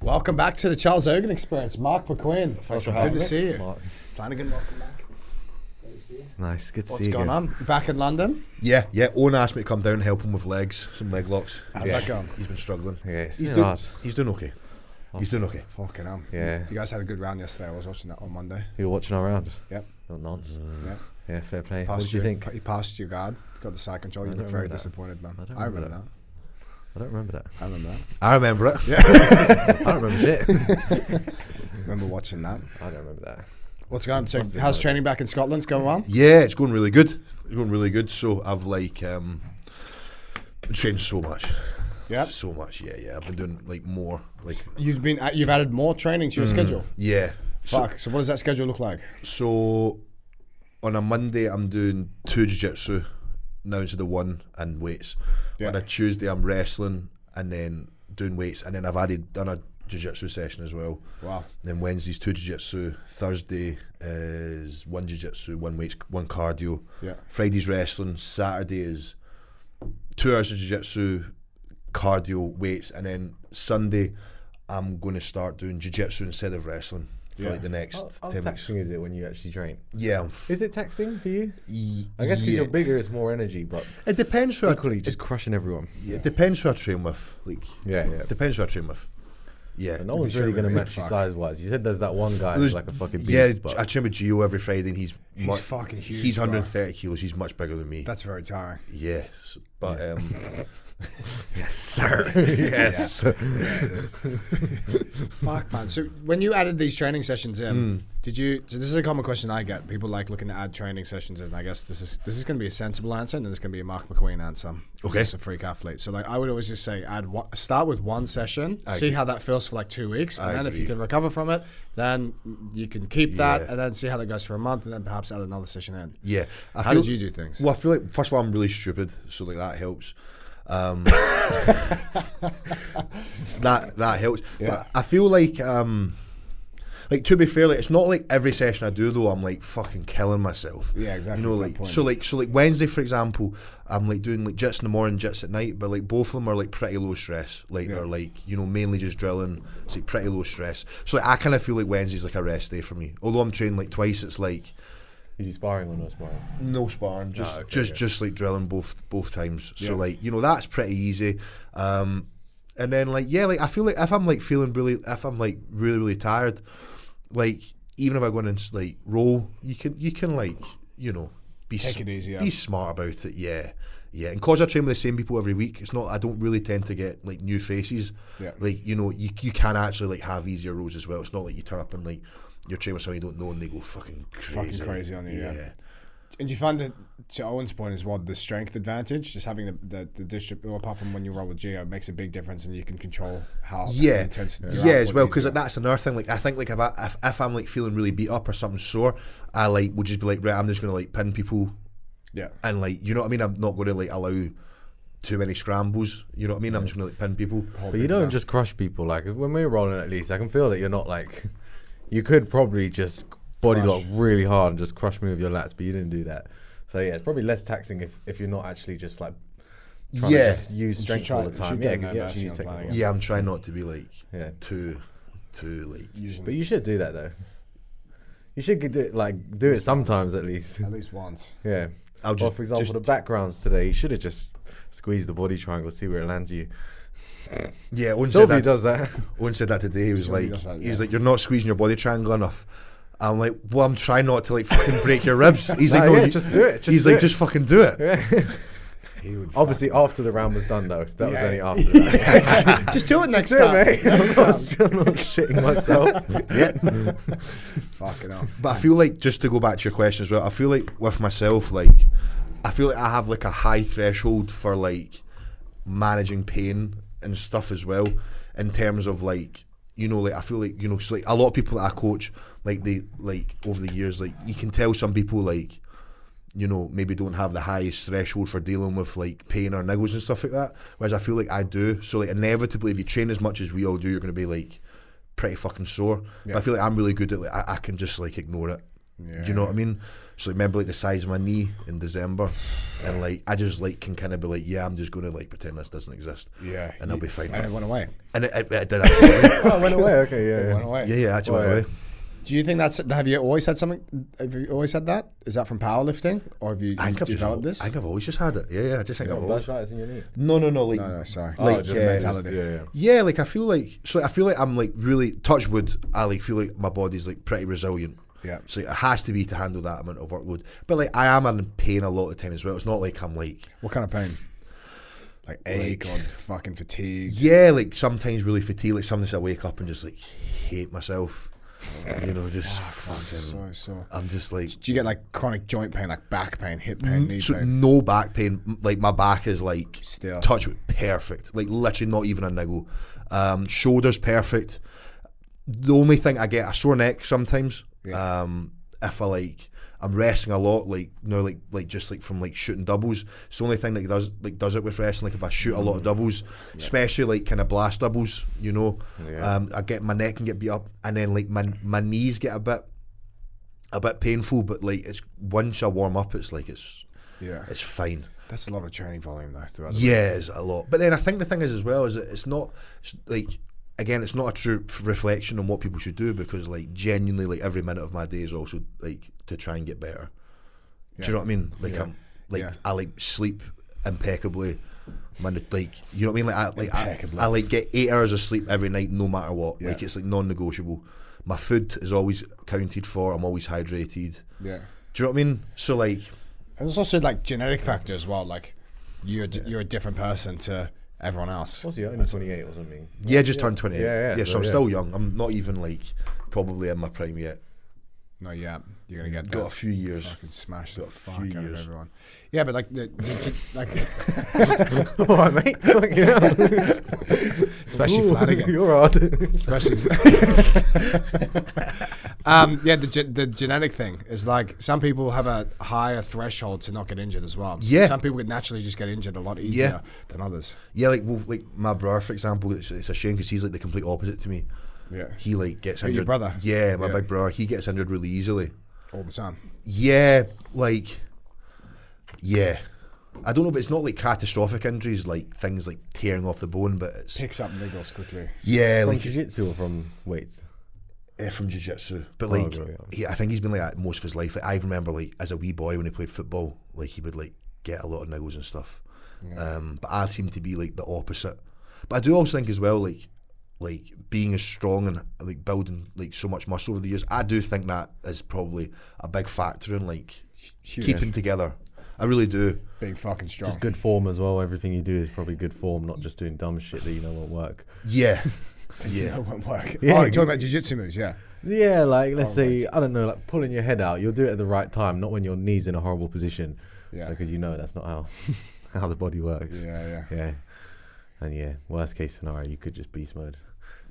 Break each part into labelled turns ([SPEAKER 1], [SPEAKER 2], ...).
[SPEAKER 1] Welcome back to the Charles Ogan Experience. Mark McQueen.
[SPEAKER 2] Thanks for
[SPEAKER 1] Good
[SPEAKER 2] having
[SPEAKER 1] to
[SPEAKER 2] me.
[SPEAKER 1] see you.
[SPEAKER 2] Mark.
[SPEAKER 1] Flanagan, welcome back.
[SPEAKER 3] Nice, good to
[SPEAKER 2] What's
[SPEAKER 3] see you.
[SPEAKER 2] going
[SPEAKER 3] again.
[SPEAKER 2] on?
[SPEAKER 1] You're back in London?
[SPEAKER 2] Yeah, yeah. Owen asked me to come down and help him with legs, some leg locks.
[SPEAKER 1] How's
[SPEAKER 2] yeah.
[SPEAKER 1] that going?
[SPEAKER 2] He's been struggling.
[SPEAKER 3] Yeah, it's
[SPEAKER 1] He's
[SPEAKER 3] not.
[SPEAKER 1] doing-
[SPEAKER 2] He's doing okay.
[SPEAKER 1] Oh.
[SPEAKER 2] He's doing okay.
[SPEAKER 1] Fucking hell.
[SPEAKER 3] Yeah.
[SPEAKER 1] You guys had a good round yesterday. I was watching that on Monday.
[SPEAKER 3] You're watching all round.
[SPEAKER 1] Yep.
[SPEAKER 3] Not nonsense.
[SPEAKER 1] Yeah.
[SPEAKER 3] Mm, Yeah, fair play. what did you think?
[SPEAKER 1] He passed you, guard. Got the side control. You
[SPEAKER 3] I
[SPEAKER 1] looked
[SPEAKER 3] don't
[SPEAKER 1] very
[SPEAKER 3] remember that.
[SPEAKER 1] disappointed, man.
[SPEAKER 3] I don't
[SPEAKER 1] I remember,
[SPEAKER 3] remember
[SPEAKER 1] that.
[SPEAKER 3] I don't remember that.
[SPEAKER 1] I remember that.
[SPEAKER 2] I remember it.
[SPEAKER 3] I don't remember shit.
[SPEAKER 1] remember watching that.
[SPEAKER 3] I don't remember that.
[SPEAKER 1] What's going on? So,
[SPEAKER 3] Must be
[SPEAKER 1] how's
[SPEAKER 3] hard.
[SPEAKER 1] training back in Scotland? It's going well?
[SPEAKER 2] Yeah, it's going really good. It's going really good. So I've like um, changed so much.
[SPEAKER 1] Yep.
[SPEAKER 2] So much. Yeah, yeah. I've been doing like more. Like
[SPEAKER 1] You've been uh, you've added more training to your schedule.
[SPEAKER 2] yeah. So,
[SPEAKER 1] Fuck. So what does that schedule look like?
[SPEAKER 2] so on a Monday I'm doing two jiu-jitsu now instead of one and weights.
[SPEAKER 1] Yeah.
[SPEAKER 2] On a Tuesday I'm wrestling and then doing weights and then I've added done a jiu-jitsu session as well.
[SPEAKER 1] Wow.
[SPEAKER 2] Then Wednesday's two jiu-jitsu, Thursday is one jiu-jitsu, one weights, one cardio.
[SPEAKER 1] Yeah.
[SPEAKER 2] Friday's wrestling, Saturday is two hours of jiu-jitsu, cardio, weights, and then Sunday I'm going to start doing jiu-jitsu instead of wrestling for
[SPEAKER 1] Yeah.
[SPEAKER 2] like the next
[SPEAKER 3] How, how
[SPEAKER 2] 10 weeks.
[SPEAKER 3] taxing is it when you actually train?
[SPEAKER 2] Yeah, I'm f-
[SPEAKER 3] Is it taxing for you?
[SPEAKER 2] ye-
[SPEAKER 3] I guess because
[SPEAKER 2] yeah.
[SPEAKER 3] you're bigger, it's more energy, but
[SPEAKER 2] It depends who I,
[SPEAKER 3] equally just crushing everyone.
[SPEAKER 2] it depends who I train with. Like,
[SPEAKER 3] Yeah, yeah.
[SPEAKER 2] depends who I train with. Yeah.
[SPEAKER 3] And no one's
[SPEAKER 2] If you
[SPEAKER 3] really
[SPEAKER 2] train
[SPEAKER 3] going to
[SPEAKER 2] with-
[SPEAKER 3] match you size wise. You said there's that one guy
[SPEAKER 2] There's-
[SPEAKER 3] who's like a fucking beast,
[SPEAKER 2] yeah,
[SPEAKER 3] but
[SPEAKER 2] I train with Gio every Friday, and he's
[SPEAKER 1] He's fucking huge,
[SPEAKER 2] He's
[SPEAKER 1] bro.
[SPEAKER 2] 130 kilos. He's much bigger than me.
[SPEAKER 1] That's very tiring.
[SPEAKER 2] yes, but um,
[SPEAKER 3] yes, sir. yes.
[SPEAKER 1] Fuck, man. So when you added these training sessions in,
[SPEAKER 2] Hmm.
[SPEAKER 1] did you? So this is a common question I get. People like looking to add training sessions in. I guess this is this is going to be a sensible answer, and this is going to be a Mark McQueen answer.
[SPEAKER 2] Okay.
[SPEAKER 1] It's a freak athlete. So like, I would always just say, add one, start with one session, see how that feels for like two weeks, and
[SPEAKER 2] I
[SPEAKER 1] then if you
[SPEAKER 2] agree.
[SPEAKER 1] can recover from it, then you can keep that,
[SPEAKER 2] Yeah.
[SPEAKER 1] and then see how that goes for a month, and then perhaps add another session in.
[SPEAKER 2] yeah. I
[SPEAKER 1] How did you do things?
[SPEAKER 2] Well, I feel like first of all, I'm really stupid, so like that helps. Um, that that helps. But I feel like um, like to be fair, like, it's not like every session I do though. I'm like fucking killing myself.
[SPEAKER 1] Yeah, exactly,
[SPEAKER 2] You know,
[SPEAKER 1] it's that
[SPEAKER 2] like
[SPEAKER 1] point.
[SPEAKER 2] so like so like Wednesday for example, I'm like doing like jets in the morning, jets at night, but like both of them are like pretty low stress. Like they're like you know mainly just drilling. It's like pretty low stress. So like, I kind of feel like Wednesday's like a rest day for me. Although I'm training like twice, it's like.
[SPEAKER 3] Are you sparring or no sparring?
[SPEAKER 2] No sparring, just
[SPEAKER 3] okay,
[SPEAKER 2] just
[SPEAKER 3] yeah.
[SPEAKER 2] just like drilling both both times.
[SPEAKER 1] Ah,
[SPEAKER 2] So
[SPEAKER 1] Yeah.
[SPEAKER 2] like you know that's pretty easy. Um, and then like yeah, like I feel like if I'm like feeling really, if I'm like really really tired, like even if I go in and s- like roll, you can you can like you know be
[SPEAKER 1] Take
[SPEAKER 2] s-
[SPEAKER 1] it easy, yeah.
[SPEAKER 2] be smart about it. Yeah, yeah. And cause I train with the same people every week, it's not. I don't really tend to get like new faces.
[SPEAKER 1] Yeah.
[SPEAKER 2] Like you know you you can actually like have easier roles as well. It's not like you turn up and like. You're training with someone you don't know, and they go fucking crazy,
[SPEAKER 1] crazy on you, yeah.
[SPEAKER 2] yeah.
[SPEAKER 1] And you find that to Owen's point as well, the strength advantage, just having the the, the district apart from when you roll with Geo makes a big difference, and you can control how
[SPEAKER 2] yeah,
[SPEAKER 1] intense your
[SPEAKER 2] yeah, as
[SPEAKER 1] output
[SPEAKER 2] well.
[SPEAKER 1] is.
[SPEAKER 2] Because that's another thing. Like, I think like if, I, if if I'm like feeling really beat up or something sore, I like would just be like, right, I'm just gonna like pin people
[SPEAKER 1] yeah,
[SPEAKER 2] and like, you know what I mean? I'm not gonna like allow too many scrambles. You know what I mean? I'm just gonna like pin people.
[SPEAKER 3] But you don't just crush people. Like when we're rolling, at least I can feel that you're not like. You could probably just body
[SPEAKER 1] Crush.
[SPEAKER 3] lock really hard and just crush me with your lats, but you didn't do that. So yeah, it's probably less taxing if, if you're not actually just like trying
[SPEAKER 2] Yeah.
[SPEAKER 3] to just use
[SPEAKER 1] You should
[SPEAKER 3] strength
[SPEAKER 1] try-
[SPEAKER 3] all the
[SPEAKER 1] you should
[SPEAKER 3] time.
[SPEAKER 1] get
[SPEAKER 3] Yeah,
[SPEAKER 1] in
[SPEAKER 3] because
[SPEAKER 1] that
[SPEAKER 3] you actually
[SPEAKER 1] version
[SPEAKER 3] use
[SPEAKER 1] of
[SPEAKER 3] technique.
[SPEAKER 1] planning.
[SPEAKER 2] Yeah, I'm trying not to be like
[SPEAKER 3] Yeah.
[SPEAKER 2] too too like.
[SPEAKER 1] using
[SPEAKER 3] But you should do that though. You should g- do it like do it sometimes at least.
[SPEAKER 1] at least once.
[SPEAKER 3] Yeah.
[SPEAKER 2] I'll
[SPEAKER 3] Well,
[SPEAKER 2] just-
[SPEAKER 3] for example,
[SPEAKER 2] just-
[SPEAKER 3] the backgrounds today, you should have just squeezed the body triangle, see where it lands you.
[SPEAKER 2] Yeah, Owen said
[SPEAKER 3] Sylvie
[SPEAKER 2] that.
[SPEAKER 3] does that.
[SPEAKER 2] Owen said that today. He was
[SPEAKER 1] Sylvie
[SPEAKER 2] like,
[SPEAKER 1] does that,
[SPEAKER 2] he was
[SPEAKER 1] yeah.
[SPEAKER 2] like, you're not squeezing your body triangle enough. I'm like, well, I'm trying not to like fucking break your ribs. He's
[SPEAKER 3] No,
[SPEAKER 2] like, no,
[SPEAKER 3] yeah,
[SPEAKER 2] you-
[SPEAKER 3] just do it, just
[SPEAKER 2] he's
[SPEAKER 3] do
[SPEAKER 2] like,
[SPEAKER 3] it.
[SPEAKER 2] just fucking do it.
[SPEAKER 1] He would
[SPEAKER 3] Obviously, after the round was done, though, that was
[SPEAKER 1] Yeah.
[SPEAKER 3] only after that.
[SPEAKER 1] just do it next
[SPEAKER 3] Yeah,
[SPEAKER 1] time.
[SPEAKER 3] mate. I'm not, still not shitting myself. yeah.
[SPEAKER 1] Fucking hell.
[SPEAKER 2] But I feel like just to go back to your question as well, I feel like with myself, like I feel like I have like a high threshold for like managing pain and stuff as well, in terms of like you know, like I feel like you know, so like a lot of people that I coach, like they like over the years, like you can tell some people like you know maybe don't have the highest threshold for dealing with like pain or niggles and stuff like that. Whereas I feel like I do. So like inevitably, if you train as much as we all do, you're going to be like pretty fucking sore. But I feel like I'm really good at like I, I can just like ignore it.
[SPEAKER 1] Yeah.
[SPEAKER 2] Do you know what I mean? So remember like the size of my knee in December, and like I just like can kind of be like, yeah, I'm just going to like pretend this doesn't exist.
[SPEAKER 1] Yeah.
[SPEAKER 2] and I'll be fine.
[SPEAKER 1] And it went away.
[SPEAKER 2] And it, it, it did actually.
[SPEAKER 3] Oh, it went away. Okay,
[SPEAKER 1] It
[SPEAKER 3] yeah,
[SPEAKER 1] went
[SPEAKER 3] yeah.
[SPEAKER 1] away.
[SPEAKER 2] yeah, yeah, actually.
[SPEAKER 3] Oh,
[SPEAKER 2] went
[SPEAKER 3] yeah.
[SPEAKER 2] away.
[SPEAKER 1] Do you think that's? Have you always had something? Have you always had that? Is that from powerlifting, or have you
[SPEAKER 2] I think I've just,
[SPEAKER 1] developed
[SPEAKER 2] al-
[SPEAKER 1] this?
[SPEAKER 2] I think I've always just had it. Yeah, yeah. I just think I've always.
[SPEAKER 3] Flashlight is in your knee.
[SPEAKER 2] No, no, no. Like,
[SPEAKER 1] no, no, sorry.
[SPEAKER 2] Like,
[SPEAKER 3] oh, just
[SPEAKER 2] yeah,
[SPEAKER 1] mentality.
[SPEAKER 3] Yeah, yeah.
[SPEAKER 2] yeah, like I feel like so. I feel like I'm like really touch wood. I like feel like my body's like pretty resilient.
[SPEAKER 1] Yeah.
[SPEAKER 2] So it has to be to handle that amount of workload. But like I am in pain a lot of the time as well. It's not like I'm like
[SPEAKER 1] What kind of pain? Like ache or fucking fatigue.
[SPEAKER 2] yeah, like sometimes really fatigued. Like sometimes I wake up and just like hate myself. You know, just fucking.
[SPEAKER 1] Oh, So so.
[SPEAKER 2] I'm just like
[SPEAKER 1] Do you get like chronic joint pain, like back pain, hip pain, knee
[SPEAKER 2] Mm-hmm. so
[SPEAKER 1] pain?
[SPEAKER 2] no back pain. M- Like my back is like
[SPEAKER 1] Still.
[SPEAKER 2] touch wood, perfect. Like literally not even a niggle. Um, shoulders perfect. The only thing I get a sore neck sometimes.
[SPEAKER 1] Yeah.
[SPEAKER 2] Um, if I like I'm resting a lot, like you know, like like just like from like shooting doubles. It's the only thing that does like does it with wrestling. Like if I shoot a lot of doubles, especially like kind of blast doubles, you know,
[SPEAKER 3] Yeah.
[SPEAKER 2] um, I get my neck can get beat up, and then like my my knees get a bit a bit painful, but like it's once I warm up, it's like it's
[SPEAKER 1] Yeah.
[SPEAKER 2] it's fine.
[SPEAKER 1] That's a lot of training volume though. Throughout the
[SPEAKER 2] Yeah, it's a lot. But then I think the thing is as well is that it's not it's like again, it's not a true f- reflection on what people should do because like genuinely, like every minute of my day is also like to try and get better. Do you know what I mean? Like I'm like
[SPEAKER 1] Yeah.
[SPEAKER 2] I like sleep impeccably. Man, like you know what I mean? Like I like I,
[SPEAKER 1] Impeccably.
[SPEAKER 2] I like get eight hours of sleep every night, no matter what. Like
[SPEAKER 1] Yeah.
[SPEAKER 2] it's like non-negotiable. My food is always counted for. I'm always hydrated.
[SPEAKER 1] Yeah.
[SPEAKER 2] Do you know what I mean? So like,
[SPEAKER 1] And it's also like genetic factor as well. Like you're d you're a different person to everyone else.
[SPEAKER 3] What's he only 28 or something?
[SPEAKER 2] yeah, just turned 28.
[SPEAKER 3] Yeah, yeah,
[SPEAKER 2] so,
[SPEAKER 3] so,
[SPEAKER 2] I'm
[SPEAKER 3] yeah.
[SPEAKER 2] still young. I'm not even like probably in my prime yet.
[SPEAKER 1] No, yeah, you're gonna get
[SPEAKER 2] Got a
[SPEAKER 1] that.
[SPEAKER 2] few years.
[SPEAKER 1] Fucking smash the
[SPEAKER 2] Got a
[SPEAKER 1] fuck out
[SPEAKER 2] few
[SPEAKER 1] of
[SPEAKER 2] years.
[SPEAKER 1] everyone. Yeah, but like, the, the- like
[SPEAKER 3] All right, mate. Fucking hell.
[SPEAKER 1] especially
[SPEAKER 3] Ooh,
[SPEAKER 1] Flanagan.
[SPEAKER 3] You're hard.
[SPEAKER 1] especially. um, yeah, the ge- the genetic thing is like some people have a higher threshold to not get injured as well.
[SPEAKER 2] Yeah.
[SPEAKER 1] some people could naturally just get injured a lot easier than others.
[SPEAKER 2] Yeah, like well, like my brother, for example, it's, it's a shame because he's like the complete opposite to me.
[SPEAKER 1] Yeah,
[SPEAKER 2] He like gets
[SPEAKER 1] Who,
[SPEAKER 2] injured.
[SPEAKER 1] your brother?
[SPEAKER 2] Yeah, my
[SPEAKER 1] Yeah.
[SPEAKER 2] big brother. He gets injured really easily.
[SPEAKER 1] all the time.
[SPEAKER 2] Yeah, like, yeah. I don't know, but it's not like catastrophic injuries, like things like tearing off the bone, but it's
[SPEAKER 1] Picks up niggles quickly.
[SPEAKER 2] yeah,
[SPEAKER 3] From
[SPEAKER 2] like
[SPEAKER 3] jiu-jitsu or from weights?
[SPEAKER 2] eh, from jiu-jitsu. But like,
[SPEAKER 3] okay, yeah.
[SPEAKER 2] he, I think he's been like that most of his life. Like I remember, like as a wee boy when he played football, like he would like get a lot of niggles and stuff. Um, but I seem to be like the opposite. But I do also think as well, like like being as strong and like building like so much muscle over the years, I do think that is probably a big factor in like
[SPEAKER 1] Huge.
[SPEAKER 2] keeping together. I really do.
[SPEAKER 1] Being fucking strong.
[SPEAKER 3] Just good form as well. Everything you do is probably good form, not just doing dumb shit that you know won't work.
[SPEAKER 2] Yeah. Yeah.
[SPEAKER 1] That won't work.
[SPEAKER 3] Yeah.
[SPEAKER 1] Oh, you're talking about jiu-jitsu moves, yeah.
[SPEAKER 3] Yeah, like let's say I don't know, like pulling your head out. You'll do it at the right time, not when your knees in a horrible position.
[SPEAKER 1] Yeah.
[SPEAKER 3] because you know that's not how how the body works.
[SPEAKER 1] Yeah, yeah.
[SPEAKER 3] Yeah. and yeah, worst case scenario, you could just beast mode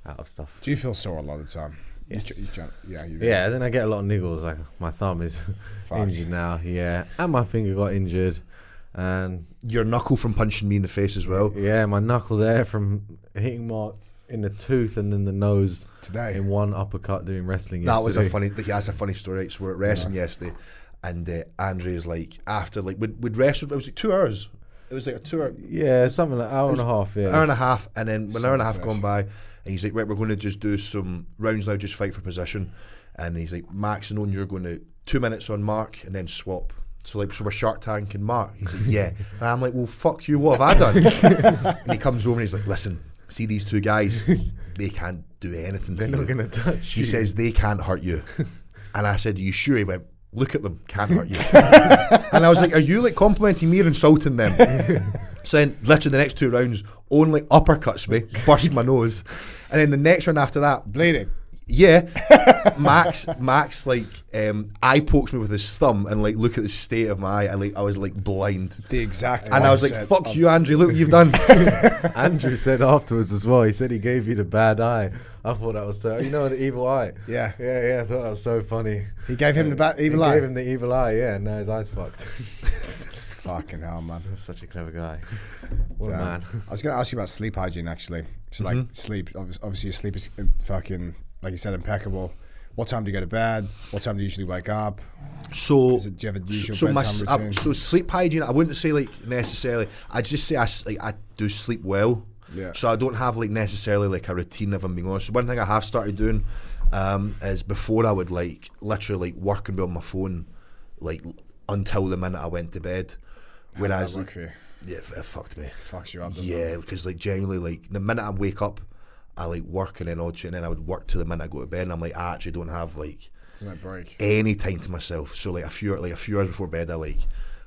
[SPEAKER 3] out of stuff.
[SPEAKER 1] Do you feel sore a lot of the time? You
[SPEAKER 3] Yes.
[SPEAKER 1] tr- you tr- yeah, you do.
[SPEAKER 3] Yeah, then I get a lot of niggles. Like my thumb is
[SPEAKER 1] Fuck.
[SPEAKER 3] injured now. Yeah, and my finger got injured, and
[SPEAKER 2] Your knuckle from punching me in the face as well.
[SPEAKER 3] yeah, my knuckle there from hitting my in the tooth and then the nose
[SPEAKER 1] Today.
[SPEAKER 3] in one uppercut doing wrestling.
[SPEAKER 2] That was a
[SPEAKER 3] yesterday.
[SPEAKER 2] funny. That's a funny story. Right? So we're at wrestling yesterday, and uh, Andre's like after like we'd, we'd wrestled. It was like two hours. It was like a two hour,
[SPEAKER 3] Yeah, something like hour and a half. Yeah,
[SPEAKER 2] hour and a half, and then an hour and a half
[SPEAKER 1] Sunset.
[SPEAKER 2] gone by, and he's like, right, we're going to just do some rounds now, just fight for position, and he's like, Max and Owen, you're going to two minutes on Mark, and then swap. So like, so we're Shark Tank and Mark. He's like, yeah, and I'm like, well, fuck you. What have I done? and he comes over and he's like, listen, see these two guys, they can't do anything.
[SPEAKER 3] They're
[SPEAKER 2] to
[SPEAKER 3] not
[SPEAKER 2] you."
[SPEAKER 3] gonna touch
[SPEAKER 2] He
[SPEAKER 3] you.
[SPEAKER 2] says they can't hurt you, and I said, "Are you sure?" He went, "Look at them, can't hurt you." and I was like, "Are you like complimenting me or insulting them?" so then, literally, the next two rounds, only uppercuts me, burst my nose, and then the next round after that,
[SPEAKER 1] Bleeding.
[SPEAKER 2] yeah, Max, Max, like, um, eye pokes me with his thumb, and like, look at the state of my eye. I like, I was like blind.
[SPEAKER 1] The exact
[SPEAKER 2] And I was like,
[SPEAKER 1] opposite
[SPEAKER 2] "Fuck
[SPEAKER 1] of-
[SPEAKER 2] you, Andrew! Look what you've done."
[SPEAKER 3] Andrew said afterwards as well. He said he gave you the bad eye. I thought that was so. You know the evil eye.
[SPEAKER 1] Yeah.
[SPEAKER 3] yeah, yeah. I thought that was so funny.
[SPEAKER 1] He gave him the bat, evil
[SPEAKER 3] he
[SPEAKER 1] eye.
[SPEAKER 3] Gave him the evil eye. Yeah, and now his eyes fucked.
[SPEAKER 1] Fucking hell, man.
[SPEAKER 3] Such a clever guy. What
[SPEAKER 1] Yeah.
[SPEAKER 3] a man.
[SPEAKER 1] I was going to ask you about sleep hygiene actually. So like sleep, obvi- obviously your sleep is uh, fucking like you said impeccable. What time do you go to bed? What time do you usually wake up?
[SPEAKER 2] So,
[SPEAKER 1] Is it- do you have a usual
[SPEAKER 2] so my
[SPEAKER 1] bedtime
[SPEAKER 2] s- I-
[SPEAKER 1] routine?
[SPEAKER 2] so sleep hygiene. I wouldn't say like necessarily. I just say I s- like I do sleep well.
[SPEAKER 1] Yeah.
[SPEAKER 2] So I don't have like necessarily like a routine if I'm being honest. One thing I have started doing um, is before I would like literally like, work and be on my phone like until the minute I went to bed. Whereas
[SPEAKER 1] That work
[SPEAKER 2] like,
[SPEAKER 1] for you?
[SPEAKER 2] yeah, it fucked me.
[SPEAKER 1] Fucks you up. doesn't it?
[SPEAKER 2] Yeah, because like generally, like the minute I wake up, I like work and then I'll and then I would work till the minute I go to bed. And I'm like, I actually don't have like
[SPEAKER 1] Doesn't it break?
[SPEAKER 2] any time to myself. So like a few like a few hours before bed, I like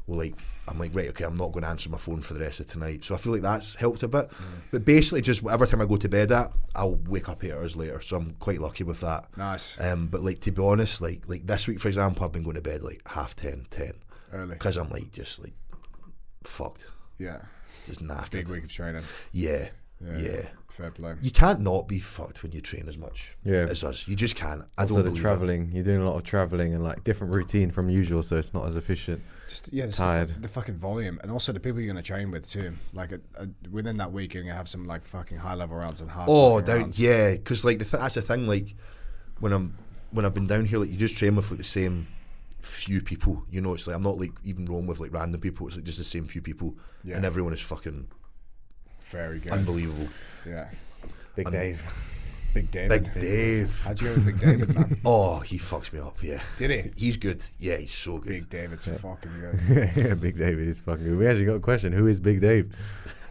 [SPEAKER 2] well like I'm like right okay, I'm not going to answer my phone for the rest of tonight. So I feel like that's helped a bit.
[SPEAKER 3] Mm.
[SPEAKER 2] But basically, just whatever time I go to bed at, I'll wake up eight hours later. So I'm quite lucky with that.
[SPEAKER 1] Nice.
[SPEAKER 2] Um, but like to be honest, like like this week for example, I've been going to bed like half 10, 10.
[SPEAKER 1] Early.
[SPEAKER 2] because I'm like just like fucked,
[SPEAKER 1] Yeah.
[SPEAKER 2] just knackered.
[SPEAKER 1] Big week of training.
[SPEAKER 2] Yeah,
[SPEAKER 1] Yeah.
[SPEAKER 2] yeah.
[SPEAKER 1] Fair play.
[SPEAKER 2] You can't not be fucked when you train as much
[SPEAKER 3] Yeah.
[SPEAKER 2] as us. You just can't. I
[SPEAKER 3] Also
[SPEAKER 2] don't
[SPEAKER 3] the
[SPEAKER 2] believe it.
[SPEAKER 3] traveling, you're doing a lot of traveling and like different routine from usual, so it's not as efficient.
[SPEAKER 1] Just yeah, it's the,
[SPEAKER 3] Tired.
[SPEAKER 1] fu- the fucking volume, and also the people you're gonna train with too. Like uh uh within that week, you're gonna have some like fucking high level rounds and hard.
[SPEAKER 2] Oh,
[SPEAKER 1] fucking
[SPEAKER 2] down,
[SPEAKER 1] rounds.
[SPEAKER 2] yeah, because like the th- that's the thing. Like when I'm when I've been down here, like you just train with like the same few people. You know, it's like I'm not like even rolling with like random people. It's like just the same few people,
[SPEAKER 1] Yeah.
[SPEAKER 2] and everyone is fucking
[SPEAKER 1] Very good.
[SPEAKER 2] unbelievable.
[SPEAKER 1] yeah.
[SPEAKER 3] Big Dave.
[SPEAKER 1] Big David.
[SPEAKER 2] Big Dave.
[SPEAKER 1] How'd you go with Big David, man?
[SPEAKER 2] Oh, he fucks me up. Yeah,
[SPEAKER 1] Did he?
[SPEAKER 2] he's good. Yeah, he's so good.
[SPEAKER 1] Big David's fucking good.
[SPEAKER 3] yeah, Big David is fucking good. We actually got a question. Who is Big Dave?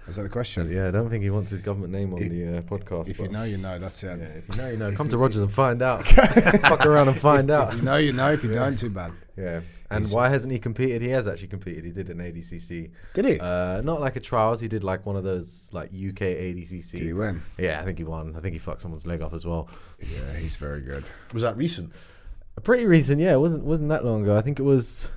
[SPEAKER 1] Is that a question?
[SPEAKER 3] Yeah, I don't think he wants his government name on the uh, podcast.
[SPEAKER 1] If you
[SPEAKER 3] but-
[SPEAKER 1] know, you know. That's it.
[SPEAKER 3] yeah, if you know, you know. Come to Rogers and find out. Fuck around and find out.
[SPEAKER 1] If you know, you know. If you don't, too bad.
[SPEAKER 3] Yeah. And why hasn't he competed? He has actually competed. He did an ADCC.
[SPEAKER 1] Did he?
[SPEAKER 3] Uh, not like a trials. He did like one of those like UK ADCC.
[SPEAKER 1] Did he win?
[SPEAKER 3] Yeah, I think he won. I think he fucked someone's leg up as well.
[SPEAKER 1] Yeah, he's very good.
[SPEAKER 2] Was that recent?
[SPEAKER 3] Pretty recent, yeah. It wasn't wasn't that long ago. I think it was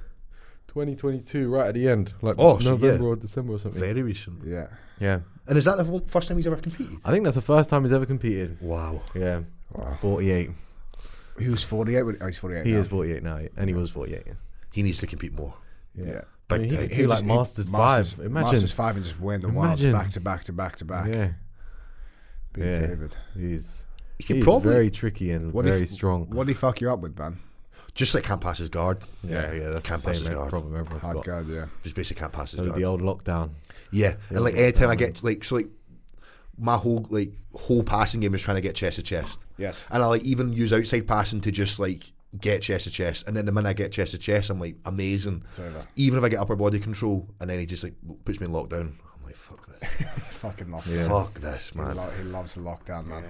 [SPEAKER 3] 2022, right at the end, like
[SPEAKER 2] Oh, so
[SPEAKER 3] November
[SPEAKER 2] yeah.
[SPEAKER 3] or December or something.
[SPEAKER 2] Very recent.
[SPEAKER 1] Yeah.
[SPEAKER 3] Yeah,
[SPEAKER 2] And is that the fir- first time he's ever competed?
[SPEAKER 3] I think that's the first time he's ever competed.
[SPEAKER 2] Wow.
[SPEAKER 3] Yeah,
[SPEAKER 1] Wow.
[SPEAKER 3] 48.
[SPEAKER 1] He was 48. when- Oh, he's 48
[SPEAKER 3] He
[SPEAKER 1] now.
[SPEAKER 3] is 48 now, and he was 48.
[SPEAKER 2] He needs to compete more.
[SPEAKER 3] Yeah.
[SPEAKER 1] Yeah.
[SPEAKER 3] I
[SPEAKER 2] Big
[SPEAKER 3] mean, he
[SPEAKER 2] time.
[SPEAKER 3] could
[SPEAKER 2] He
[SPEAKER 3] do
[SPEAKER 1] was-
[SPEAKER 3] like Masters,
[SPEAKER 1] Masters
[SPEAKER 3] five. Imagine.
[SPEAKER 1] Masters five and just win the
[SPEAKER 3] Imagine.
[SPEAKER 1] wilds back to back to back to back.
[SPEAKER 3] Yeah,
[SPEAKER 1] Big
[SPEAKER 3] yeah.
[SPEAKER 1] David.
[SPEAKER 3] he's
[SPEAKER 2] He could
[SPEAKER 3] he's
[SPEAKER 2] probably
[SPEAKER 3] very tricky and
[SPEAKER 1] What
[SPEAKER 3] very
[SPEAKER 1] if-
[SPEAKER 3] strong.
[SPEAKER 1] What did he fuck you up with, man?
[SPEAKER 2] just like can't pass his guard.
[SPEAKER 3] yeah, yeah, that's
[SPEAKER 2] Can't
[SPEAKER 3] the
[SPEAKER 2] pass
[SPEAKER 3] same
[SPEAKER 2] his
[SPEAKER 3] eh,
[SPEAKER 2] guard.
[SPEAKER 3] problem everyone's
[SPEAKER 1] Hard
[SPEAKER 3] got.
[SPEAKER 1] guard, yeah.
[SPEAKER 2] Just basically can't pass his
[SPEAKER 3] So
[SPEAKER 2] guard.
[SPEAKER 3] the old lockdown.
[SPEAKER 2] Yeah,
[SPEAKER 3] Yeah,
[SPEAKER 2] and like anytime I get like so like my whole like whole passing game is trying to get chest to chest,
[SPEAKER 1] Yes.
[SPEAKER 2] and I like even use outside passing to just like get chest to chest, and then the minute I get chest to chest, I'm like amazing.
[SPEAKER 1] It's over.
[SPEAKER 2] Even if I get upper body control, and then he just like puts me in lockdown. I'm like fuck this,
[SPEAKER 1] Fucking lockdown.
[SPEAKER 2] fuck this,
[SPEAKER 1] He,
[SPEAKER 2] man.
[SPEAKER 1] lo- he loves the lockdown, man.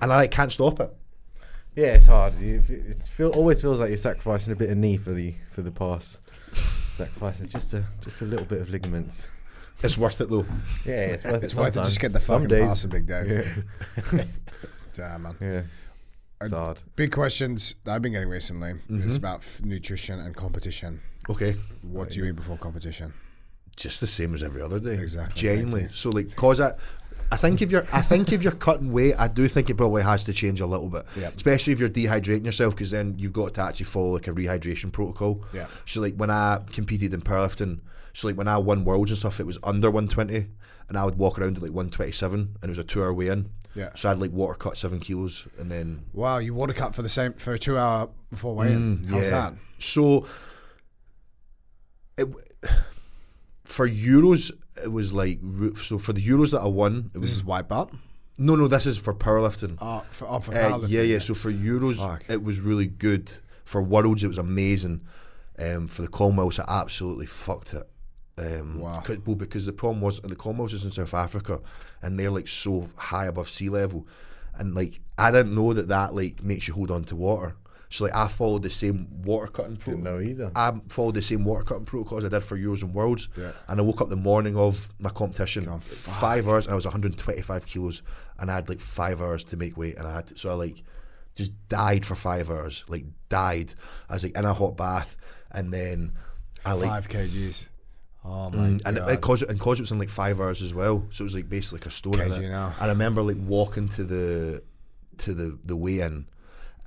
[SPEAKER 2] And I like can't stop it.
[SPEAKER 3] Yeah, it's hard. You, it feel, always feels like you're sacrificing a bit of knee for the for the pass, sacrificing just a just a little bit of ligaments.
[SPEAKER 2] It's worth it though.
[SPEAKER 3] Yeah, it's worth
[SPEAKER 1] It's
[SPEAKER 3] it.
[SPEAKER 1] worth it. Just
[SPEAKER 3] sometimes.
[SPEAKER 1] get the
[SPEAKER 3] Some
[SPEAKER 1] fucking
[SPEAKER 3] days-
[SPEAKER 1] pass a big day.
[SPEAKER 3] Yeah,
[SPEAKER 1] Damn, man.
[SPEAKER 3] yeah. It's
[SPEAKER 1] Uh,
[SPEAKER 3] hard.
[SPEAKER 1] Big questions that I've been getting recently.
[SPEAKER 3] Mm-hmm.
[SPEAKER 1] It's about f- nutrition and competition.
[SPEAKER 2] Okay.
[SPEAKER 1] What do you eat before competition?
[SPEAKER 2] just the same as every other day.
[SPEAKER 1] Exactly, thank
[SPEAKER 2] Genuinely. So like, cause I, I think if you're, I think if you're cutting weight, I do think it probably has to change a little bit.
[SPEAKER 1] Yep.
[SPEAKER 2] Especially if you're dehydrating yourself, because then you've got to actually follow like a rehydration protocol.
[SPEAKER 1] Yeah.
[SPEAKER 2] So like when I competed in powerlifting, so like when I won worlds and stuff, it was under 120, and I would walk around at like 127, and it was a two-hour weigh-in.
[SPEAKER 1] Yeah.
[SPEAKER 2] So I'd like water cut seven kilos, and then
[SPEAKER 1] Wow, you water cut for the same for a two hour before weigh-in.
[SPEAKER 3] Mm,
[SPEAKER 1] How's that?
[SPEAKER 2] So, it, for Euros, it was like ru- so for the Euros that I won, it
[SPEAKER 1] This
[SPEAKER 2] was
[SPEAKER 1] is white belt.
[SPEAKER 2] no, no. This is for powerlifting.
[SPEAKER 1] Oh, for, oh, for
[SPEAKER 2] Uh,
[SPEAKER 1] powerlifting.
[SPEAKER 2] yeah, yeah. So for Euros,
[SPEAKER 1] Fuck.
[SPEAKER 2] it was really good. For Worlds, it was amazing. Um, for the Commonwealths, I absolutely fucked it. Um,
[SPEAKER 1] Wow.
[SPEAKER 2] 'cause- well, because the problem was the Commonwealths is in South Africa, and they're like so high above sea level, and like I didn't know that that like makes you hold on to water. So like I followed the same water cutting
[SPEAKER 3] Didn't
[SPEAKER 2] protocol.
[SPEAKER 3] know either.
[SPEAKER 2] I followed the same water cutting protocol as I did for Euros and Worlds,
[SPEAKER 1] Yeah.
[SPEAKER 2] and I woke up the morning of my competition,
[SPEAKER 1] God,
[SPEAKER 2] five hours, and I was 125 kilos, and I had like five hours to make weight, and I had so I like just died for five hours, like died. I was like in a hot bath, and then I like
[SPEAKER 1] Five kgs. Oh my
[SPEAKER 2] Mm, and
[SPEAKER 1] god.
[SPEAKER 2] it, it caused and caused it was in like five hours as well, so it was like basically like a stone. in
[SPEAKER 1] Kg
[SPEAKER 2] it.
[SPEAKER 1] now.
[SPEAKER 2] I remember like walking to the to the the weigh in,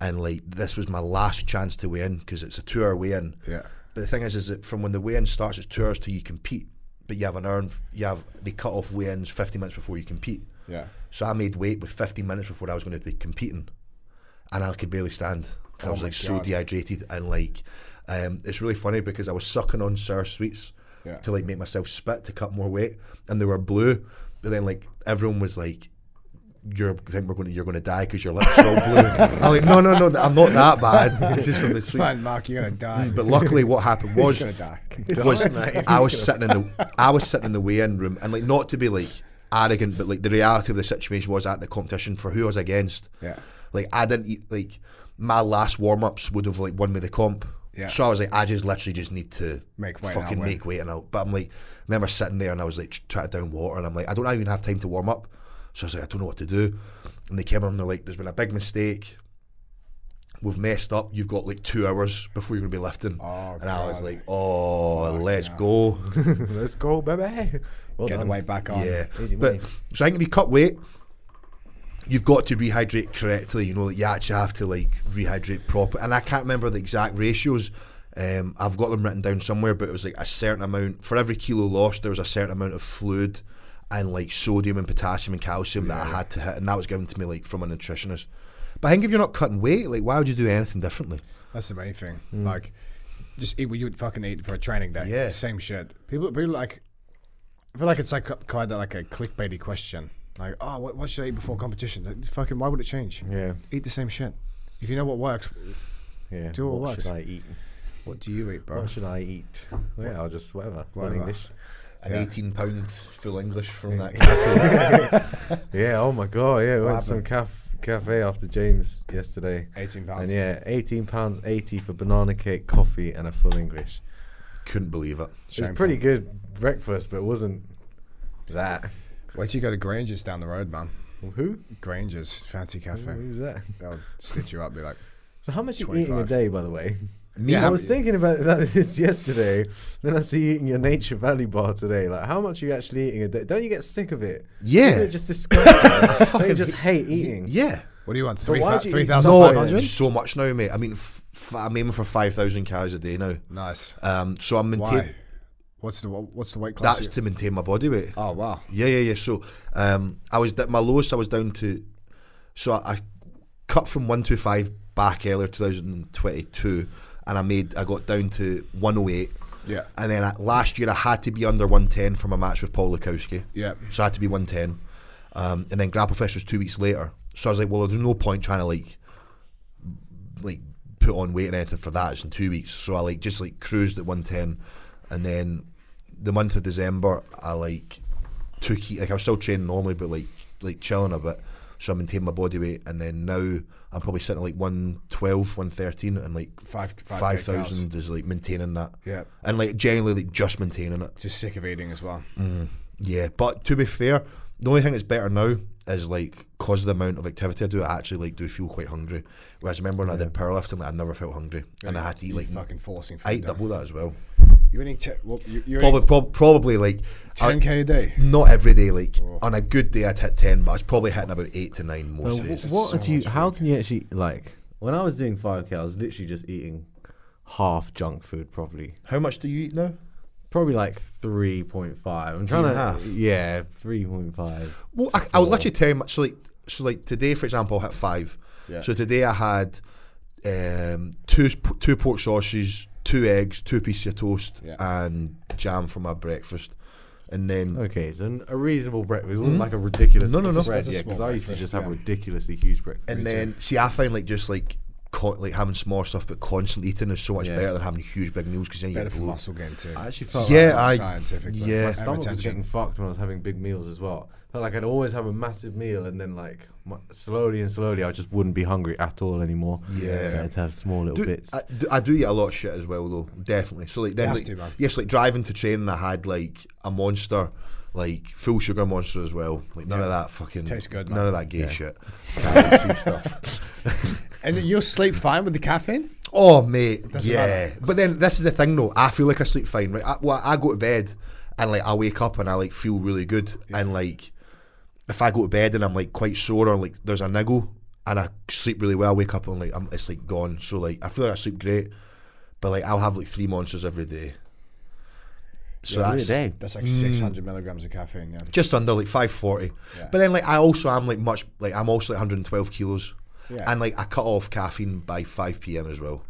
[SPEAKER 2] and like this was my last chance to weigh in because it's a two hour weigh in.
[SPEAKER 1] yeah.
[SPEAKER 2] But the thing is, is that from when the weigh-in starts, it's two hours till you compete. But you have an hour. And f- you have they cut off weigh-ins fifty minutes before you compete.
[SPEAKER 1] Yeah.
[SPEAKER 2] So I made weight with fifteen minutes before I was going to be competing, and I could barely stand. I
[SPEAKER 1] Oh
[SPEAKER 2] was
[SPEAKER 1] my
[SPEAKER 2] like so
[SPEAKER 1] God.
[SPEAKER 2] dehydrated and like um, it's really funny because I was sucking on sour sweets
[SPEAKER 1] Yeah.
[SPEAKER 2] to like make myself spit to cut more weight, and they were blue. But then like everyone was like. You're I think we're going to you're going to die because your lips are all blue. I'm like, no, no, no, I'm not that bad. It's just from the sweets.
[SPEAKER 1] Man, Mark, you're gonna die.
[SPEAKER 2] Mm, But luckily, what happened
[SPEAKER 1] He's
[SPEAKER 2] was
[SPEAKER 1] gonna die.
[SPEAKER 2] was I was sitting in the I was sitting in the weigh-in room, and like not to be like arrogant, but like the reality of the situation was at the competition for who I was against.
[SPEAKER 1] Yeah.
[SPEAKER 2] Like I didn't eat like my last warm-ups would have like won me the comp.
[SPEAKER 1] Yeah.
[SPEAKER 2] So I was like, I just literally just need to
[SPEAKER 1] Make weight and I'll
[SPEAKER 2] fucking
[SPEAKER 1] win.
[SPEAKER 2] make weight, and I'll. But I'm like, never sitting there, and I was like tr- trying to down water, and I'm like, I don't even have time to warm up. So I was like, I don't know what to do. And they came in, and they're like, there's been a big mistake we've messed up. You've got like two hours before you're gonna be lifting.
[SPEAKER 1] Oh,
[SPEAKER 2] and I was
[SPEAKER 1] God.
[SPEAKER 2] like, oh, let's go.
[SPEAKER 3] Let's go, baby. Well
[SPEAKER 1] Get the
[SPEAKER 3] done.
[SPEAKER 1] weight back on.
[SPEAKER 2] yeah.
[SPEAKER 3] Easy
[SPEAKER 2] But
[SPEAKER 3] money.
[SPEAKER 2] so I think if you cut weight, you've got to rehydrate correctly. You know, like you actually have to like rehydrate proper. And I can't remember the exact ratios. Um, I've got them written down somewhere, but it was like a certain amount for every kilo lost. There was a certain amount of fluid and like sodium and potassium and calcium that I had to hit, and that was given to me like from a nutritionist. But I think if you're not cutting weight, like why would you do anything differently?
[SPEAKER 1] That's the main thing.
[SPEAKER 3] Mm.
[SPEAKER 1] Like, just eat what you would fucking eat for a training day.
[SPEAKER 2] Yeah.
[SPEAKER 1] Same shit. People, people like, I feel like it's like kind of like a clickbaity question. Like, oh, what, what should I eat before competition? Like, fucking, why would it change?
[SPEAKER 3] Yeah,
[SPEAKER 1] Eat the same shit. If you know what works,
[SPEAKER 3] yeah.
[SPEAKER 1] Do what
[SPEAKER 3] what
[SPEAKER 1] works.
[SPEAKER 3] should I eat?
[SPEAKER 1] what do you eat, bro?
[SPEAKER 3] What should I eat? Yeah, I'll just whatever.
[SPEAKER 1] Whatever.
[SPEAKER 3] In English.
[SPEAKER 2] an
[SPEAKER 1] Yeah.
[SPEAKER 2] 18 pound full English from that cafe.
[SPEAKER 3] Yeah. Oh my god. Yeah, we went to some
[SPEAKER 1] happened?
[SPEAKER 3] caf- cafe after James yesterday.
[SPEAKER 1] 18
[SPEAKER 3] And
[SPEAKER 1] pounds.
[SPEAKER 3] yeah, eighteen pounds eighty for banana cake, coffee, and a full English.
[SPEAKER 2] Couldn't believe it.
[SPEAKER 1] Shameful.
[SPEAKER 3] It was pretty good breakfast, but it wasn't that.
[SPEAKER 1] Wait till you go to Granger's down the road, man.
[SPEAKER 3] Who?
[SPEAKER 1] Granger's, fancy cafe.
[SPEAKER 3] Who's that?
[SPEAKER 1] They'll stitch you up, be like,
[SPEAKER 3] So how much are you eating a
[SPEAKER 1] 25.
[SPEAKER 3] day, by the way?
[SPEAKER 2] Me,
[SPEAKER 1] Yeah,
[SPEAKER 3] I was thinking about that this yesterday. Then I see you eating your Nature Valley bar today. Like, how much are you actually eating a day? Don't you get sick of it?
[SPEAKER 2] Yeah.
[SPEAKER 3] Isn't it just disgusting? Don't you just hate eating?
[SPEAKER 2] yeah.
[SPEAKER 1] what do you want?
[SPEAKER 3] why do you eat so much?
[SPEAKER 1] 3,500?
[SPEAKER 2] It's so much now, mate. I mean, f- f- I'm aiming for 5,000 calories a day now.
[SPEAKER 1] nice.
[SPEAKER 2] Um, so I'm
[SPEAKER 1] Why?
[SPEAKER 2] maintaining.
[SPEAKER 1] What's the what's the weight class?
[SPEAKER 2] That's
[SPEAKER 1] you-
[SPEAKER 2] to maintain my body weight.
[SPEAKER 1] oh wow.
[SPEAKER 2] Yeah, yeah, yeah. So um, I was at my lowest. I was down to. So I, I cut from one two five back earlier 2022, and I made. I got down to 108.
[SPEAKER 1] Yeah.
[SPEAKER 2] And then I, last year I had to be under 110 for my match with Paul Lukowski.
[SPEAKER 1] Yeah.
[SPEAKER 2] So I had to be 110. Um, and then Grapple Fest was two weeks later. So I was like, well, there's no point trying to like, like put on weight and anything for that. It's in two weeks. So I like just like cruised at 110. And then the month of December, I like took, e- like I was still training normally, but like, like chilling a bit. So I maintained my body weight. And then now I'm probably sitting at like 112, 113 and like
[SPEAKER 1] Five- five big
[SPEAKER 2] 5,000 is like maintaining that.
[SPEAKER 1] Yeah.
[SPEAKER 2] And like generally like just maintaining it.
[SPEAKER 1] Just sick of eating as well.
[SPEAKER 2] Mm. Yeah, but to be fair, the only thing that's better now is like because of the amount of activity I do, I actually like do feel quite hungry. Whereas remember when I did powerlifting, like, I never felt hungry, and I had to eat
[SPEAKER 1] You
[SPEAKER 2] like
[SPEAKER 1] fucking forcing food.
[SPEAKER 2] I ate
[SPEAKER 1] down.
[SPEAKER 2] double that as well.
[SPEAKER 1] You eating te- well, you, you're
[SPEAKER 2] Probably, prob- probably like I-
[SPEAKER 1] eating 10k a day.
[SPEAKER 2] not every day. Like on a good day, I'd hit ten, but I was probably hitting about eight to nine
[SPEAKER 3] Well,
[SPEAKER 2] most days.
[SPEAKER 3] wh- what
[SPEAKER 1] so
[SPEAKER 3] do you?
[SPEAKER 1] much
[SPEAKER 3] How can you actually like? When I was doing five k, I was literally just eating half junk food, probably,
[SPEAKER 2] How much do you eat now?
[SPEAKER 3] probably like three point five. I'm trying
[SPEAKER 2] and
[SPEAKER 3] to,
[SPEAKER 2] a half?
[SPEAKER 3] yeah, three point five.
[SPEAKER 2] Well, I, I would let you tell you. So like, so like today, for example, I hit five.
[SPEAKER 3] Yeah.
[SPEAKER 2] So today I had um, two two pork sausages, two eggs, two pieces of toast,
[SPEAKER 1] Yeah.
[SPEAKER 2] and jam for my breakfast. And then
[SPEAKER 1] Oh,
[SPEAKER 3] Okay, so n- a reasonable breakfast, it wasn't
[SPEAKER 1] Hmm?
[SPEAKER 3] like a ridiculous.
[SPEAKER 2] No, no, no.
[SPEAKER 3] Bread,
[SPEAKER 1] That's a
[SPEAKER 3] yeah,
[SPEAKER 1] small
[SPEAKER 3] because I used to
[SPEAKER 1] breakfast,
[SPEAKER 3] just have
[SPEAKER 1] yeah.
[SPEAKER 3] ridiculously huge breakfast.
[SPEAKER 2] and then see, I find like just like co- like having small stuff, but constant eating is so much
[SPEAKER 3] Yeah.
[SPEAKER 2] better than having huge big meals because then you
[SPEAKER 1] Better
[SPEAKER 2] get
[SPEAKER 1] for
[SPEAKER 2] bloated.
[SPEAKER 1] muscle gain too.
[SPEAKER 3] I actually felt
[SPEAKER 2] Yeah,
[SPEAKER 3] like
[SPEAKER 2] I-
[SPEAKER 1] scientifically.
[SPEAKER 2] yeah.
[SPEAKER 1] Like,
[SPEAKER 2] My
[SPEAKER 1] have
[SPEAKER 3] stomach was
[SPEAKER 1] attention.
[SPEAKER 3] getting fucked when I was having big meals as well. Felt like I'd always have a massive meal, and then like my, slowly and slowly, I just wouldn't be hungry at all anymore.
[SPEAKER 2] Yeah.
[SPEAKER 3] so I had to have small little
[SPEAKER 2] Do-
[SPEAKER 3] bits.
[SPEAKER 2] I, do, I do eat a lot of shit as well, though. Definitely. So like, then
[SPEAKER 1] You have
[SPEAKER 2] like,
[SPEAKER 1] to, man.
[SPEAKER 2] yes, like driving to training, I had like a monster, like full sugar monster as well. Like none of that fucking
[SPEAKER 1] Tastes good,
[SPEAKER 2] None
[SPEAKER 1] man.
[SPEAKER 2] of that gay shit. Calorie free stuff.
[SPEAKER 1] And you'll sleep fine with the caffeine.
[SPEAKER 2] Oh mate,
[SPEAKER 1] Doesn't
[SPEAKER 2] yeah. But then this is the thing though. I feel like I sleep fine. Right. I, well, I go to bed and like I wake up and I like feel really good. And like if I go to bed and I'm like quite sore or like there's a niggle and I sleep really well, I wake up and like I'm, it's like gone. So like I feel like I sleep great, but like I'll have like three monsters every day. So
[SPEAKER 3] Every
[SPEAKER 2] that's
[SPEAKER 3] day.
[SPEAKER 1] That's like
[SPEAKER 2] Mm.
[SPEAKER 1] 600 milligrams of caffeine. Yeah.
[SPEAKER 2] just under like 540
[SPEAKER 1] Yeah.
[SPEAKER 2] but then like I also am like much like I'm also like 112 kilos
[SPEAKER 1] Yeah.
[SPEAKER 2] And like I cut off caffeine by five PM as well.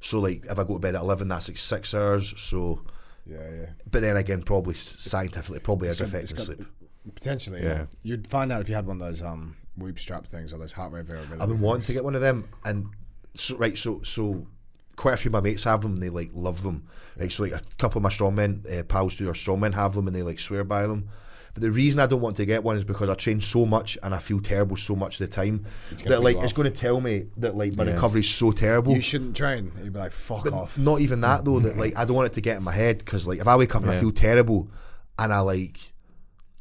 [SPEAKER 2] So like if I go to bed at eleven, that's like six hours. So,
[SPEAKER 1] Yeah, yeah.
[SPEAKER 2] but then again, probably s- scientifically, it probably
[SPEAKER 1] It's
[SPEAKER 2] is
[SPEAKER 1] got-
[SPEAKER 2] affecting
[SPEAKER 1] it's got-
[SPEAKER 2] sleep.
[SPEAKER 1] Potentially, yeah.
[SPEAKER 3] Yeah.
[SPEAKER 1] You'd find out if you had one of those um whoop strap things or those heart rate variability.
[SPEAKER 2] I've been wanting to get one of them, and so, right, so so quite a few of my mates have them. and They like love them, right? So like a couple of my strongmen uh, pals do, or strongmen have them, and they like swear by them. But the reason I don't want to get one is because I train so much and I feel terrible so much of the time
[SPEAKER 1] gonna
[SPEAKER 2] that like
[SPEAKER 1] put you
[SPEAKER 2] it's
[SPEAKER 1] off.
[SPEAKER 2] going to tell me that like my
[SPEAKER 3] Yeah.
[SPEAKER 2] recovery's so terrible.
[SPEAKER 1] You shouldn't train. You'd be like, fuck off.
[SPEAKER 2] Not even that though. That like I don't want it to get in my head because like if I wake up and I
[SPEAKER 3] Yeah.
[SPEAKER 2] feel terrible, and I like,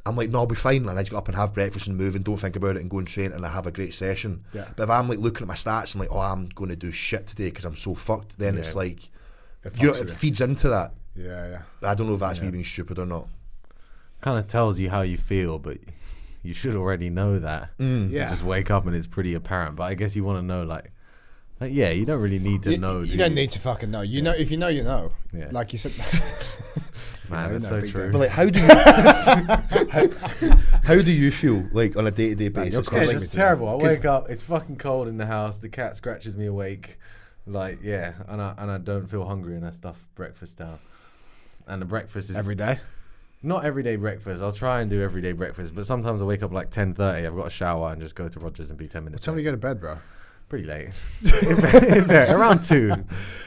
[SPEAKER 2] I'm like no, I'll be fine. And I just get up and have breakfast and move and don't think about it and go and train and I have a great session.
[SPEAKER 1] Yeah.
[SPEAKER 2] But if I'm like looking at my stats and like oh I'm going to do shit today because I'm so fucked, then it's
[SPEAKER 3] Yeah.
[SPEAKER 2] like
[SPEAKER 1] It
[SPEAKER 2] you know,
[SPEAKER 1] fucks
[SPEAKER 2] it
[SPEAKER 1] with
[SPEAKER 2] feeds into that.
[SPEAKER 1] you. Yeah, yeah.
[SPEAKER 2] I don't know if that's me being stupid or not.
[SPEAKER 3] Kind of tells you how you feel, but you should already know that.
[SPEAKER 2] Mm.
[SPEAKER 3] You
[SPEAKER 1] Mm. Yeah.
[SPEAKER 3] Just wake up and it's pretty apparent. But I guess you want to know, like, like, yeah, you don't really need to
[SPEAKER 1] You,
[SPEAKER 3] know.
[SPEAKER 1] you
[SPEAKER 3] do
[SPEAKER 1] don't need to fucking know. You know, if you know, you know.
[SPEAKER 3] Yeah.
[SPEAKER 1] Like you said,
[SPEAKER 3] Man,
[SPEAKER 1] you
[SPEAKER 3] that's
[SPEAKER 1] know,
[SPEAKER 3] so
[SPEAKER 1] big
[SPEAKER 3] true.
[SPEAKER 2] But like how do you how, how do you feel like on a day to day
[SPEAKER 1] you're
[SPEAKER 2] basis? 'Cause,
[SPEAKER 1] crazy.
[SPEAKER 2] like,
[SPEAKER 3] It's just terrible. I
[SPEAKER 2] 'cause-
[SPEAKER 3] wake up. It's fucking cold in the house. The cat scratches me awake. Like yeah, and I and I don't feel hungry, and I stuff breakfast down. And the breakfast is
[SPEAKER 1] every day.
[SPEAKER 3] not everyday breakfast. I'll try and do everyday breakfast, but sometimes I wake up like ten thirty. I've got a shower and just go to Rogers and be ten minutes.
[SPEAKER 1] Tell me
[SPEAKER 3] late.
[SPEAKER 1] you go to bed, bro.
[SPEAKER 3] Pretty late. In bed, around two.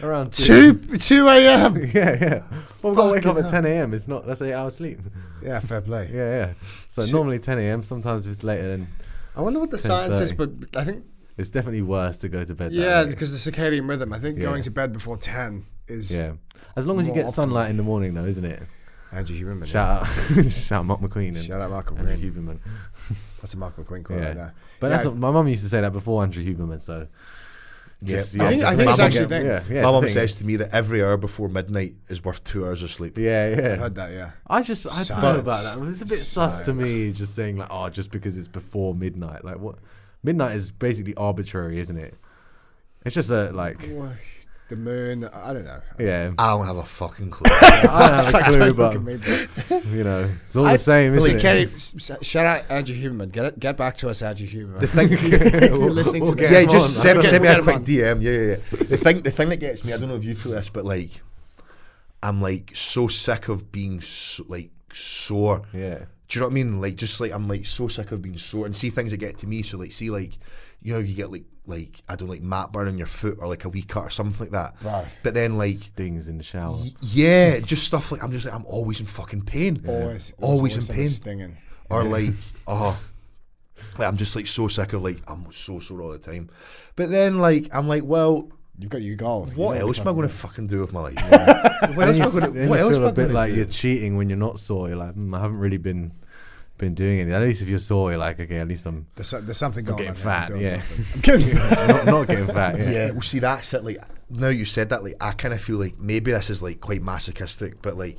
[SPEAKER 3] Around two.
[SPEAKER 1] Two two a.m.
[SPEAKER 3] Yeah, yeah. Well, I've got to wake up
[SPEAKER 1] Fucking
[SPEAKER 3] at 10 a.m. It's not, that's eight hours sleep.
[SPEAKER 1] Yeah, fair play.
[SPEAKER 3] Yeah, yeah. So
[SPEAKER 1] Shit.
[SPEAKER 3] normally 10 a.m., sometimes if it's later, then
[SPEAKER 1] I wonder what the science is,
[SPEAKER 3] 10:30.
[SPEAKER 1] but I think
[SPEAKER 3] it's definitely worse to go to bed. that
[SPEAKER 1] yeah,
[SPEAKER 3] late.
[SPEAKER 1] because the circadian rhythm. I think
[SPEAKER 3] Yeah.
[SPEAKER 1] going to bed before ten is
[SPEAKER 3] Yeah. As long as you
[SPEAKER 1] More
[SPEAKER 3] get sunlight in the morning, though, isn't it?
[SPEAKER 1] Andrew Huberman.
[SPEAKER 3] Shout out, shout out Mark McQueen and
[SPEAKER 1] Shout out Mark
[SPEAKER 3] Andrew
[SPEAKER 1] McQueen.
[SPEAKER 3] Huberman.
[SPEAKER 1] That's a Mark McQueen quote
[SPEAKER 3] Yeah.
[SPEAKER 1] right there.
[SPEAKER 3] But
[SPEAKER 1] Yeah,
[SPEAKER 3] that's what, my mum used to say that before Andrew Huberman. So just-
[SPEAKER 2] Yeah. I think- I
[SPEAKER 3] just
[SPEAKER 2] think
[SPEAKER 3] make
[SPEAKER 2] it's
[SPEAKER 3] it
[SPEAKER 2] actually
[SPEAKER 3] get-
[SPEAKER 1] a thing.
[SPEAKER 3] Yeah, yeah,
[SPEAKER 2] my
[SPEAKER 3] it's a
[SPEAKER 2] mum
[SPEAKER 3] thing.
[SPEAKER 2] says to me that every hour before midnight is worth two hours of sleep.
[SPEAKER 3] Yeah,
[SPEAKER 1] I've
[SPEAKER 3] yeah.
[SPEAKER 1] heard that. Yeah.
[SPEAKER 3] I just I don't know
[SPEAKER 1] Science.
[SPEAKER 3] about that. It was a bit sus to me just saying like, oh, just because it's before midnight. Like what? Midnight is basically arbitrary, isn't it? It's just a like,
[SPEAKER 1] The moon. I don't know.
[SPEAKER 3] yeah.
[SPEAKER 2] I don't have a fucking clue.
[SPEAKER 3] I don't have a
[SPEAKER 1] Like,
[SPEAKER 3] clue,
[SPEAKER 1] don't look at
[SPEAKER 3] but
[SPEAKER 1] me, bro.
[SPEAKER 3] you know, it's all
[SPEAKER 1] I-
[SPEAKER 3] the same,
[SPEAKER 1] Billy,
[SPEAKER 3] isn't
[SPEAKER 1] Kenny,
[SPEAKER 3] it?
[SPEAKER 1] s- s- shout out Andrew Huberman. Get it, get back to us, Andrew Huberman.
[SPEAKER 3] if
[SPEAKER 1] you're listening to
[SPEAKER 2] yeah,
[SPEAKER 1] Come
[SPEAKER 2] just
[SPEAKER 1] on,
[SPEAKER 2] send,
[SPEAKER 1] man.
[SPEAKER 2] send me
[SPEAKER 1] Get
[SPEAKER 2] a
[SPEAKER 1] him
[SPEAKER 2] quick
[SPEAKER 1] on.
[SPEAKER 2] DM. Yeah, yeah, yeah. The thing, the thing that gets me, I don't know if you feel this, but like, I'm like so sick of being so, like sore.
[SPEAKER 3] Yeah.
[SPEAKER 2] Do you know what I mean? Like, just like I'm like so sick of being sore and see things that get to me. So like, see like, you know, if you get like like I don't like mat burn on your foot or like a wee cut or something like that.
[SPEAKER 1] Right.
[SPEAKER 2] But then like.
[SPEAKER 3] Stings in the shower.
[SPEAKER 2] y- Yeah, just stuff like I'm just like I'm always in fucking pain.
[SPEAKER 1] Always,
[SPEAKER 3] Oh,
[SPEAKER 2] always in
[SPEAKER 1] something
[SPEAKER 2] pain.
[SPEAKER 1] Stinging.
[SPEAKER 2] or like oh like, I'm just like so sick of like I'm so sore all the time but then like I'm like well
[SPEAKER 1] You've got your goal.
[SPEAKER 2] what else am I going to fucking do with my life what else am
[SPEAKER 3] Then you,
[SPEAKER 2] I going
[SPEAKER 3] then
[SPEAKER 2] to
[SPEAKER 3] you
[SPEAKER 2] what else am
[SPEAKER 3] feel
[SPEAKER 2] I
[SPEAKER 3] a
[SPEAKER 2] going
[SPEAKER 3] bit
[SPEAKER 2] to
[SPEAKER 3] like
[SPEAKER 2] do
[SPEAKER 3] you're cheating when you're not sore. You're like, mm, I haven't really been been doing anything. At least if you're sore, you're like, okay, at least I'm
[SPEAKER 1] There's, so- there's something going
[SPEAKER 3] getting
[SPEAKER 1] on. here.
[SPEAKER 3] fat,
[SPEAKER 1] I'm doing
[SPEAKER 3] yeah.
[SPEAKER 1] something. I'm getting fat.
[SPEAKER 3] not, not getting fat. Yeah.
[SPEAKER 2] yeah well see that's it like now you said that like I kind of feel like maybe this is like quite masochistic but like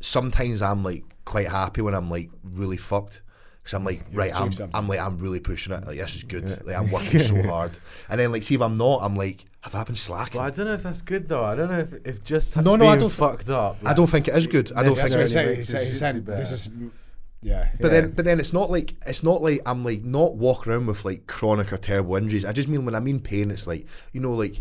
[SPEAKER 2] sometimes I'm like quite happy when I'm like really fucked because I'm like right I'm,
[SPEAKER 1] achieved something.
[SPEAKER 2] I'm like I'm really pushing it like this is good like I'm working so hard and then like see if I'm not I'm like have I been slacking
[SPEAKER 3] But I don't know if that's good though. I don't know if, if just
[SPEAKER 2] No, no, I
[SPEAKER 3] being
[SPEAKER 2] don't thi-
[SPEAKER 3] fucked up.
[SPEAKER 2] I
[SPEAKER 3] Like,
[SPEAKER 2] don't think it is good I don't
[SPEAKER 1] Yeah,
[SPEAKER 2] think
[SPEAKER 1] so
[SPEAKER 2] it
[SPEAKER 1] he
[SPEAKER 2] is
[SPEAKER 1] said, he
[SPEAKER 3] makes
[SPEAKER 1] said,
[SPEAKER 3] his
[SPEAKER 1] he
[SPEAKER 3] jitsu
[SPEAKER 1] said this
[SPEAKER 3] better.
[SPEAKER 1] is, yeah.
[SPEAKER 2] But
[SPEAKER 1] yeah.
[SPEAKER 2] then, but then it's not like it's not like I'm like not walking around with like chronic or terrible injuries. I just mean when I mean pain, it's like you know, like,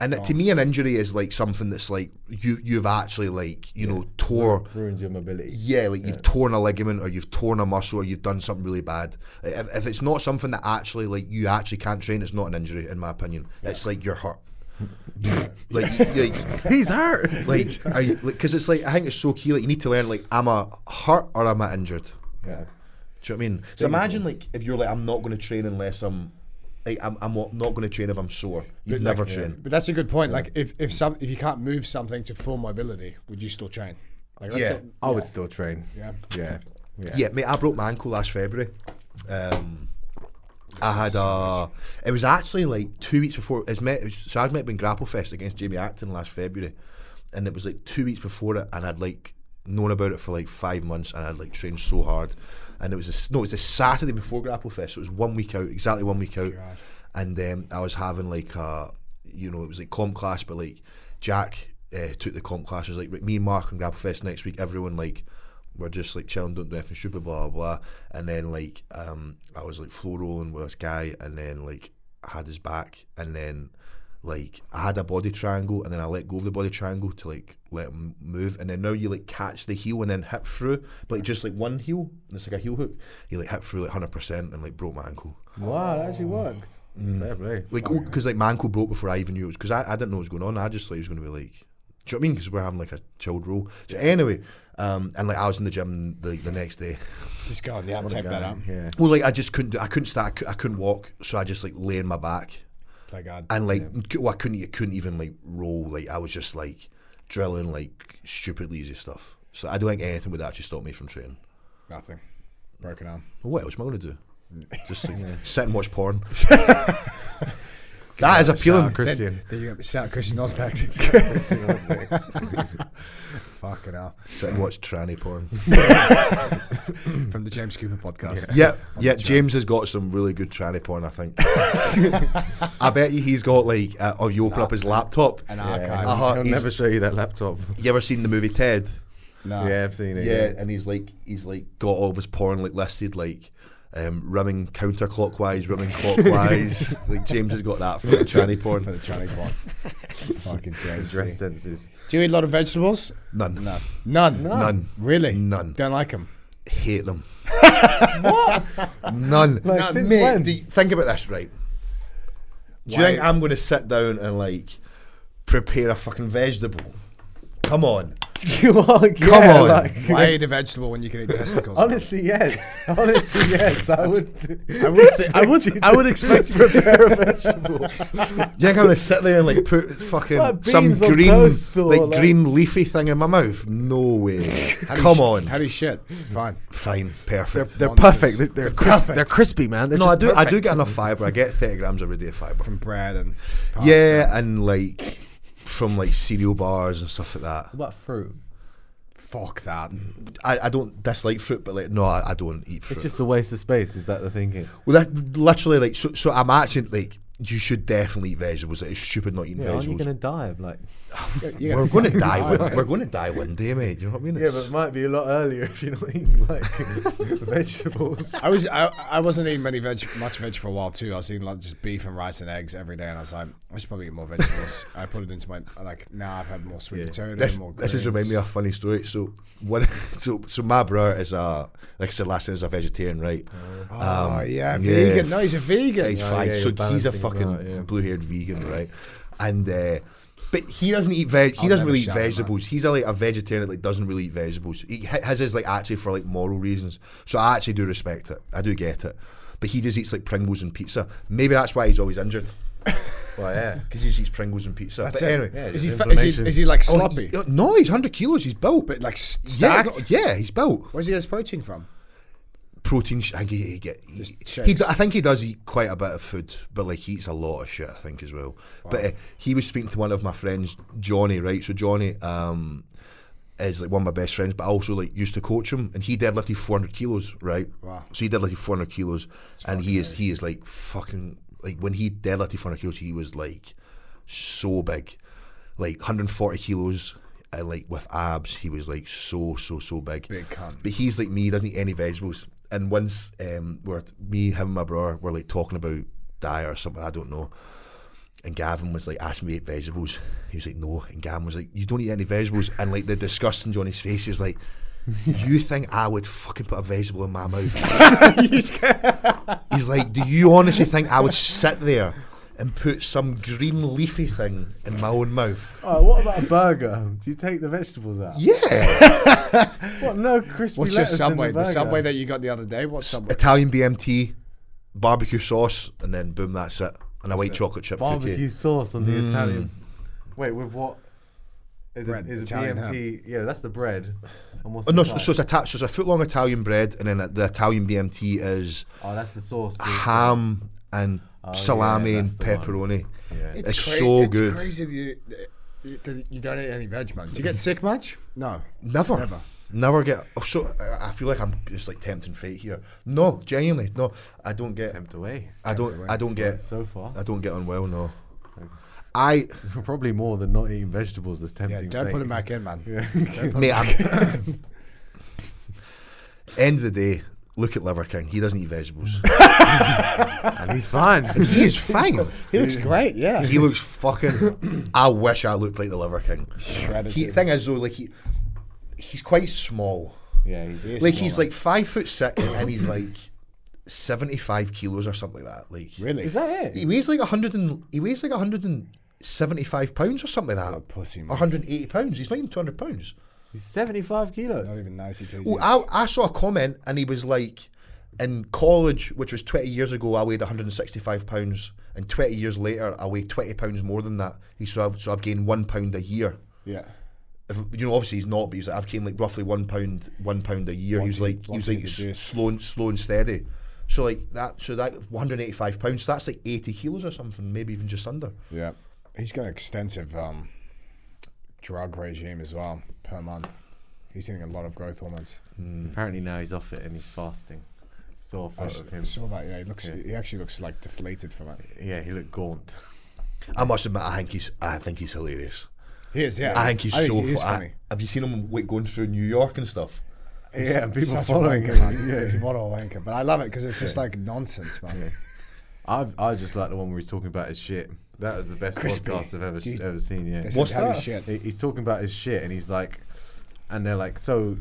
[SPEAKER 2] and to me, an injury is like something that's like you you've actually like you know tore.
[SPEAKER 3] ruins your mobility.
[SPEAKER 2] Yeah, like you've torn a ligament or you've torn a muscle or you've done something really bad. Like, If, if it's not something that actually like you actually can't train, it's not an injury in my opinion. It's like you're hurt. like, you- like
[SPEAKER 3] He's hurt.
[SPEAKER 2] like are you like because it's like I think it's so key. Like you need to learn like am I hurt or am I injured?
[SPEAKER 3] Yeah.
[SPEAKER 2] Do you know what I mean? So imagine like if you're like I'm not going to train unless I'm like I'm, I'm not going to train if I'm sore. You would
[SPEAKER 1] But, like,
[SPEAKER 2] never train.
[SPEAKER 1] But that's a good point. Like if if some if you can't move something to full mobility, would you still train? Like let's
[SPEAKER 2] Yeah.
[SPEAKER 1] say-
[SPEAKER 3] I would still train.
[SPEAKER 1] Yeah.
[SPEAKER 3] Yeah. Yeah.
[SPEAKER 2] Yeah. mate, I broke my ankle last February. Um, I had a. It was actually like two weeks before. It was met, it was, so I'd met been Grapple Fest against Jamie Acton last February, and it was like two weeks before it, and I'd like known about it for like five months, and I'd like trained so hard, and it was a, s- no, it was a Saturday before Grapple Fest, so it was one week out, exactly one week out, and um, I was having like a, you know, it was like comp class, but like Jack uh, took the comp class. It was like right, me and Mark and Grapple Fest next week. Everyone like we're just like chilling, don't do anything stupid, blah blah blah. And then like um, I was like floor rolling with this guy, and then like I had his back, and then like I had a body triangle, and then I let go of the body triangle to like let him move, and then now you like catch the heel and then hip through, but like, just like one heel, and it's like a heel hook. He like hit through like hundred percent and like broke my ankle.
[SPEAKER 3] Wow, that actually worked.
[SPEAKER 2] Mm.
[SPEAKER 3] Fair play.
[SPEAKER 2] Like, because like my ankle broke before I even knew it was because I, I didn't know what was going on. I just thought it was going to be like, do you know what I mean? Because we're having like a chilled role. So anyway, um, and like I was in the gym the, the next day.
[SPEAKER 1] Just go on, yeah, type that up.
[SPEAKER 3] Yeah.
[SPEAKER 2] Well, like I just couldn't, do, I couldn't start, I, cou- I couldn't walk, so I just like lay on my back
[SPEAKER 1] Play God.
[SPEAKER 2] and like, c- well, I couldn't, I couldn't even like roll. Like I was just like drilling like stupidly easy stuff. So I don't think anything would actually stop me from training.
[SPEAKER 1] Nothing. Broken arm.
[SPEAKER 2] Well, what else am I going to do? Just like, sit and watch porn. that is
[SPEAKER 3] Shout
[SPEAKER 2] appealing.
[SPEAKER 3] out Christian.
[SPEAKER 1] There you go. Shout out Christian Osbeck. Fucking hell.
[SPEAKER 2] Sit and watch tranny porn.
[SPEAKER 1] From the James Cooper podcast.
[SPEAKER 2] Yeah, yeah. James has got some really good tranny porn. I think. I bet you he's got like. Uh, oh, you open up his laptop.
[SPEAKER 1] An
[SPEAKER 3] Yeah,
[SPEAKER 1] archive.
[SPEAKER 2] Uh-huh.
[SPEAKER 3] I'll
[SPEAKER 2] he's-
[SPEAKER 3] never show you that laptop.
[SPEAKER 2] You ever seen the movie Ted?
[SPEAKER 1] No.
[SPEAKER 3] yeah, I've seen it.
[SPEAKER 2] Yeah, and he's like, he's like got all of his porn like listed like. Um, rimming counterclockwise, rimming clockwise. like James has got that for the tranny
[SPEAKER 1] For
[SPEAKER 2] porn.
[SPEAKER 1] the Johnny pod. Fucking James.
[SPEAKER 3] Dress
[SPEAKER 1] Do
[SPEAKER 3] senses.
[SPEAKER 1] you eat a lot of vegetables?
[SPEAKER 2] None,
[SPEAKER 1] No. None.
[SPEAKER 2] none,
[SPEAKER 1] Really?
[SPEAKER 2] None.
[SPEAKER 1] Don't like them.
[SPEAKER 2] hate them. None.
[SPEAKER 3] Like,
[SPEAKER 2] Nah,
[SPEAKER 3] since
[SPEAKER 2] mate,
[SPEAKER 3] when?
[SPEAKER 2] do you- think about this, right? Do you
[SPEAKER 1] Why-
[SPEAKER 2] think I'm going to sit down and like prepare a fucking vegetable? Come on.
[SPEAKER 3] you are. Come
[SPEAKER 2] on.
[SPEAKER 1] Why eat a vegetable when you can eat testicles?
[SPEAKER 3] honestly, yes. Honestly, yes. I would.
[SPEAKER 2] I would. Say, I would.
[SPEAKER 3] you
[SPEAKER 2] I would expect.
[SPEAKER 3] to prepare a vegetable.
[SPEAKER 2] You think I'm going to sit there and like put fucking
[SPEAKER 3] Like
[SPEAKER 2] some
[SPEAKER 3] beans on
[SPEAKER 2] green,
[SPEAKER 3] toast or,
[SPEAKER 2] like,
[SPEAKER 3] like-
[SPEAKER 2] green leafy thing in my mouth? No way.
[SPEAKER 1] How do you
[SPEAKER 2] Come
[SPEAKER 1] sh-
[SPEAKER 2] on.
[SPEAKER 1] How do you shit? Fine.
[SPEAKER 2] Fine. Perfect.
[SPEAKER 3] They're
[SPEAKER 1] Monsters.
[SPEAKER 3] perfect. They're, they're crisp. They're crispy, man. They're
[SPEAKER 2] no, I
[SPEAKER 3] just
[SPEAKER 2] do. I do
[SPEAKER 3] perfect.
[SPEAKER 2] get enough fiber. I get 30 grams every day of fiber.
[SPEAKER 1] From bread and. pasta.
[SPEAKER 2] yeah, and like from like cereal bars and stuff like that.
[SPEAKER 3] What about fruit?
[SPEAKER 1] Fuck that.
[SPEAKER 2] I, I don't dislike fruit, but like no, I, I don't eat fruit.
[SPEAKER 3] It's just a waste of space. Is that the thinking?
[SPEAKER 2] Well, that literally like so. So I'm actually like, you should definitely eat vegetables. Like, it's stupid not eating
[SPEAKER 3] Yeah, aren't you
[SPEAKER 2] vegetables.
[SPEAKER 3] gonna die of like?
[SPEAKER 1] You're
[SPEAKER 2] we're going to die.
[SPEAKER 1] fucking
[SPEAKER 2] One, we're going to die one day, mate. You know what I mean?
[SPEAKER 3] Yeah, but
[SPEAKER 2] It's-
[SPEAKER 3] it might be a lot earlier if you're not eating like vegetables.
[SPEAKER 1] I was I, I wasn't eating many veg much veg for a while too. I was eating like just beef and rice and eggs every day, and I was like, I should probably eat more vegetables. I put it into my like now I've had more sweet potato,
[SPEAKER 2] this
[SPEAKER 1] more.
[SPEAKER 2] this has reminded me of a funny story. So one, so so my brother is a like I said last time is a vegetarian, right? Um,
[SPEAKER 1] Oh yeah,
[SPEAKER 2] yeah.
[SPEAKER 1] vegan. No, he's a
[SPEAKER 2] Yeah,
[SPEAKER 1] vegan.
[SPEAKER 2] he's
[SPEAKER 3] Oh,
[SPEAKER 2] fine.
[SPEAKER 3] yeah,
[SPEAKER 2] so
[SPEAKER 3] you're
[SPEAKER 2] he's a
[SPEAKER 3] balancing him
[SPEAKER 2] fucking
[SPEAKER 3] out, yeah.
[SPEAKER 2] blue-haired vegan, right? And uh, but he doesn't eat veg. He
[SPEAKER 1] I'll
[SPEAKER 2] doesn't
[SPEAKER 1] never
[SPEAKER 2] really eat
[SPEAKER 1] shout him out.
[SPEAKER 2] vegetables. He's a, like a vegetarian that like doesn't really eat vegetables. He, his is like actually for like moral reasons. So I actually do respect it. I do get it. But he just eats like Pringles and pizza. Maybe that's why he's always injured
[SPEAKER 3] well, yeah.
[SPEAKER 2] because he just eats Pringles and pizza.
[SPEAKER 1] That's
[SPEAKER 2] but
[SPEAKER 1] it.
[SPEAKER 2] anyway,
[SPEAKER 3] Yeah,
[SPEAKER 1] is,
[SPEAKER 3] just
[SPEAKER 1] he fa- is he
[SPEAKER 3] inflammation.
[SPEAKER 1] is he like
[SPEAKER 2] Oh,
[SPEAKER 1] sloppy?
[SPEAKER 2] he- no, he's hundred kilos. He's built.
[SPEAKER 1] but like s-
[SPEAKER 2] yeah,
[SPEAKER 1] stacked.
[SPEAKER 2] no, yeah, he's built.
[SPEAKER 1] Where's he get his protein from?
[SPEAKER 2] Protein. sh- I think he, he get. He,
[SPEAKER 1] Just
[SPEAKER 2] he
[SPEAKER 1] shakes.
[SPEAKER 2] do- I think he does eat quite a bit of food, but like he eats a lot of shit. I think as well. But uh, he was speaking to one of my friends, Johnny. Right. So Johnny um, is like one of my best friends, but I also like used to coach him, and he deadlifted 400 kilos. Right.
[SPEAKER 1] Wow.
[SPEAKER 2] So he deadlifted 400 kilos, and he is he is like fucking like when he deadlifted 400 kilos, he was like so big, like 140 kilos. And like with abs, he was like so so so big.
[SPEAKER 1] Big cunt.
[SPEAKER 2] But he's like me, he doesn't eat any vegetables. And once um, we're me, him, and my brother were like talking about diet or something, I don't know. And Gavin was like asking me to eat vegetables. He was like, no. And Gavin was like, you don't eat any vegetables. And like the disgust in Johnny's face, he was like, you think I would fucking put a vegetable in my mouth? He's like, do you honestly think I would sit there and put some green leafy thing in my own mouth?
[SPEAKER 3] Oh, what about a burger? Do you take the vegetables out?
[SPEAKER 2] Yeah.
[SPEAKER 3] What? No crispy
[SPEAKER 1] What's your
[SPEAKER 3] lettuce in
[SPEAKER 1] subway? The,
[SPEAKER 3] burger?
[SPEAKER 1] subway that you got the other day. What subway?
[SPEAKER 2] Italian BMT, barbecue sauce, and then boom, that's it. And a white
[SPEAKER 1] it.
[SPEAKER 2] chocolate chip
[SPEAKER 3] barbecue
[SPEAKER 2] cookie.
[SPEAKER 3] sauce on the Italian. Wait, with what?
[SPEAKER 1] Mm.
[SPEAKER 3] Is
[SPEAKER 1] Bread,
[SPEAKER 3] it is it
[SPEAKER 1] Italian
[SPEAKER 3] BMT? Yeah, that's the bread. And what's
[SPEAKER 2] Oh, no,
[SPEAKER 3] the
[SPEAKER 2] so,
[SPEAKER 3] side?
[SPEAKER 2] so it's a ta- so it's a foot long Italian bread, and then the Italian BMT is
[SPEAKER 3] oh, that's the sauce. the-
[SPEAKER 2] ham and
[SPEAKER 3] Oh,
[SPEAKER 2] salami
[SPEAKER 3] yeah,
[SPEAKER 2] and
[SPEAKER 3] that's the one.
[SPEAKER 2] pepperoni.
[SPEAKER 3] Yeah.
[SPEAKER 2] It's, so good.
[SPEAKER 1] It's crazy that you, that you don't eat any veg, man. Do you get sick much? No. Never.
[SPEAKER 2] Never. Never. Never get. Oh, so I, I feel like I'm just like tempting fate here. No, genuinely, no. I don't get.
[SPEAKER 3] Tempt away.
[SPEAKER 2] I don't. I don't get.
[SPEAKER 3] So far,
[SPEAKER 2] I don't get unwell. No. I
[SPEAKER 3] probably more than not eating vegetables is tempting.
[SPEAKER 1] Yeah, don't
[SPEAKER 3] fate.
[SPEAKER 1] put it back in, man.
[SPEAKER 2] mate. I'm, End of the day, look at Liver King. He doesn't eat vegetables.
[SPEAKER 3] and he's fine.
[SPEAKER 2] he is fine.
[SPEAKER 1] He looks great, yeah.
[SPEAKER 2] He looks fucking. I wish I looked like the Liver King.
[SPEAKER 1] Shredded.
[SPEAKER 2] He, thing is though, like he, he's quite small.
[SPEAKER 3] yeah, he's,
[SPEAKER 1] He is
[SPEAKER 2] like he's
[SPEAKER 1] small.
[SPEAKER 2] like five foot six and he's like seventy five kilos or something like that. Like
[SPEAKER 1] really.
[SPEAKER 3] is that
[SPEAKER 2] he
[SPEAKER 3] it?
[SPEAKER 2] weighs like a hundred and he weighs like a hundred and seventy five pounds or something like that.
[SPEAKER 1] pussy,
[SPEAKER 2] One
[SPEAKER 1] man.
[SPEAKER 2] hundred eighty pounds. He's not even two hundred pounds.
[SPEAKER 3] He's 75
[SPEAKER 1] Not
[SPEAKER 3] kilos.
[SPEAKER 1] even 90 kgs.
[SPEAKER 2] Oh, I, I saw a comment and he was like, in college, which was 20 years ago, I weighed 165 pounds, and 20 years later, I weigh 20 pounds more than that. He so I've so I've gained one pound a year.
[SPEAKER 1] yeah.
[SPEAKER 2] If, you know, obviously he's not, but he's like, I've gained like roughly one pound, one pound a year.
[SPEAKER 1] Once
[SPEAKER 2] he was
[SPEAKER 1] you-
[SPEAKER 2] like, he
[SPEAKER 1] once you
[SPEAKER 2] was like s-
[SPEAKER 1] reduce.
[SPEAKER 2] slow and slow and steady. So like that, so that 185 pounds, that's like 80 kilos or something, maybe even just under.
[SPEAKER 1] Yeah. He's got an extensive um, drug regime as well per month. He's eating a lot of growth hormones.
[SPEAKER 3] Mm. Apparently now he's off it and he's fasting. Saw a
[SPEAKER 1] I
[SPEAKER 3] photo
[SPEAKER 1] s-
[SPEAKER 3] of him.
[SPEAKER 1] saw that. Yeah, he looks.
[SPEAKER 3] Yeah.
[SPEAKER 1] He actually looks like deflated from it.
[SPEAKER 3] Yeah, he looked gaunt.
[SPEAKER 2] I must admit, I think he's, I think he's hilarious.
[SPEAKER 1] He is. Yeah.
[SPEAKER 2] I think he's so.
[SPEAKER 1] he is
[SPEAKER 2] fu- I-
[SPEAKER 1] funny.
[SPEAKER 2] have you seen him like going through New York and stuff?
[SPEAKER 3] Yeah, and people
[SPEAKER 1] Such a
[SPEAKER 3] following
[SPEAKER 1] wanker,
[SPEAKER 3] him.
[SPEAKER 1] man. He's what a wanker. But I love it because it's just like nonsense, man.
[SPEAKER 3] I I just like the one where he's talking about his shit. That was the best
[SPEAKER 1] Crispy.
[SPEAKER 3] podcast I've ever
[SPEAKER 1] Do you-
[SPEAKER 3] ever seen. Yeah,
[SPEAKER 1] They
[SPEAKER 2] What's
[SPEAKER 1] said, "How do you
[SPEAKER 2] that?"
[SPEAKER 1] Shit.
[SPEAKER 3] He- he's talking about his shit, and he's like, and they're like, so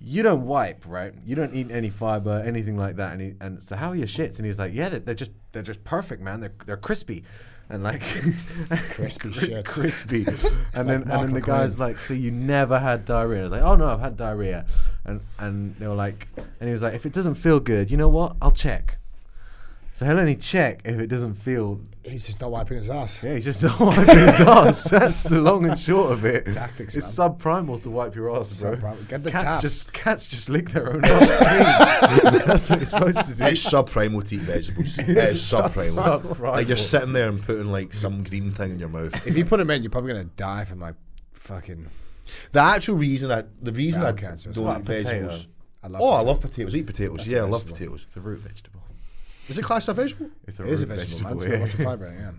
[SPEAKER 3] you don't wipe, right? You don't eat any fiber, anything like that. And he, and so how are your shits? And he's like, yeah, they're, they're just they're just perfect, man. They're they're crispy, and like
[SPEAKER 1] Crispy
[SPEAKER 3] cri-
[SPEAKER 1] shits.
[SPEAKER 3] crispy. and
[SPEAKER 1] Mark
[SPEAKER 3] then and then the
[SPEAKER 1] McLean.
[SPEAKER 3] guy's like, so you never had diarrhea? I was like, oh no, I've had diarrhea. And and they were like, and he was like, if it doesn't feel good, you know what? I'll check. So he'll only check if it doesn't feel.
[SPEAKER 1] He's just not wiping his ass.
[SPEAKER 3] Yeah, he's just not wiping his ass. That's the long and short of it.
[SPEAKER 1] Tactics,
[SPEAKER 3] It's subprimal to wipe your ass, bro.
[SPEAKER 1] So, bro, get the
[SPEAKER 3] cats
[SPEAKER 1] tap.
[SPEAKER 3] just cats just lick their own ass clean. That's what it's supposed to do.
[SPEAKER 2] It's subprimal to eat vegetables. it is subprimal.
[SPEAKER 3] Subprimal.
[SPEAKER 2] Like you're sitting there and putting like some green thing in your mouth.
[SPEAKER 1] if you put him in, you're probably gonna die from like fucking.
[SPEAKER 2] The actual reason I, the reason
[SPEAKER 1] Bowel
[SPEAKER 2] I
[SPEAKER 1] cancer, it's
[SPEAKER 2] don't
[SPEAKER 3] like
[SPEAKER 2] eat
[SPEAKER 3] potato.
[SPEAKER 2] vegetables.
[SPEAKER 1] I
[SPEAKER 2] Oh,
[SPEAKER 1] love
[SPEAKER 2] I
[SPEAKER 1] potato.
[SPEAKER 2] love potatoes. Eat potatoes.
[SPEAKER 1] That's a
[SPEAKER 2] yeah, I love
[SPEAKER 1] vegetable.
[SPEAKER 2] potatoes.
[SPEAKER 3] It's a root vegetable.
[SPEAKER 2] Is it classed as a vegetable?
[SPEAKER 3] It's
[SPEAKER 1] It is a vegetable. man. It's got lots of fiber. in it, Yeah.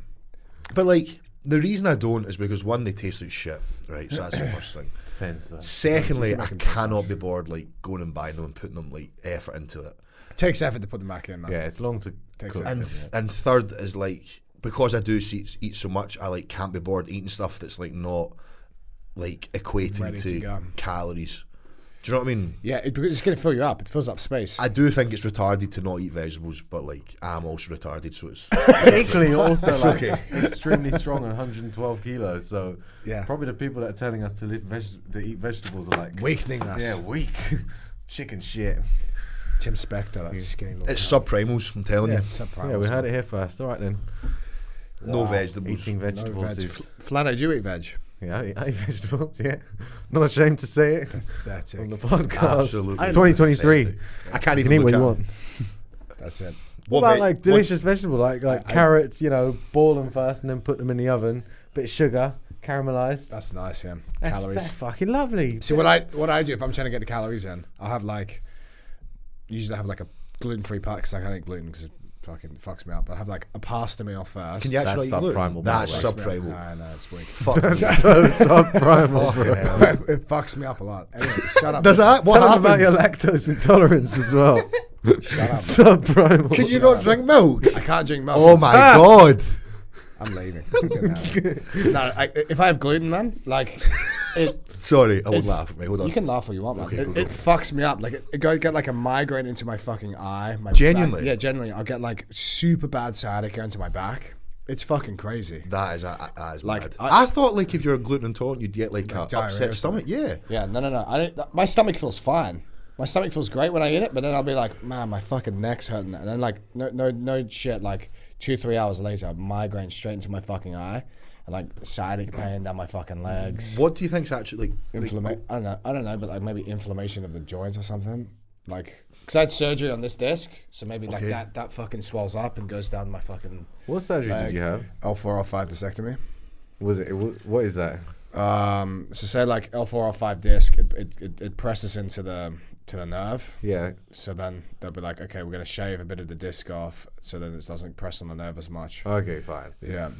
[SPEAKER 2] But like the reason I don't is because one, they taste like shit. Right, so that's the first thing.
[SPEAKER 3] Depends, though.
[SPEAKER 2] Secondly,
[SPEAKER 1] can
[SPEAKER 2] I
[SPEAKER 1] make 'em taste
[SPEAKER 2] cannot
[SPEAKER 1] nice.
[SPEAKER 2] be bored like going and buying them and putting them like effort into it.
[SPEAKER 1] It takes effort to put them back in, man.
[SPEAKER 3] Yeah, it's long to
[SPEAKER 1] Takes
[SPEAKER 3] cook.
[SPEAKER 1] it.
[SPEAKER 2] And th- and third is like because I do see, eat so much, I like can't be bored eating stuff that's like not like equating
[SPEAKER 1] Ready to
[SPEAKER 2] to,
[SPEAKER 1] go.
[SPEAKER 2] calories. Do you know what I mean?
[SPEAKER 1] Yeah, it, because it's gonna fill you up. It fills up space.
[SPEAKER 2] I do think it's retarded to not eat vegetables, but like I'm also retarded, so it's
[SPEAKER 3] Particularly also
[SPEAKER 2] It's
[SPEAKER 3] like
[SPEAKER 2] okay.
[SPEAKER 3] extremely strong and 112 kilos. So
[SPEAKER 1] Yeah.
[SPEAKER 3] probably the people that are telling us to, live veg- to eat vegetables are like
[SPEAKER 1] Weakening us.
[SPEAKER 3] Yeah, weak. Chicken shit.
[SPEAKER 1] Tim Spector, that skinny little.
[SPEAKER 2] it's subprimals. I'm telling
[SPEAKER 1] yeah,
[SPEAKER 2] you,
[SPEAKER 1] it's subprimal.
[SPEAKER 3] Yeah, we heard it here first. All right then.
[SPEAKER 2] no vegetables.
[SPEAKER 3] Eating vegetables
[SPEAKER 1] veg.
[SPEAKER 3] is
[SPEAKER 1] Flano, do you eat veg?
[SPEAKER 3] yeah. I eat, I eat vegetables. Yeah, not ashamed to say it
[SPEAKER 1] That's
[SPEAKER 3] on
[SPEAKER 1] it.
[SPEAKER 3] the podcast.
[SPEAKER 2] Absolutely,
[SPEAKER 3] Twenty twenty three.
[SPEAKER 2] pathetic. I can't
[SPEAKER 3] You
[SPEAKER 2] even
[SPEAKER 3] can eat
[SPEAKER 2] look
[SPEAKER 3] what
[SPEAKER 2] at
[SPEAKER 3] you want.
[SPEAKER 1] That's it.
[SPEAKER 2] what
[SPEAKER 3] What about
[SPEAKER 2] ve-
[SPEAKER 3] like
[SPEAKER 2] what-
[SPEAKER 3] delicious vegetable, like like
[SPEAKER 1] I-
[SPEAKER 3] carrots? You know, boil them first and then put them in the oven. Bit of sugar, caramelized.
[SPEAKER 2] Uh,
[SPEAKER 1] That's nice. Yeah,
[SPEAKER 3] That's-
[SPEAKER 1] calories.
[SPEAKER 3] that's fucking lovely.
[SPEAKER 1] See what I what I do if I'm trying to get the calories in, I'll have like usually I have like a gluten free pasta because I can't eat gluten because it fucking fucks me up. But I have like a pasta meal first.
[SPEAKER 2] Can you
[SPEAKER 3] That's
[SPEAKER 2] actually eat gluten?
[SPEAKER 3] subprimal, by
[SPEAKER 2] That's
[SPEAKER 3] the
[SPEAKER 1] Fucks me up.
[SPEAKER 2] subprimal.
[SPEAKER 1] No, no, it's weak.
[SPEAKER 2] Fuck.
[SPEAKER 3] so subprimal.
[SPEAKER 2] Fucking
[SPEAKER 3] bro.
[SPEAKER 2] hell.
[SPEAKER 1] it fucks me up a lot. Anyway, shut up.
[SPEAKER 2] Does that? What
[SPEAKER 3] Tell them about your
[SPEAKER 2] happens?
[SPEAKER 3] lactose intolerance as well.
[SPEAKER 1] Shut up.
[SPEAKER 3] subprimal. Ah!
[SPEAKER 2] Can you not drink milk?
[SPEAKER 1] I can't drink milk.
[SPEAKER 2] Oh my god!
[SPEAKER 1] I'm leaving. I'm getting out of here. no, I, if I have gluten, man, like it.
[SPEAKER 2] Sorry, I won't
[SPEAKER 1] It's-
[SPEAKER 2] laugh at me. Hold on.
[SPEAKER 1] You can laugh all you want, man.
[SPEAKER 2] Okay,
[SPEAKER 1] it,
[SPEAKER 2] okay.
[SPEAKER 1] it fucks me up. Like it, it go get like a migraine into my fucking eye. My
[SPEAKER 2] Genuinely?
[SPEAKER 1] back- yeah, genuinely. I'll get like super bad sciatica into my back. It's fucking crazy.
[SPEAKER 2] That is a, that is
[SPEAKER 1] Like,
[SPEAKER 2] mad. I,
[SPEAKER 1] I-
[SPEAKER 2] thought like if you're gluten intolerant, you'd get like, a
[SPEAKER 1] diarrhea
[SPEAKER 2] upset
[SPEAKER 1] or something.
[SPEAKER 2] stomach. Yeah.
[SPEAKER 1] Yeah, no, no, no. I don't, th- my stomach feels fine. My stomach feels great when I eat it, but then I'll be like, man, my fucking neck's hurting, and then like, no, no, no shit. Like two, three hours later, I migraine straight into my fucking eye, and like sciatic pain down my fucking legs.
[SPEAKER 2] What do you think's actually like? like
[SPEAKER 1] Inflama- I don't know. I don't know, but like maybe inflammation of the joints or something. Like, because I had surgery on this disc, so maybe like
[SPEAKER 2] Okay.
[SPEAKER 1] that that fucking swells up and goes down my fucking
[SPEAKER 3] What surgery did you have?
[SPEAKER 1] L four L five discectomy.
[SPEAKER 3] Was it? wha- What is that?
[SPEAKER 1] Um, so say like L four L five disc, it, it, it, it presses into the to the nerve.
[SPEAKER 3] Yeah.
[SPEAKER 1] So then they'll be like, okay, we're gonna Uh, shave a bit of the disc off, so then it doesn't press on the nerve as much.
[SPEAKER 3] Okay, fine.
[SPEAKER 1] Yeah.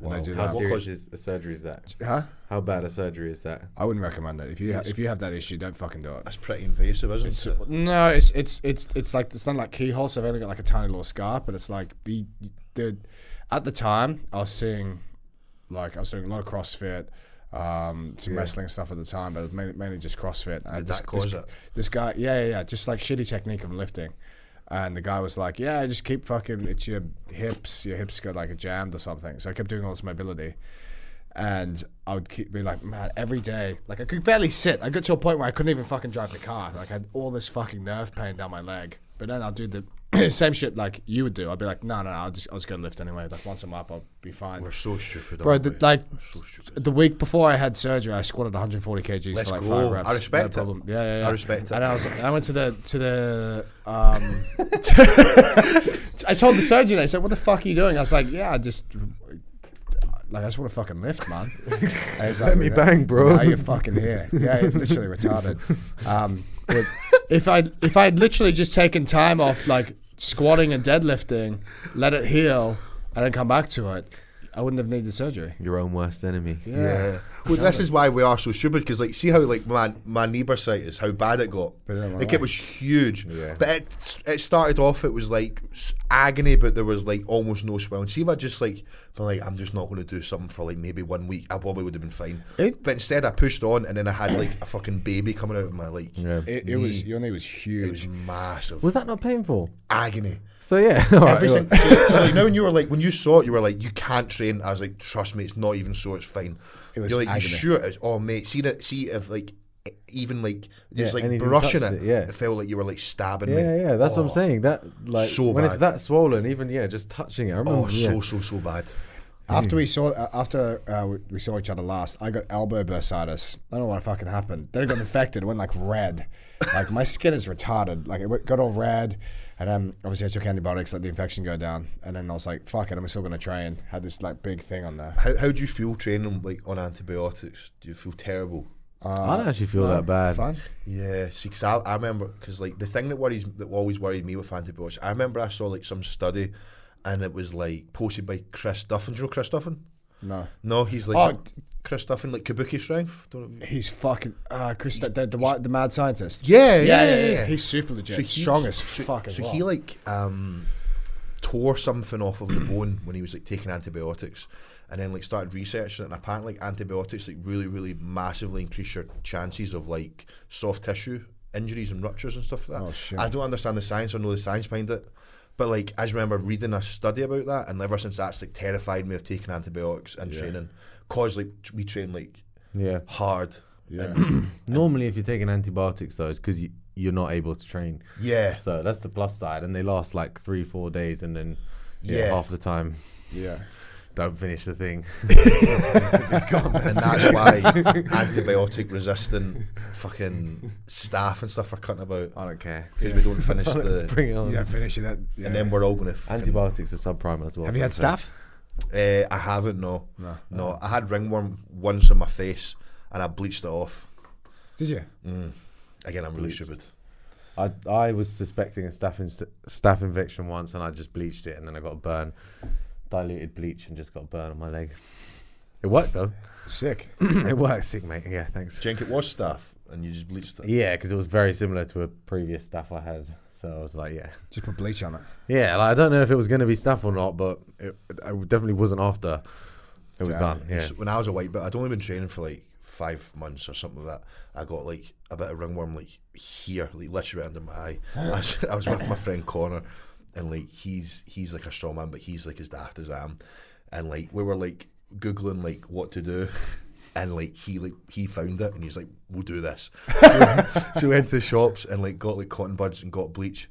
[SPEAKER 3] And I do
[SPEAKER 2] How
[SPEAKER 3] how serious
[SPEAKER 2] close-
[SPEAKER 3] is a surgery is that?
[SPEAKER 1] Huh?
[SPEAKER 3] How bad a surgery is that?
[SPEAKER 1] I wouldn't recommend it. If you if you have that issue, don't fucking do it.
[SPEAKER 2] That's pretty invasive, isn't it?
[SPEAKER 1] No, it's it's it's it's like it's not like keyhole. So I've only got like a tiny little scar, but it's like the the at the time I was seeing like I was doing a lot of CrossFit, um, some wrestling stuff at the time, but mainly, mainly just CrossFit. And Did this,
[SPEAKER 2] that cause
[SPEAKER 1] this,
[SPEAKER 2] it?
[SPEAKER 1] This guy, yeah, yeah, yeah, just like shitty technique of lifting. And the guy was like, "Yeah, just keep fucking. It's your hips. Your hips got like jammed or something." So I kept doing all this mobility, and I would keep be like, man, every day, like I could barely sit. I got to a point where I couldn't even fucking drive the car. Like I had all this fucking nerve pain down my leg. But then I'll do the same shit like you would do. I'd be like, no, no, no I'll just I'll just go lift anyway. Like once I'm up, I'll be fine.
[SPEAKER 2] We're so stupid.
[SPEAKER 1] Bro,
[SPEAKER 2] aren't
[SPEAKER 1] the,
[SPEAKER 2] we?
[SPEAKER 1] like
[SPEAKER 2] so stupid.
[SPEAKER 1] the week before I had surgery, I squatted 140 kgs
[SPEAKER 2] Let's
[SPEAKER 1] for like
[SPEAKER 2] go.
[SPEAKER 1] five reps.
[SPEAKER 2] I respect
[SPEAKER 1] no
[SPEAKER 2] it.
[SPEAKER 1] problem. Yeah, yeah, yeah.
[SPEAKER 2] I respect it.
[SPEAKER 1] And I was, I went to the to the. Um, I told the surgeon. I said, "What the fuck are you doing?" I was like, "Yeah, I just." Like I just want to fucking lift, man. And he's like,
[SPEAKER 3] Let me bang, bro."
[SPEAKER 1] Now you're fucking here. Yeah, you're literally retarded. Um, but if I if I had literally just taken time off, like squatting and deadlifting, let it heal, and then come back to it, I wouldn't have needed surgery.
[SPEAKER 3] Your own worst enemy.
[SPEAKER 2] Yeah. Well, this is why we are so stupid because, like, see how like my my bursitis, how bad it got.
[SPEAKER 1] But then
[SPEAKER 2] Like
[SPEAKER 1] why?
[SPEAKER 2] it was huge.
[SPEAKER 3] Yeah.
[SPEAKER 2] But it it started off it was like s- agony, but there was like almost no swelling. See if I just like been like I'm just not going to do something for like maybe one week, I probably would have been fine.
[SPEAKER 1] It-
[SPEAKER 2] but instead, I pushed on, and then I had like a fucking baby coming out of my like.
[SPEAKER 3] Yeah.
[SPEAKER 1] It, it was your knee was huge.
[SPEAKER 2] It was massive
[SPEAKER 3] Was that not painful?
[SPEAKER 2] agony.
[SPEAKER 3] So yeah, all right,
[SPEAKER 2] Everything.
[SPEAKER 3] look.
[SPEAKER 2] so, so, like now, when you were like, when you saw it, you were like, you can't train. I was like, trust me, it's not even so. It's fine.
[SPEAKER 1] It was
[SPEAKER 2] You're like,
[SPEAKER 1] agony.
[SPEAKER 2] you sure? It's, oh, mate, see that? See if like, e- even like, just
[SPEAKER 3] Yeah,
[SPEAKER 2] like
[SPEAKER 3] anything
[SPEAKER 2] brushing it,
[SPEAKER 3] touched it, yeah.
[SPEAKER 2] it felt like you were like stabbing me.
[SPEAKER 3] Yeah, yeah, that's what I'm
[SPEAKER 2] Oh,
[SPEAKER 3] saying. That like
[SPEAKER 2] so
[SPEAKER 3] when it's
[SPEAKER 2] bad.
[SPEAKER 3] that swollen, even yeah, just touching it. I remember.
[SPEAKER 2] Oh,
[SPEAKER 3] yeah.
[SPEAKER 2] so so so bad.
[SPEAKER 1] After we saw uh, after uh, we- we saw each other last, I got elbow bursitis. I don't know what fucking happened. Then it got infected. It went like red. Like my skin is retarded. Like it went- got all red. And then obviously I took antibiotics, let the infection go down. And then I was like, fuck it, I'm still gonna train. Had this like big thing on there.
[SPEAKER 2] How how do you feel training like on antibiotics? Do you feel terrible?
[SPEAKER 3] I don't actually feel that bad.
[SPEAKER 1] Fun.
[SPEAKER 2] Yeah, see, 'cause I, I remember because like the thing that worries that always worried me with antibiotics. I remember I saw like some study, and it was like posted by Chris Duffin. Do you know Chris Duffin?
[SPEAKER 1] No,
[SPEAKER 2] No, he's like
[SPEAKER 1] Oh,
[SPEAKER 2] Chris Duffin, like Kabuki strength. Don't know if you-
[SPEAKER 1] he's fucking uh, Chris, the, the, the, white- the mad scientist.
[SPEAKER 2] Yeah, yeah, yeah.
[SPEAKER 1] He's super legit.
[SPEAKER 2] he-
[SPEAKER 1] Strong as
[SPEAKER 2] so-
[SPEAKER 1] fuck as
[SPEAKER 2] So
[SPEAKER 1] well.
[SPEAKER 2] he like um, tore something off of the bone when he was like taking antibiotics, and then like started researching it. And apparently, like, antibiotics like really, really massively increase your chances of like soft tissue injuries and ruptures and stuff like that.
[SPEAKER 1] Oh, shit.
[SPEAKER 2] I don't understand the science or know the science behind it. But like I just remember reading a study about that, and ever since that's like terrified me of taking antibiotics and training, cause like t- we train like
[SPEAKER 3] Yeah.
[SPEAKER 2] hard,
[SPEAKER 3] Normally, if you're taking antibiotics though, it's because you, you're not able to train.
[SPEAKER 2] yeah,
[SPEAKER 3] So that's the plus side, and they last like three, four days, and then yeah,
[SPEAKER 2] Yeah.
[SPEAKER 3] half the time
[SPEAKER 1] yeah.
[SPEAKER 3] don't finish the thing.
[SPEAKER 2] and that's why antibiotic resistant fucking staff and stuff are cutting about
[SPEAKER 3] I don't care.
[SPEAKER 2] because we don't finish the
[SPEAKER 3] Bring it on.
[SPEAKER 1] Yeah, finish it. That, yeah.
[SPEAKER 2] and then we're all gonna fucking-
[SPEAKER 3] Antibiotics are subprime as well.
[SPEAKER 1] Have you had
[SPEAKER 3] so I'm
[SPEAKER 1] staff?
[SPEAKER 2] uh, I haven't no no, I had ringworm once on my face and I bleached it off Mm.
[SPEAKER 1] Did you?
[SPEAKER 2] again I'm really stupid
[SPEAKER 3] saying. I I was suspecting a staph in, staph infection once, and I just bleached it, and then I got a burn, diluted bleach, and just got a burn on my leg. It worked though.
[SPEAKER 1] Sick.
[SPEAKER 3] it worked, sick mate. Yeah, thanks.
[SPEAKER 2] do you think it was staff and you just bleached it
[SPEAKER 3] Yeah, because it was very similar to a previous staff I had. So I was like, yeah,
[SPEAKER 1] Just put bleach on it.
[SPEAKER 3] yeah. Like, I don't know if it was going to be staff or not, but it, I definitely wasn't after. It was
[SPEAKER 1] Yeah.
[SPEAKER 3] done. Yeah.
[SPEAKER 2] So when I was a white belt I'd only been training for like five months or something like that I got like a bit of ringworm like here like literally under my eye I was, I was with my friend Connor and like he's he's like a strong man but he's like as daft as I am and like we were like googling like what to do and like he like he found it and he's like we'll do this so, so we went to the shops and like got like cotton buds and got bleach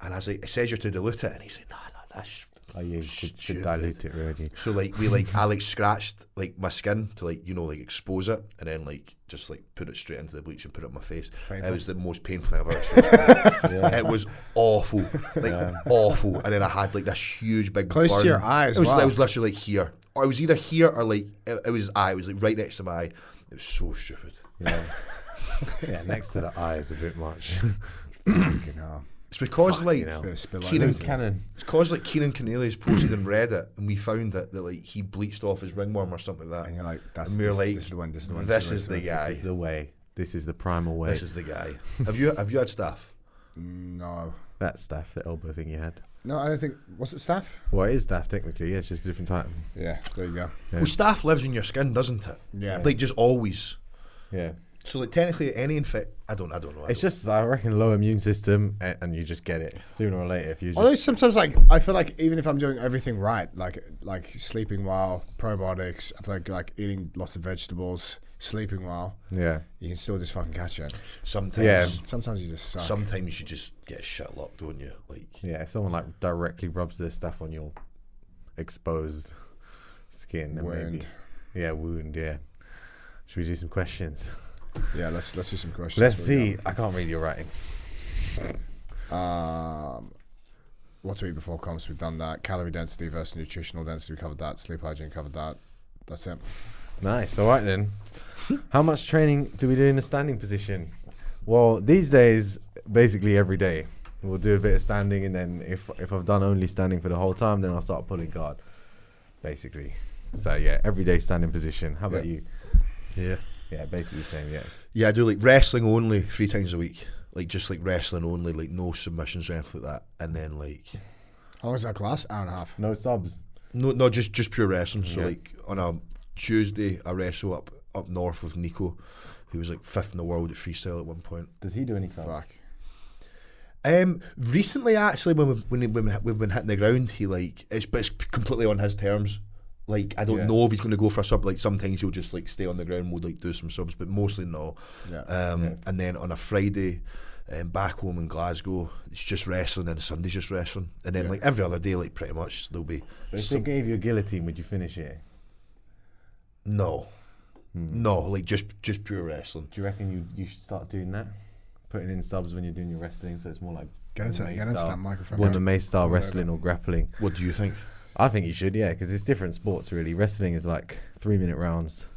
[SPEAKER 2] and I was like it says you're to dilute it and he's like no no that's
[SPEAKER 3] Oh, yeah, you should, should
[SPEAKER 2] Stupid.
[SPEAKER 3] dilute it really.
[SPEAKER 2] so like we like I like scratched like my skin to like you know like expose it and then like just like put it straight into the bleach and put it on my face. It was the most painful thing I've ever experienced. It was awful, like awful. And then I had like this huge big
[SPEAKER 1] Close to
[SPEAKER 2] burn.
[SPEAKER 1] your eye as
[SPEAKER 2] It was,
[SPEAKER 1] well.
[SPEAKER 2] it was literally like here, or it was either here or like it, it was eye. It was like right next to my eye. It was so stupid.
[SPEAKER 3] Yeah. yeah, next to the eye is a bit much.
[SPEAKER 1] Fucking hell.
[SPEAKER 2] It's because like
[SPEAKER 3] Fucking hell.
[SPEAKER 1] It's a bit like
[SPEAKER 2] Keenan
[SPEAKER 1] this.
[SPEAKER 3] Cannon.
[SPEAKER 2] It's cause like Keenan Keneally's posted in Reddit and we found it that like he bleached off his ringworm or something like that.
[SPEAKER 1] And you're like, that's-
[SPEAKER 2] And we were
[SPEAKER 1] this-
[SPEAKER 2] like,
[SPEAKER 1] this is the one, this is the one,
[SPEAKER 2] This
[SPEAKER 1] this
[SPEAKER 2] is
[SPEAKER 1] is the
[SPEAKER 2] the guy.
[SPEAKER 3] This is the way. This is the primal way.
[SPEAKER 2] This is the guy. Have you have you had staff?
[SPEAKER 1] No.
[SPEAKER 3] That's staff, the elbow thing you had.
[SPEAKER 1] No, I don't think. Was it staff?
[SPEAKER 3] Well, it is staff technically. Yeah, it's just a different type.
[SPEAKER 1] Yeah, there you go.
[SPEAKER 2] Well, staff lives in your skin, doesn't it?
[SPEAKER 1] Yeah.
[SPEAKER 2] Like just always.
[SPEAKER 3] Yeah,
[SPEAKER 2] So like technically any infect, I don't, I don't know. I
[SPEAKER 3] it's
[SPEAKER 2] don't-
[SPEAKER 3] just I reckon low immune system, a- and you just get it sooner or later if you. Just,
[SPEAKER 1] Although sometimes, like, I feel like even if I'm doing everything right, like like sleeping well, probiotics, I feel like like eating lots of vegetables, sleeping well,
[SPEAKER 3] yeah,
[SPEAKER 1] you can still just fucking catch it.
[SPEAKER 2] sometimes,
[SPEAKER 3] Yeah.
[SPEAKER 1] Sometimes you just suck.
[SPEAKER 2] sometimes you just get shit luck, don't you? Like
[SPEAKER 3] yeah. If someone like directly rubs their stuff on your exposed skin, then
[SPEAKER 1] Wound.
[SPEAKER 3] Maybe, yeah, wound. Yeah. Should we do some questions?
[SPEAKER 1] yeah, let's let's do some questions.
[SPEAKER 3] Let's
[SPEAKER 1] Here we
[SPEAKER 3] see. I can't read your writing.
[SPEAKER 1] go. Um, what to eat before comps? We've done that. Calorie density versus nutritional density. We covered that. Sleep hygiene covered that. That's it.
[SPEAKER 3] Nice. All right then. How much training do we do in the standing position? Well, these days, basically every day, we'll do a bit of standing, and then if if I've done only standing for the whole time, then I'll start pulling guard, basically. So yeah, every day standing position. How about
[SPEAKER 1] Yeah.
[SPEAKER 3] you?
[SPEAKER 2] yeah,
[SPEAKER 3] Yeah, basically the same. Yeah.
[SPEAKER 2] yeah. I do like wrestling only three times a week. Like just like wrestling only, like no submissions or anything like that. And then like
[SPEAKER 1] How long is that class? Hour and a half.
[SPEAKER 3] No subs.
[SPEAKER 2] No, no, just just pure wrestling. So
[SPEAKER 3] Yeah.
[SPEAKER 2] like on a Tuesday, I wrestle up up north with Nico, who was like fifth in the world at freestyle at one point.
[SPEAKER 3] Does he do any subs?
[SPEAKER 1] Fuck.
[SPEAKER 2] Um, recently actually, when we, when we, when we've been hitting the ground, he like it's but it's completely on his terms. Like I don't
[SPEAKER 3] Yeah.
[SPEAKER 2] know if he's going to go for a sub. Like sometimes he'll just like stay on the ground, we'll like do some subs, but mostly no.
[SPEAKER 1] Yeah.
[SPEAKER 2] Um,
[SPEAKER 3] Yeah.
[SPEAKER 2] and then on a Friday. Um, back home in Glasgow, it's just wrestling, and Sunday's just wrestling, and then
[SPEAKER 1] Yeah.
[SPEAKER 2] like every other day, like pretty much there'll be
[SPEAKER 3] But if they gave you a guillotine, would you finish it?
[SPEAKER 2] No.
[SPEAKER 3] Hmm.
[SPEAKER 2] No, like just just pure wrestling.
[SPEAKER 3] Do you reckon you you should start doing that? Putting in subs when you're doing your wrestling, so it's more like
[SPEAKER 1] Get into,
[SPEAKER 3] MMA
[SPEAKER 1] get into
[SPEAKER 3] style.
[SPEAKER 1] that microphone.
[SPEAKER 3] MMA style wrestling or grappling.
[SPEAKER 2] What do you think?
[SPEAKER 3] I think you should, yeah, because it's different sports really. Wrestling is like three minute rounds,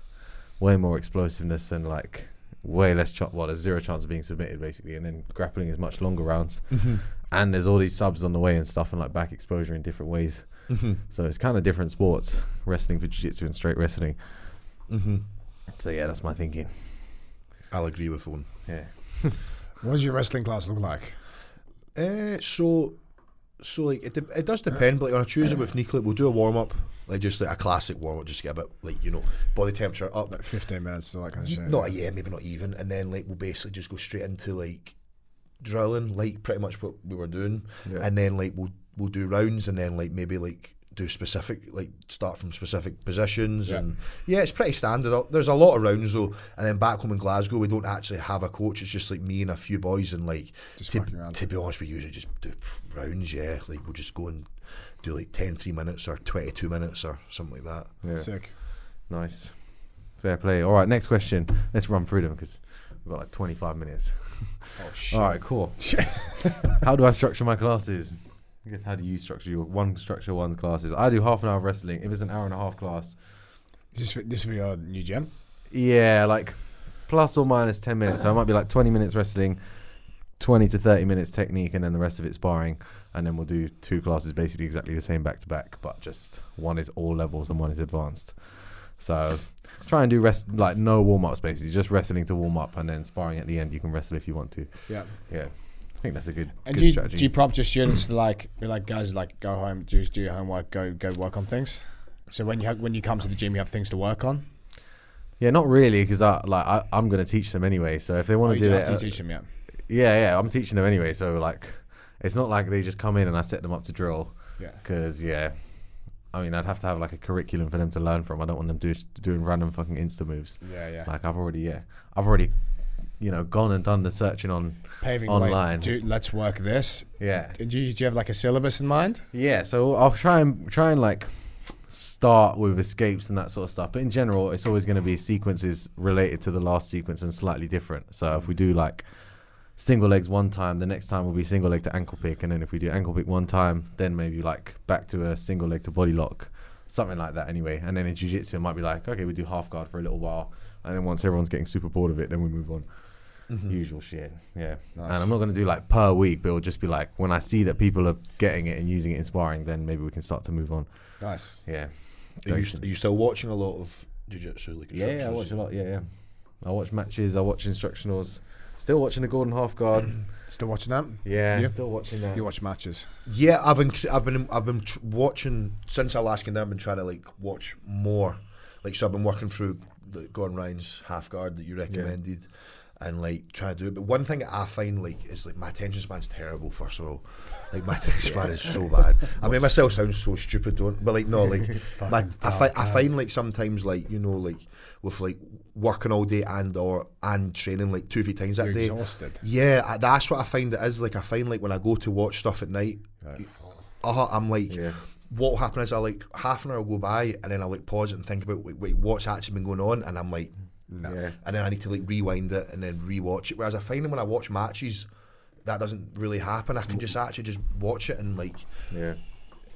[SPEAKER 3] way more explosiveness and like way less chance. Well, there's zero chance of being submitted basically, and then grappling is much longer rounds.
[SPEAKER 2] Mm-hmm.
[SPEAKER 3] And there's all these subs on the way and stuff, and like back exposure in different ways.
[SPEAKER 2] Mm-hmm.
[SPEAKER 3] So it's kind of different sports. Wrestling for jiu-jitsu and straight wrestling.
[SPEAKER 2] Mm-hmm.
[SPEAKER 3] So yeah, that's my thinking.
[SPEAKER 2] I'll agree with one.
[SPEAKER 3] Yeah.
[SPEAKER 1] What does your wrestling class look like?
[SPEAKER 2] Uh, so, so like it, de- it does depend. But like on a Tuesday with Nicola, we'll do a warm up, like just like a classic warm up, just get a bit like you know body temperature up.
[SPEAKER 1] Like 15 minutes or that kind of
[SPEAKER 2] Ye-
[SPEAKER 1] shit.
[SPEAKER 2] not yeah, maybe not even. And then like we'll basically just go straight into like drilling, like pretty much what we were doing.
[SPEAKER 3] Yeah.
[SPEAKER 2] And then like we'll we'll do rounds, and then like maybe like do specific like start from specific positions
[SPEAKER 1] Yeah.
[SPEAKER 2] and yeah it's pretty standard Uh, there's a lot of rounds though and then back home in Glasgow we don't actually have a coach it's just like me and a few boys and like
[SPEAKER 1] Just
[SPEAKER 2] to,
[SPEAKER 1] fucking around.
[SPEAKER 2] to be honest we usually just do rounds yeah like we'll just go and do like 10 3 minutes or 22 minutes or something like that
[SPEAKER 3] yeah.
[SPEAKER 1] Sick.
[SPEAKER 3] Nice. Fair play. All right, next question. Let's run through them because we've got like 25 minutes.
[SPEAKER 1] Oh, shit.
[SPEAKER 3] All right, cool. how do I structure my classes? I guess how do you structure your one structure one classes? I do half an hour of wrestling. If it's an hour and a half class,
[SPEAKER 1] Is this, this for your new gym?
[SPEAKER 3] yeah, like plus or minus ten minutes. So it might be like twenty minutes wrestling, twenty to thirty minutes technique, and then the rest of it sparring. And then we'll do two classes basically exactly the same back to back, but just one is all levels and one is advanced. So try and do rest like no warm ups basically, just wrestling to warm up, and then sparring at the end. You can wrestle if you want to.
[SPEAKER 1] Yeah.
[SPEAKER 3] Yeah, I think that's a good,
[SPEAKER 1] And
[SPEAKER 3] good
[SPEAKER 1] do you,
[SPEAKER 3] strategy.
[SPEAKER 1] do you prompt your students to like be like guys like go home, do do your homework, go go work on things? So when you ha- when you come to the gym, you have things to work on.
[SPEAKER 3] Yeah, not really, because I like I, I'm gonna teach them anyway. So if they
[SPEAKER 1] Oh,
[SPEAKER 3] want
[SPEAKER 1] you
[SPEAKER 3] to do
[SPEAKER 1] don't
[SPEAKER 3] it,
[SPEAKER 1] have to
[SPEAKER 3] uh,
[SPEAKER 1] teach them yet.
[SPEAKER 3] yeah, yeah, I'm teaching them anyway. So like, it's not like they just come in and I set them up to drill.
[SPEAKER 1] Yeah.
[SPEAKER 3] Because yeah, I mean, I'd have to have like a curriculum for them to learn from. I don't want them do, doing random fucking insta moves.
[SPEAKER 1] Yeah, yeah.
[SPEAKER 3] Like I've already yeah, I've already, you know, gone and done the searching on.
[SPEAKER 1] Paving
[SPEAKER 3] online.
[SPEAKER 1] Way. Do, let's work this.
[SPEAKER 3] Yeah.
[SPEAKER 1] Do you, do you have like a syllabus in mind?
[SPEAKER 3] Yeah, so I'll try and try and like start with escapes and that sort of stuff. But in general, it's always going to be sequences related to the last sequence and slightly different. So if we do like single legs one time, the next time will be single leg to ankle pick, and then if we do ankle pick one time, then maybe like back to a single leg to body lock, something like that. Anyway, and then in jiu jitsu, it might be like okay, we do half guard for a little while, and then once everyone's getting super bored of it, then we move on. usual shit. Yeah. And I'm not going to do like per week, but it'll just be like when I see that people are getting it and using it inspiring, then maybe we can start to move on.
[SPEAKER 1] Nice.
[SPEAKER 3] Yeah.
[SPEAKER 2] Are you,
[SPEAKER 3] Don't-
[SPEAKER 2] st- are you still watching a lot of jiu-jitsu? Like
[SPEAKER 3] yeah, yeah, I
[SPEAKER 2] instructions?
[SPEAKER 3] watch a lot. Yeah, yeah. I watch matches, I watch instructionals. Still watching the Gordon Halfguard.
[SPEAKER 1] Still watching that?
[SPEAKER 3] Yeah,
[SPEAKER 1] You?
[SPEAKER 3] still watching that.
[SPEAKER 1] You watch matches.
[SPEAKER 2] Yeah, I've inc- I've been I've been tr- watching since I last came down. I've been trying to like watch more. Like so, I've been working through the Gordon Ryan's half guard that you recommended, and like trying to do it. But one thing I find like is like my attention span's terrible. First of all, like my attention span is so bad. I make myself sound so stupid, don't? But like no, like my, I, fi- I find like sometimes like you know like with like working all day and or and training like two three times that
[SPEAKER 1] You're
[SPEAKER 2] day.
[SPEAKER 1] exhausted.
[SPEAKER 2] Yeah, I, that's what I find it is. Like I find like when I go to watch stuff at night, uh, I'm like,
[SPEAKER 3] Yeah.
[SPEAKER 2] what happened is I like half an hour will go by and then I like pause it and think about wait, wait what's actually been going on, and I'm like,
[SPEAKER 3] Yeah.
[SPEAKER 2] and then I need to like rewind it and then rewatch it. Whereas I find that when I watch matches, that doesn't really happen. I can just actually just watch it and like
[SPEAKER 3] Yeah.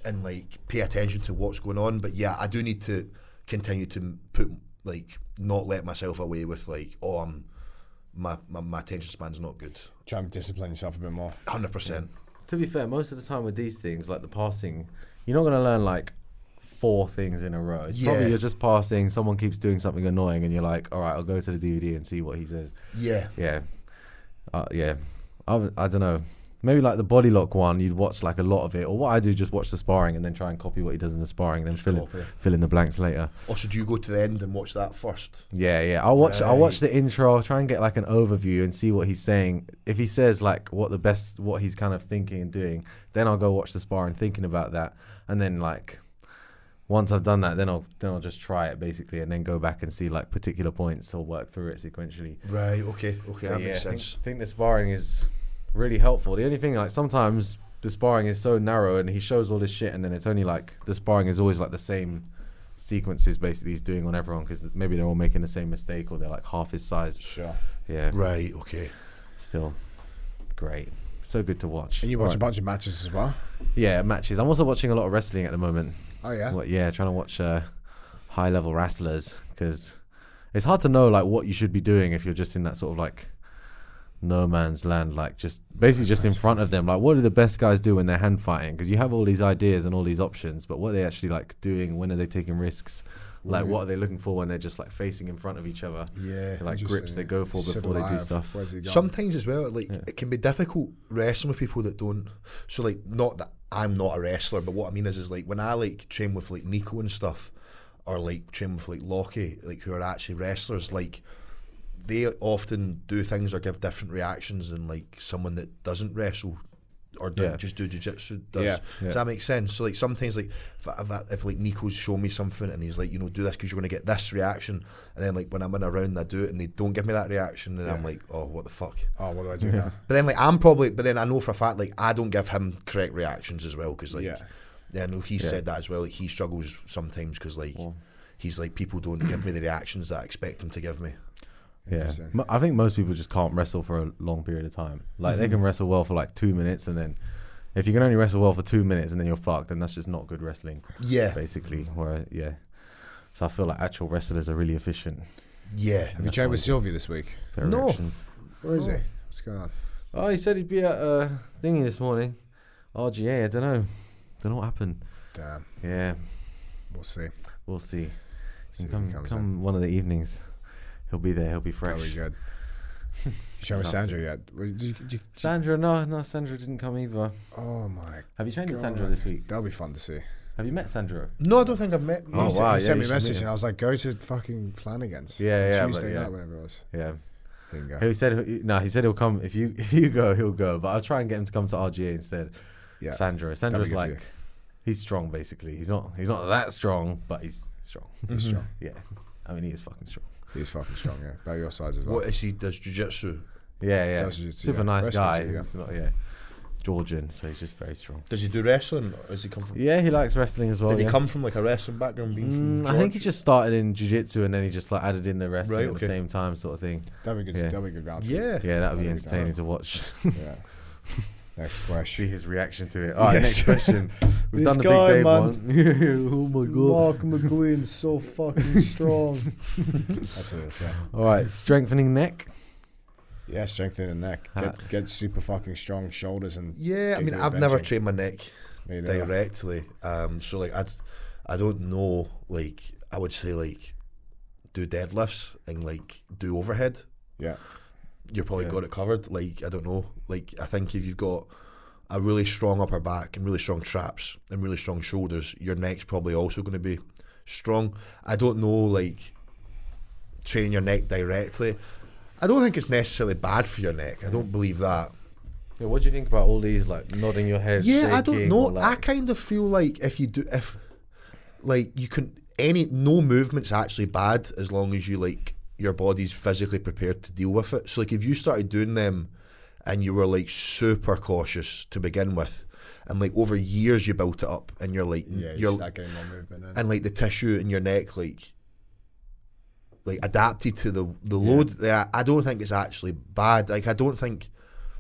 [SPEAKER 2] and like pay attention to what's going on. But yeah, I do need to continue to m- put like not let myself away with like oh I'm my my, my attention span's not good.
[SPEAKER 1] Try and discipline yourself a bit more.
[SPEAKER 2] Hundred percent.
[SPEAKER 3] To be fair, most of the time with these things, like the passing, you're not going to learn like four things in a row. It's
[SPEAKER 2] Yeah.
[SPEAKER 3] Probably you're just passing, someone keeps doing something annoying, and you're like, all right, I'll go to the DVD and see what he says.
[SPEAKER 2] Yeah.
[SPEAKER 3] Yeah. Uh, yeah. I, w- I don't know. Maybe like the body lock one, you'd watch like a lot of it, or what I do, just watch the sparring and then try and copy what he does in the sparring, then fill in,
[SPEAKER 2] copy.
[SPEAKER 3] fill in the blanks later.
[SPEAKER 2] Also, do you go to the end and watch that first?
[SPEAKER 3] Yeah, yeah. I'll watch. I'll watch the intro. I'll try and get like an overview and see what he's saying. If he says like what the best, what he's kind of thinking and doing, then I'll go watch the sparring, thinking about that, and then like once I've done that, then I'll then I'll just try it basically, and then go back and see like particular points or work through it sequentially.
[SPEAKER 2] Right. Okay. Okay.
[SPEAKER 3] But
[SPEAKER 2] That makes
[SPEAKER 3] I think-
[SPEAKER 2] sense.
[SPEAKER 3] Think, the sparring is really helpful. The only thing, like sometimes the sparring is so narrow, and he shows all this shit, and then it's only like the sparring is always like the same sequences basically he's doing on everyone because maybe they're all making the same mistake or they're like half his size.
[SPEAKER 1] Sure.
[SPEAKER 3] Yeah,
[SPEAKER 2] Right. Okay.
[SPEAKER 3] still great. So good to watch.
[SPEAKER 1] And you watch a
[SPEAKER 3] Right.
[SPEAKER 1] bunch of matches as well.
[SPEAKER 3] Yeah, matches. I'm also watching a lot of wrestling at the moment.
[SPEAKER 1] Oh yeah.
[SPEAKER 3] What, yeah, trying to watch uh, high level wrestlers because it's hard to know like what you should be doing if you're just in that sort of like no man's land, like just basically just in front of them. Like, what do the best guys do when they're hand fighting? Because you have all these ideas and all these options, but what are they actually like doing? When are they taking risks? Like, what are they looking for when they're just like facing in front of each other?
[SPEAKER 2] Yeah.
[SPEAKER 3] like grips they go for before
[SPEAKER 1] Civil
[SPEAKER 3] they do
[SPEAKER 1] life.
[SPEAKER 3] stuff.
[SPEAKER 1] Where's he gone?
[SPEAKER 2] Sometimes as well, like it can be difficult wrestling with people that don't. So like, not that I'm not a wrestler, but what I mean is, is like when I like train with like Nico and stuff, or like train with like Lockie, like who are actually wrestlers, like they often do things or give different reactions than like someone that doesn't wrestle or do,
[SPEAKER 3] Yeah.
[SPEAKER 2] just do jiu-jitsu does.
[SPEAKER 1] Yeah.
[SPEAKER 3] Yeah.
[SPEAKER 2] Does that make sense? So like sometimes like if, I- if, I- if like Nico's shown me something and he's like you know do this because you're going to get this reaction and then like when I'm in a round and I do it and they don't give me that reaction and I'm like oh what the fuck
[SPEAKER 1] Oh, what do I do now?
[SPEAKER 2] but then like I'm probably but then I know for a fact like I don't give him correct reactions as well because like
[SPEAKER 1] Yeah.
[SPEAKER 2] yeah, I know he said that as well like he struggles sometimes because like he's like people don't give me the reactions that I expect him to give me
[SPEAKER 3] Yeah,
[SPEAKER 1] Interesting.
[SPEAKER 3] Mo- I think most people just can't wrestle for a long period of time. Like they can wrestle well for like two minutes, and then if you can only wrestle well for two minutes and then you're fucked, then that's just not good wrestling,
[SPEAKER 2] yeah
[SPEAKER 3] basically. Where yeah, so I feel like actual wrestlers are really efficient.
[SPEAKER 2] yeah
[SPEAKER 1] Have you tried with Sylvia this week?
[SPEAKER 3] Their
[SPEAKER 2] No.
[SPEAKER 3] reactions.
[SPEAKER 1] Where is he? What's going on?
[SPEAKER 3] Oh, he said he'd be at uh, thingy this morning. RGA, I don't know, don't know what happened.
[SPEAKER 1] Damn.
[SPEAKER 3] Yeah,
[SPEAKER 1] We'll see.
[SPEAKER 3] we'll see.
[SPEAKER 1] See if he
[SPEAKER 3] come
[SPEAKER 1] comes
[SPEAKER 3] come one of the evenings, he'll be there. He'll be
[SPEAKER 1] That'll be
[SPEAKER 3] fresh.
[SPEAKER 1] good. Show me
[SPEAKER 3] That's
[SPEAKER 1] Sandra yet? Wait, did you- did you-
[SPEAKER 3] Sandra, no, no, Sandra didn't come either.
[SPEAKER 1] Oh my.
[SPEAKER 3] Have you trained with Sandra
[SPEAKER 1] God.
[SPEAKER 3] this week?
[SPEAKER 1] That'll be fun to see.
[SPEAKER 3] Have you met Sandra?
[SPEAKER 2] no I don't think I've met
[SPEAKER 3] Oh,
[SPEAKER 1] he
[SPEAKER 3] wow,
[SPEAKER 1] he
[SPEAKER 3] yeah,
[SPEAKER 1] sent
[SPEAKER 3] you
[SPEAKER 1] me a
[SPEAKER 3] should meet
[SPEAKER 1] message
[SPEAKER 3] him.
[SPEAKER 1] and I was like, go to fucking Flanagan's.
[SPEAKER 3] Yeah,
[SPEAKER 1] on
[SPEAKER 3] yeah, but
[SPEAKER 1] Tuesday
[SPEAKER 3] yeah.
[SPEAKER 1] night, whenever it was.
[SPEAKER 3] Yeah.
[SPEAKER 1] He didn't go.
[SPEAKER 3] He said he- no. He said he'll come if you if you go, he'll go. But I'll try and get him to come to RGA instead.
[SPEAKER 1] Yeah.
[SPEAKER 3] Sandra.
[SPEAKER 1] That'd be
[SPEAKER 3] Sandra's
[SPEAKER 1] good for
[SPEAKER 3] like he's strong basically. He's not he's not that strong, but he's strong.
[SPEAKER 1] He's
[SPEAKER 2] Mm-hmm.
[SPEAKER 1] strong.
[SPEAKER 3] yeah. I mean he is fucking strong.
[SPEAKER 1] He's fucking strong, yeah. About your size as well.
[SPEAKER 2] what is he does jiu-jitsu
[SPEAKER 3] Yeah, yeah.
[SPEAKER 1] Sounds good to
[SPEAKER 3] Super
[SPEAKER 1] you.
[SPEAKER 3] nice
[SPEAKER 1] Wrestling
[SPEAKER 3] guy.
[SPEAKER 1] to you.
[SPEAKER 3] He's not yeah. Georgian, so he's just very strong.
[SPEAKER 2] does he do wrestling or does he come from
[SPEAKER 3] Yeah, he likes wrestling as well.
[SPEAKER 2] Did he
[SPEAKER 3] yeah.
[SPEAKER 2] come from like a wrestling background? Being from
[SPEAKER 3] Mm, I think he
[SPEAKER 2] George?
[SPEAKER 3] just started in jiu-jitsu and then he just like added in the wrestling
[SPEAKER 2] Right,
[SPEAKER 3] at
[SPEAKER 2] okay.
[SPEAKER 3] the same time sort of thing.
[SPEAKER 1] That'd be good.
[SPEAKER 3] Yeah.
[SPEAKER 1] That'd be a good round.
[SPEAKER 2] Yeah.
[SPEAKER 3] Yeah, that would be
[SPEAKER 1] That'd be
[SPEAKER 3] entertaining
[SPEAKER 1] dope.
[SPEAKER 3] to watch.
[SPEAKER 1] yeah. Next
[SPEAKER 3] See
[SPEAKER 1] question.
[SPEAKER 3] his reaction to it. All right,
[SPEAKER 1] Yes.
[SPEAKER 3] next question. We've
[SPEAKER 1] This
[SPEAKER 3] done the
[SPEAKER 1] guy,
[SPEAKER 3] big Dave
[SPEAKER 1] man.
[SPEAKER 3] one. oh my god.
[SPEAKER 1] McGuinn's so fucking strong. That's what he'll say.
[SPEAKER 3] All right, strengthening neck.
[SPEAKER 1] Yeah, strengthening the neck. Get, get super fucking strong shoulders and.
[SPEAKER 2] Yeah, I
[SPEAKER 1] do
[SPEAKER 2] mean,
[SPEAKER 1] good
[SPEAKER 2] I've never
[SPEAKER 1] benching.
[SPEAKER 2] trained my neck
[SPEAKER 1] Me neither.
[SPEAKER 2] directly, um, so like I, d- I don't know. Like I would say, like do deadlifts and like do overhead.
[SPEAKER 1] Yeah.
[SPEAKER 2] You're probably got it covered. Like I don't know. Like I think if you've got a really strong upper back and really strong traps and really strong shoulders, your neck's probably also going to be strong. I don't know. Like training your neck directly. I don't think it's necessarily bad for your neck. I don't believe that.
[SPEAKER 3] Yeah, what do you think about all these like nodding your head?
[SPEAKER 2] Yeah, I don't
[SPEAKER 3] shaking,
[SPEAKER 2] know.
[SPEAKER 3] or,
[SPEAKER 2] I
[SPEAKER 3] Like,
[SPEAKER 2] kind of feel like if you do, if like you can, any no movement's actually bad as long as you like your body's physically prepared to deal with it. So like if you started doing them, and you were like super cautious to begin with, and like over years you built it up, and you're like
[SPEAKER 1] Yeah, you
[SPEAKER 2] you're
[SPEAKER 1] start getting more movement in.
[SPEAKER 2] and like the tissue in your neck like like adapted to the the load there I don't think it's actually bad like I don't think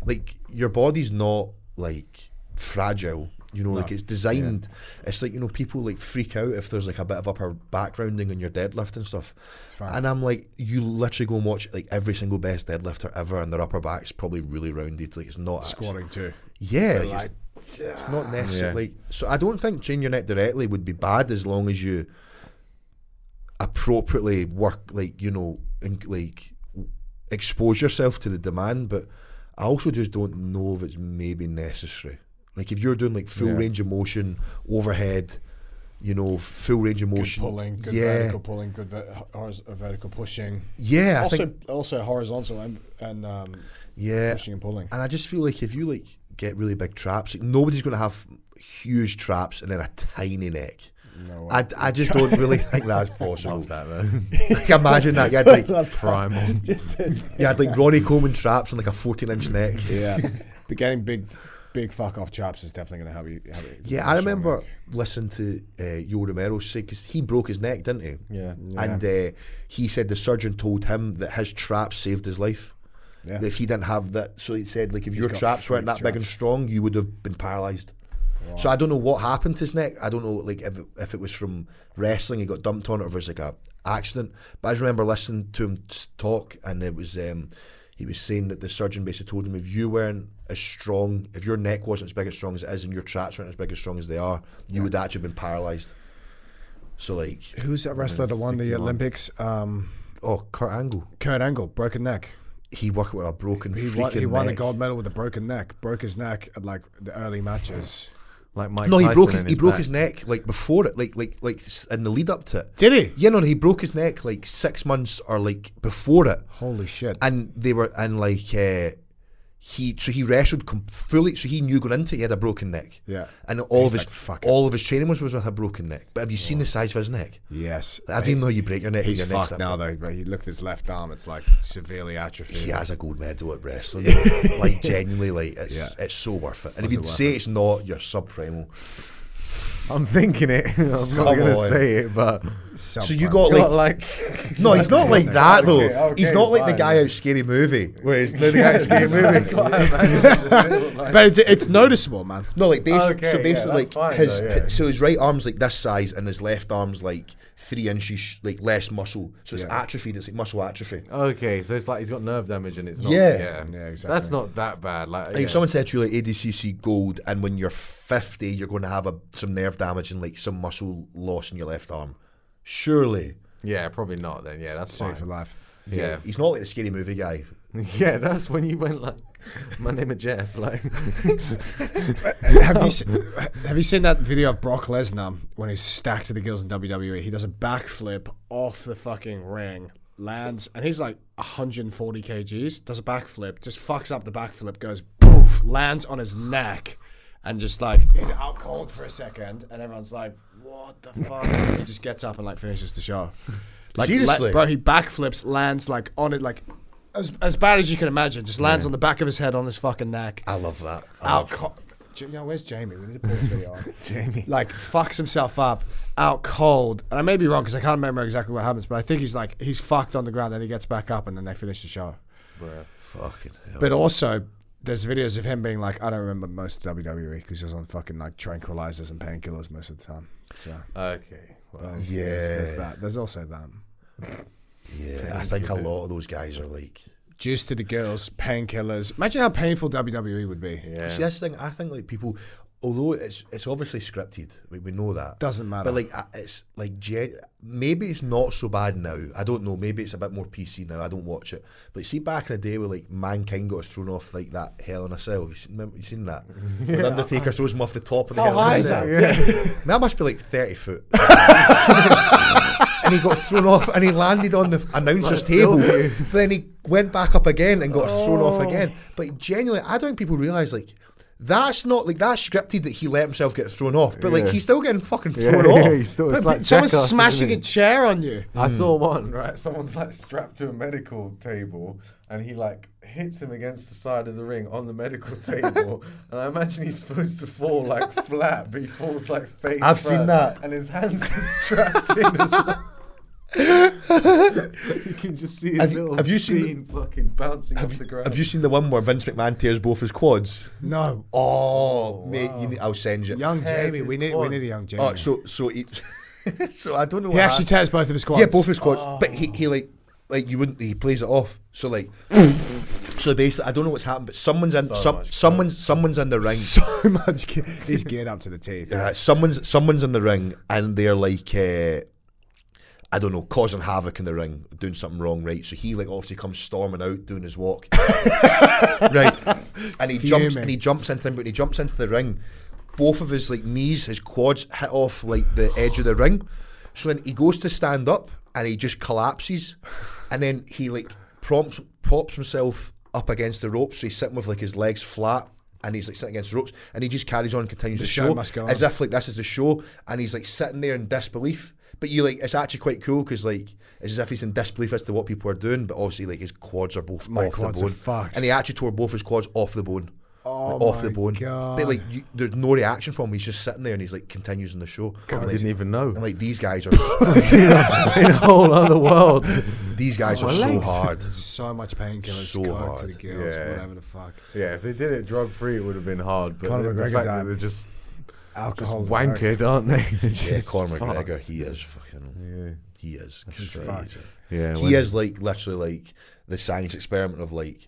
[SPEAKER 2] like your body's not like fragile you know like it's designed it's like you know people like freak out if there's like a bit of upper back rounding on your deadlift and stuff
[SPEAKER 1] fine.
[SPEAKER 2] and I'm like you literally go and watch like every single best deadlifter ever and their upper back's probably really rounded like it's not actually-
[SPEAKER 1] Squatting too.
[SPEAKER 2] yeah, like it's, it's not necessarily. Like, so I don't think changing your neck directly would be bad as long as you appropriately work, like you know, and, like expose yourself to the demand. But I also just don't know if it's maybe necessary. Like if you're doing like full
[SPEAKER 1] Yeah.
[SPEAKER 2] range of motion overhead, you know, full range of motion,
[SPEAKER 1] Pulling, good
[SPEAKER 2] yeah,
[SPEAKER 1] vertical pulling, good ver- horiz- uh, vertical pushing.
[SPEAKER 2] yeah, I
[SPEAKER 1] also,
[SPEAKER 2] think,
[SPEAKER 1] also horizontal and, and um,
[SPEAKER 2] yeah,
[SPEAKER 1] pushing and pulling.
[SPEAKER 2] And I just feel like if you like get really big traps, like nobody's going to have huge traps and then a tiny neck.
[SPEAKER 1] No
[SPEAKER 2] I, I just don't really think that's
[SPEAKER 3] love
[SPEAKER 2] possible.
[SPEAKER 3] that though.
[SPEAKER 2] Like, imagine that you had like
[SPEAKER 3] Primal.
[SPEAKER 2] you had like Ronnie Coleman traps and like a 14 inch neck.
[SPEAKER 1] yeah, but getting big, big fuck off chops is definitely gonna help you. Help you
[SPEAKER 2] Yeah, I remember listening to uh, Yo Romero say because he broke his neck, didn't he?
[SPEAKER 3] Yeah.
[SPEAKER 2] And uh, he said the surgeon told him that his traps saved his life.
[SPEAKER 1] Yeah.
[SPEAKER 2] If he didn't have that, so he said like if your
[SPEAKER 1] got
[SPEAKER 2] traps weren't that
[SPEAKER 1] freak
[SPEAKER 2] big and strong, you would have been paralysed. So I don't know what happened to his neck. I don't know like if it, if it was from wrestling, he got dumped on, or if it was like a accident. But I just remember listening to him s- talk, and it was um, he was saying that the surgeon basically told him if you weren't as strong, if your neck wasn't as big as strong as it is, and your traps weren't as big as strong as they are, you would actually have been paralysed. So like,
[SPEAKER 1] Who's that wrestler that won the Olympics? Um,
[SPEAKER 2] oh, Kurt Angle,
[SPEAKER 1] Kurt Angle, broken neck.
[SPEAKER 2] he worked with a broken
[SPEAKER 1] He
[SPEAKER 2] freaking
[SPEAKER 1] won, he won
[SPEAKER 2] neck.
[SPEAKER 1] a gold medal with a broken neck. Broke his neck at like the early matches.
[SPEAKER 3] Like Mike
[SPEAKER 2] No, he
[SPEAKER 3] Tyson
[SPEAKER 2] broke his,
[SPEAKER 3] and
[SPEAKER 2] he broke
[SPEAKER 3] back.
[SPEAKER 2] his neck like before it, like like like s- in the lead up to it.
[SPEAKER 1] Did he?
[SPEAKER 2] Yeah, no, he broke his neck like six months or like before it,
[SPEAKER 1] Holy shit!
[SPEAKER 2] and they were and like uh, he so he wrestled com- fully, so he knew going into it he had a broken neck.
[SPEAKER 1] Yeah.
[SPEAKER 2] and all of
[SPEAKER 1] He's
[SPEAKER 2] his
[SPEAKER 1] like, "Fuck it."
[SPEAKER 2] all of his training was was with a broken neck. But have you seen the size of his neck?
[SPEAKER 1] yes,
[SPEAKER 2] I didn't know you break your neck.
[SPEAKER 1] he's
[SPEAKER 2] your neck's
[SPEAKER 1] fucked
[SPEAKER 2] that
[SPEAKER 1] now
[SPEAKER 2] big.
[SPEAKER 1] though. But he looked at his left arm; it's like severely atrophied.
[SPEAKER 2] He has a gold medal at wrestling, though. like genuinely, like it's
[SPEAKER 1] Yeah.
[SPEAKER 2] it's so worth it. And if you say it's not, you're subprimal.
[SPEAKER 3] I'm thinking it. I'm not
[SPEAKER 2] Someone.
[SPEAKER 3] gonna say it, but
[SPEAKER 2] So you got like
[SPEAKER 3] got like
[SPEAKER 2] No, he's not like that though.
[SPEAKER 3] Okay, okay,
[SPEAKER 2] he's not like the
[SPEAKER 3] fine.
[SPEAKER 2] guy out scary movie. Whereas now the guy out scary movie.
[SPEAKER 1] but it's, it's noticeable, man.
[SPEAKER 2] No, like basically,
[SPEAKER 3] Okay,
[SPEAKER 2] so
[SPEAKER 3] yeah,
[SPEAKER 2] basically, like
[SPEAKER 3] that's fine
[SPEAKER 2] his,
[SPEAKER 3] though, yeah.
[SPEAKER 2] hi- so his right arm's like this size and his left arm's like three inches sh- like less muscle. So it's atrophied. It's like muscle atrophy.
[SPEAKER 3] Okay, so it's like he's got nerve damage and it's not.
[SPEAKER 2] Yeah.
[SPEAKER 3] Yeah,
[SPEAKER 1] Yeah,
[SPEAKER 3] That's
[SPEAKER 1] exactly.
[SPEAKER 3] not that bad. Like,
[SPEAKER 2] Like
[SPEAKER 3] yeah.
[SPEAKER 2] if someone said to you like ADCC gold, and when you're 50, you're going to have a, some nerve damage and like some muscle loss in your left arm. Surely,
[SPEAKER 3] yeah, probably not. Then yeah, that's
[SPEAKER 1] Save for
[SPEAKER 3] fine.
[SPEAKER 1] life.
[SPEAKER 3] Yeah,
[SPEAKER 2] he's not like the scary movie guy.
[SPEAKER 3] yeah, that's when you went like, my name is Jeff. Like,
[SPEAKER 1] have you se- have you seen that video of Brock Lesnar when he's stacked to the gills in WWE? He does a backflip off the fucking ring, lands, and he's like 140 kgs. Does a backflip, just fucks up the backflip, goes poof, lands on his neck, and just like he's out cold for a second, and everyone's like, "What the fuck?" And he just gets up and like finishes the show. Like, la-
[SPEAKER 2] Seriously?
[SPEAKER 1] bro, he backflips, lands like on it, like as as bad as you can imagine. Just lands on the back of his head on his fucking neck
[SPEAKER 2] I love that. I
[SPEAKER 1] out.
[SPEAKER 2] love-
[SPEAKER 1] Co- J- yeah, where's Jamie? We need to pull this video on. Jamie. Like, fucks himself up, out cold. And I may be wrong because I can't remember exactly what happens, but I think he's like, he's fucked on the ground, then he gets back up, and then they finish the show.
[SPEAKER 2] Fucking hell.
[SPEAKER 1] But also, there's videos of him being like, I don't remember most of WWE because he was on fucking like tranquilizers and painkillers most of the time. So,
[SPEAKER 3] okay, well,
[SPEAKER 2] yeah.
[SPEAKER 1] there's, there's that. There's also that.
[SPEAKER 2] Yeah, I think a lot of those guys are like
[SPEAKER 1] juice to the girls, painkillers. Imagine how painful WWE would be.
[SPEAKER 3] Yeah.
[SPEAKER 2] See, that's the thing. I think like people, although it's it's obviously scripted, we, we know that.
[SPEAKER 1] Doesn't matter.
[SPEAKER 2] But like I- it's like gen- maybe it's not so bad now. I don't know. Maybe it's a bit more PC now. I don't watch it. But see, back in the day, where like mankind got thrown off like that Hell in a Cell. You seen, remember- you seen that? When The Undertaker throws him off the top of the Hell
[SPEAKER 1] high
[SPEAKER 2] in a
[SPEAKER 1] is
[SPEAKER 2] Cell.
[SPEAKER 1] that?
[SPEAKER 2] That must be like thirty foot. and he got thrown off, and he landed on the announcer's table. But then he went back up again and got thrown
[SPEAKER 3] Oh.
[SPEAKER 2] off again. But genuinely, I don't think people realise like that's not like that's scripted that he let himself get thrown off. But like
[SPEAKER 3] Yeah.
[SPEAKER 2] he's still getting fucking
[SPEAKER 3] Yeah,
[SPEAKER 2] thrown
[SPEAKER 3] yeah,
[SPEAKER 2] off.
[SPEAKER 3] he's still- it's
[SPEAKER 1] But
[SPEAKER 3] like
[SPEAKER 1] someone's
[SPEAKER 3] Jackass, isn't
[SPEAKER 1] smashing
[SPEAKER 3] it?
[SPEAKER 1] a chair on you.
[SPEAKER 3] I saw
[SPEAKER 2] Hmm.
[SPEAKER 3] one, right? Someone's like strapped to a medical table and he like hits him against the side of the ring on the medical table. and I imagine he's supposed to fall like flat, but he falls like face.
[SPEAKER 2] I've seen
[SPEAKER 3] first,
[SPEAKER 2] that.
[SPEAKER 3] And his hands are strapped in as well. you can just see his
[SPEAKER 2] Have you-
[SPEAKER 3] little
[SPEAKER 2] have you seen
[SPEAKER 3] bean fucking bouncing off the ground.
[SPEAKER 2] Have you seen the one where Vince McMahon tears both his quads?
[SPEAKER 1] No,
[SPEAKER 2] Oh, mate, you need, I'll send you.
[SPEAKER 1] young
[SPEAKER 3] Tears
[SPEAKER 1] Jamie.
[SPEAKER 3] his
[SPEAKER 1] We need we
[SPEAKER 3] quads.
[SPEAKER 1] need a young Jamie.
[SPEAKER 2] Oh, so so he, so I don't know.
[SPEAKER 1] he
[SPEAKER 2] what
[SPEAKER 1] actually
[SPEAKER 2] I-
[SPEAKER 1] tears both of his quads.
[SPEAKER 2] uh, Yeah, both his quads.
[SPEAKER 3] Oh.
[SPEAKER 2] But he, he like like you wouldn't he plays it off. So like so basically I don't know what's happened, but someone's in
[SPEAKER 3] So
[SPEAKER 2] some
[SPEAKER 3] much
[SPEAKER 2] someone's someone's in the ring.
[SPEAKER 1] So much. Gear. He's geared up to the teeth.
[SPEAKER 2] Uh, someone's someone's in the ring and they're like uh, I don't know, causing havoc in the ring, doing something wrong, right? So he like obviously comes storming out doing his walk. right. And he jumps
[SPEAKER 1] Fuming.
[SPEAKER 2] and he jumps into him, but he jumps into the ring. Both of his like knees, his quads hit off like the edge of the ring. So then he goes to stand up and he just collapses. And then he like prompts props himself up against the ropes. So he's sitting with like his legs flat and he's like sitting against the ropes and he just carries on, continues the,
[SPEAKER 1] show
[SPEAKER 2] show,
[SPEAKER 1] must go on.
[SPEAKER 2] as if like this is the show and he's like sitting there in disbelief but you like it's actually quite cool because like it's as if he's in disbelief as to what people are doing but obviously like his quads are both
[SPEAKER 1] My
[SPEAKER 2] off
[SPEAKER 1] quads are
[SPEAKER 2] the bone
[SPEAKER 1] fucked.
[SPEAKER 2] and he actually tore both his quads off the bone
[SPEAKER 1] Oh
[SPEAKER 2] Like, off the
[SPEAKER 1] my
[SPEAKER 2] bone
[SPEAKER 1] God.
[SPEAKER 2] but like you, there's no reaction from him he's just sitting there and he's like continues in the show
[SPEAKER 3] I
[SPEAKER 2] I'm like,
[SPEAKER 3] didn't even
[SPEAKER 2] I'm
[SPEAKER 3] know.
[SPEAKER 2] like these guys are
[SPEAKER 3] In a whole other world.
[SPEAKER 2] these guys
[SPEAKER 3] Oh,
[SPEAKER 2] are
[SPEAKER 3] my
[SPEAKER 2] so
[SPEAKER 3] legs.
[SPEAKER 2] hard
[SPEAKER 1] So much painkillers.
[SPEAKER 2] So
[SPEAKER 1] coke
[SPEAKER 2] hard.
[SPEAKER 1] to the girls.
[SPEAKER 3] Yeah.
[SPEAKER 1] Whatever the fuck.
[SPEAKER 3] Yeah, if they did it drug free, it would have been hard. But
[SPEAKER 1] Conor
[SPEAKER 3] the
[SPEAKER 1] McGregor
[SPEAKER 3] fact that
[SPEAKER 1] died.
[SPEAKER 3] they're just, just
[SPEAKER 1] Alcohol.
[SPEAKER 3] wankered, aren't they?
[SPEAKER 2] yeah
[SPEAKER 3] Just
[SPEAKER 2] Conor
[SPEAKER 3] fuck.
[SPEAKER 2] McGregor he is fucking
[SPEAKER 3] Yeah.
[SPEAKER 2] he is crazy.
[SPEAKER 1] fucked.
[SPEAKER 3] Yeah,
[SPEAKER 2] he
[SPEAKER 3] when-
[SPEAKER 2] is like literally like the science experiment of like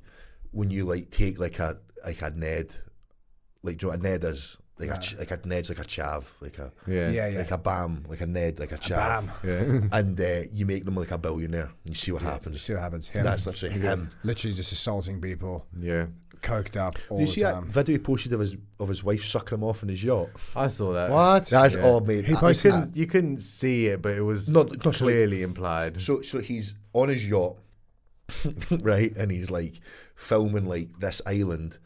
[SPEAKER 2] when you like take like a like a Ned, like do you know what a Ned is like a ch- like a Ned's like a chav like a
[SPEAKER 3] Yeah.
[SPEAKER 1] Yeah, yeah.
[SPEAKER 2] like a bam like a Ned like a chav,
[SPEAKER 1] Bam.
[SPEAKER 3] Yeah.
[SPEAKER 2] and uh, you make them like a billionaire. And you see what
[SPEAKER 1] You
[SPEAKER 2] happens.
[SPEAKER 1] see what happens. Him,
[SPEAKER 2] That's literally him.
[SPEAKER 1] literally just assaulting people,
[SPEAKER 3] Yeah.
[SPEAKER 1] coked up all
[SPEAKER 2] Did you
[SPEAKER 1] the
[SPEAKER 2] see
[SPEAKER 1] time.
[SPEAKER 2] that video he posted of his of his wife sucking him off in his yacht?
[SPEAKER 3] I saw that.
[SPEAKER 1] What?
[SPEAKER 2] That's
[SPEAKER 3] Yeah.
[SPEAKER 2] all mate.
[SPEAKER 1] He
[SPEAKER 2] I-
[SPEAKER 3] You
[SPEAKER 1] posted-
[SPEAKER 2] I-
[SPEAKER 3] couldn't, you couldn't see it, but it was
[SPEAKER 2] No, no, so like-
[SPEAKER 3] clearly implied.
[SPEAKER 2] So so he's on his yacht, right, and he's like filming like this island,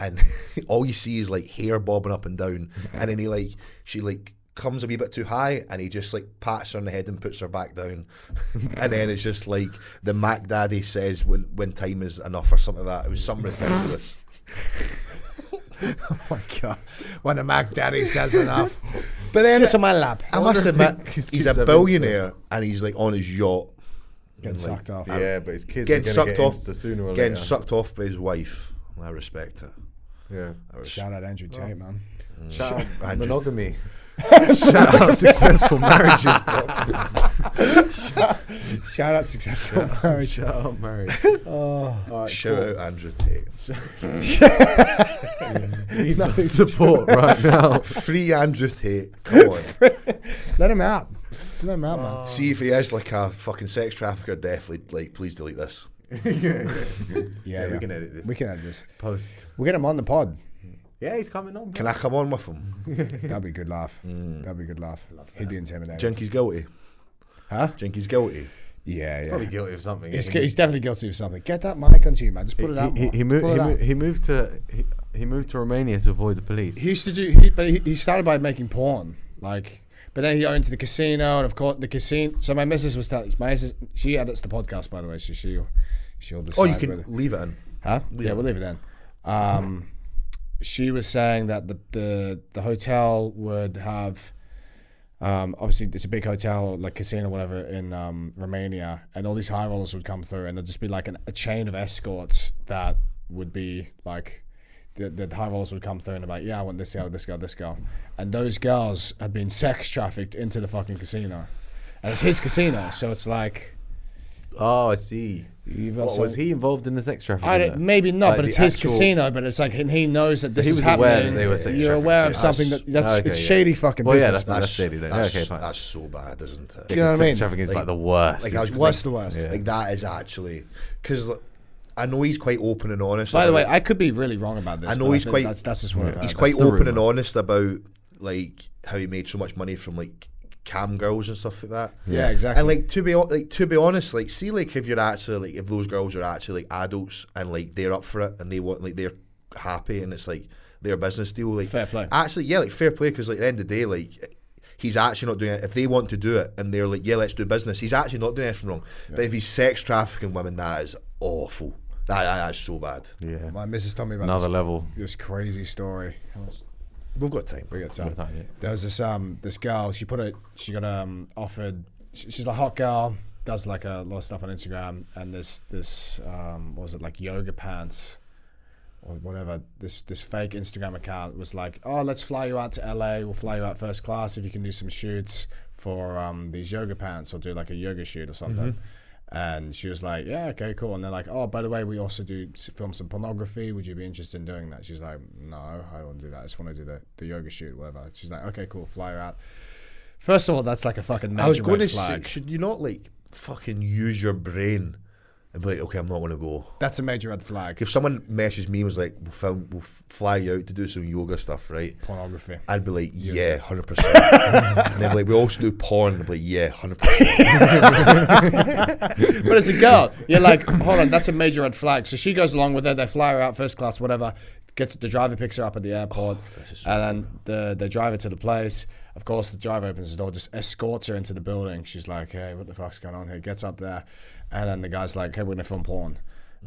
[SPEAKER 2] and all you see is like hair bobbing up and down, and then he like she like comes a wee bit too high, and he just like pats her on the head and puts her back down, and then it's just like the Mac Daddy says when when time is enough or something like that. It was something ridiculous.
[SPEAKER 1] oh my god! When a Mac Daddy says enough,
[SPEAKER 2] But then
[SPEAKER 1] sit on my lap.
[SPEAKER 2] I must admit, he's
[SPEAKER 3] his kids
[SPEAKER 2] a
[SPEAKER 3] have
[SPEAKER 2] billionaire, and he's like on his yacht,
[SPEAKER 1] Getting sucked off.
[SPEAKER 3] yeah, but his kids
[SPEAKER 2] getting
[SPEAKER 3] are
[SPEAKER 2] sucked
[SPEAKER 3] gonna get
[SPEAKER 2] off,
[SPEAKER 3] insta sooner or
[SPEAKER 2] getting
[SPEAKER 3] later.
[SPEAKER 2] sucked off by his wife. I respect it.
[SPEAKER 3] yeah.
[SPEAKER 2] I respect
[SPEAKER 1] Shout out Andrew Tate, man.
[SPEAKER 3] Shout out
[SPEAKER 2] I just-
[SPEAKER 3] monogamy. Shout out successful marriages. bro.
[SPEAKER 1] Shout out successful marriage.
[SPEAKER 3] Shout out marriage. All right,
[SPEAKER 2] Shout
[SPEAKER 3] cool.
[SPEAKER 2] out Andrew Tate.
[SPEAKER 3] Needs our support right now.
[SPEAKER 2] Free Andrew Tate. Come on.
[SPEAKER 1] Let him out. Just let him out, man.
[SPEAKER 2] See if he is like a fucking sex trafficker, definitely like please delete this.
[SPEAKER 1] Yeah,
[SPEAKER 3] yeah, we can edit this.
[SPEAKER 1] We can edit this.
[SPEAKER 3] Post.
[SPEAKER 1] We'll get him on the pod.
[SPEAKER 3] Yeah, he's coming on.
[SPEAKER 2] Can I come on with him?
[SPEAKER 1] That'd be a good laugh.
[SPEAKER 3] Mm.
[SPEAKER 1] That'd be a good laugh. He'd be intimidated.
[SPEAKER 2] Jinky's guilty.
[SPEAKER 1] huh?
[SPEAKER 2] Jinky's guilty.
[SPEAKER 1] Yeah, yeah.
[SPEAKER 3] Probably guilty of something.
[SPEAKER 1] He's,
[SPEAKER 3] He-
[SPEAKER 1] gu- he's definitely guilty of something. Get that mic onto you, man. Just put it
[SPEAKER 3] he,
[SPEAKER 1] out.
[SPEAKER 3] he, he,
[SPEAKER 1] more.
[SPEAKER 3] moved,
[SPEAKER 1] Pull
[SPEAKER 3] he,
[SPEAKER 1] it
[SPEAKER 3] mo-
[SPEAKER 1] out.
[SPEAKER 3] he moved to he, he moved to Romania to avoid the police.
[SPEAKER 1] He used to do, he, but he, he started by making porn, like. But then he got into the casino, and of course the casino. So my missus was telling my missus, she edits the podcast, by the way. So she, she'll decide.
[SPEAKER 2] Oh, you can
[SPEAKER 1] whether-
[SPEAKER 2] leave it in.
[SPEAKER 1] huh?
[SPEAKER 2] it
[SPEAKER 1] yeah, we'll leave it in. Um, she was saying that the the, the hotel would have. Um, obviously, it's a big hotel, like casino, whatever, in um, Romania, and all these high rollers would come through, and there'd just be like an, a chain of escorts that would be like the, the high rollers would come through and be like, "Yeah, I want this girl, this girl, this girl," and those girls had been sex trafficked into the fucking casino, and it's his casino, so it's like
[SPEAKER 3] Oh, I see.
[SPEAKER 1] You've
[SPEAKER 3] What,
[SPEAKER 1] also-
[SPEAKER 3] was he involved in the sex trafficking?
[SPEAKER 1] I
[SPEAKER 3] though?
[SPEAKER 1] don't, maybe not,
[SPEAKER 3] Like,
[SPEAKER 1] but
[SPEAKER 3] the
[SPEAKER 1] it's his
[SPEAKER 3] actual-
[SPEAKER 1] casino. But it's like and he knows that this
[SPEAKER 3] he
[SPEAKER 1] is
[SPEAKER 3] was aware that
[SPEAKER 1] happening.
[SPEAKER 3] they were sex
[SPEAKER 1] You're aware of
[SPEAKER 3] traffickers.
[SPEAKER 1] something
[SPEAKER 2] That's-
[SPEAKER 1] that that's
[SPEAKER 3] Okay,
[SPEAKER 1] it's
[SPEAKER 3] yeah.
[SPEAKER 1] shady fucking
[SPEAKER 3] Well, yeah,
[SPEAKER 1] business.
[SPEAKER 3] that's- shady then.
[SPEAKER 2] That's,
[SPEAKER 3] Okay, fine.
[SPEAKER 2] that's so bad, isn't it?
[SPEAKER 1] you know what I
[SPEAKER 3] sex
[SPEAKER 1] mean?
[SPEAKER 3] trafficking is like,
[SPEAKER 2] Like-
[SPEAKER 3] the worst.
[SPEAKER 2] Like, I
[SPEAKER 3] It's-
[SPEAKER 2] was
[SPEAKER 1] worst of the worst.
[SPEAKER 3] Yeah.
[SPEAKER 2] Like that is actually because I know he's quite open and honest.
[SPEAKER 1] By the
[SPEAKER 2] about-
[SPEAKER 1] way, I could be really wrong about this.
[SPEAKER 2] I know
[SPEAKER 1] but
[SPEAKER 2] he's
[SPEAKER 1] think
[SPEAKER 2] quite-
[SPEAKER 1] That's, that's just what I've
[SPEAKER 2] he's
[SPEAKER 1] heard.
[SPEAKER 2] quite
[SPEAKER 3] the
[SPEAKER 2] open
[SPEAKER 3] rumour.
[SPEAKER 2] and honest about like how he made so much money from like cam girls and stuff like that.
[SPEAKER 1] Yeah, exactly.
[SPEAKER 2] And like to be hon- like to be honest, like see like if you're actually like if those girls are actually like adults and like they're up for it and they want like they're happy and it's like their business deal. Like
[SPEAKER 1] Fair play.
[SPEAKER 2] Actually, yeah, like fair play because like at the end of the day, like. He's actually not doing it. If they want to do it and they're like, yeah, let's do business, he's actually not doing anything wrong. But if he's sex trafficking women, that is awful. That, that is so bad.
[SPEAKER 3] yeah.
[SPEAKER 1] My missus told me about
[SPEAKER 3] Another
[SPEAKER 1] this,
[SPEAKER 3] level.
[SPEAKER 1] this crazy story.
[SPEAKER 2] We've got time.
[SPEAKER 1] We got time.
[SPEAKER 3] time, yeah.
[SPEAKER 1] There was this um this girl. She put it. She got um offered. sh- She's a hot girl. Does like a lot of stuff on Instagram. And this this um what was it like yoga pants or whatever. This this fake Instagram account was like, oh, let's fly you out to LA. We'll fly you out first class if you can do some shoots for um these yoga pants or do like a yoga shoot or something.
[SPEAKER 2] Mm-hmm.
[SPEAKER 1] And she was like, "Yeah, okay, cool." And they're like, "Oh, by the way, we also do s- film some pornography. Would you be interested in doing that?" She's like, "No, I don't want to do that. I just want to do the, the yoga shoot, whatever." She's like, "Okay, cool. Fly her out." First of all, that's like a fucking major
[SPEAKER 2] I was going to
[SPEAKER 1] red
[SPEAKER 2] say,
[SPEAKER 1] flag.
[SPEAKER 2] should you not like fucking use your brain and be like, okay, I'm not going to go.
[SPEAKER 1] that's a major red flag.
[SPEAKER 2] If someone messaged me and was like, we'll film, we'll f- fly you out to do some yoga stuff, right?
[SPEAKER 1] Pornography.
[SPEAKER 2] I'd be like, yeah, hundred percent. And they'd be like, we also do porn. I'd be like, yeah, hundred percent.
[SPEAKER 1] but it's a girl. You're like, hold on, that's a major red flag. So she goes along with it. They fly her out first class, whatever. Gets the driver picks her up at the airport, and then the they drive her to the place. Of course, the driver opens the door, just escorts her into the building. She's like, hey, what the fuck's going on here? Gets up there, and then the guy's like, hey, we're gonna film porn.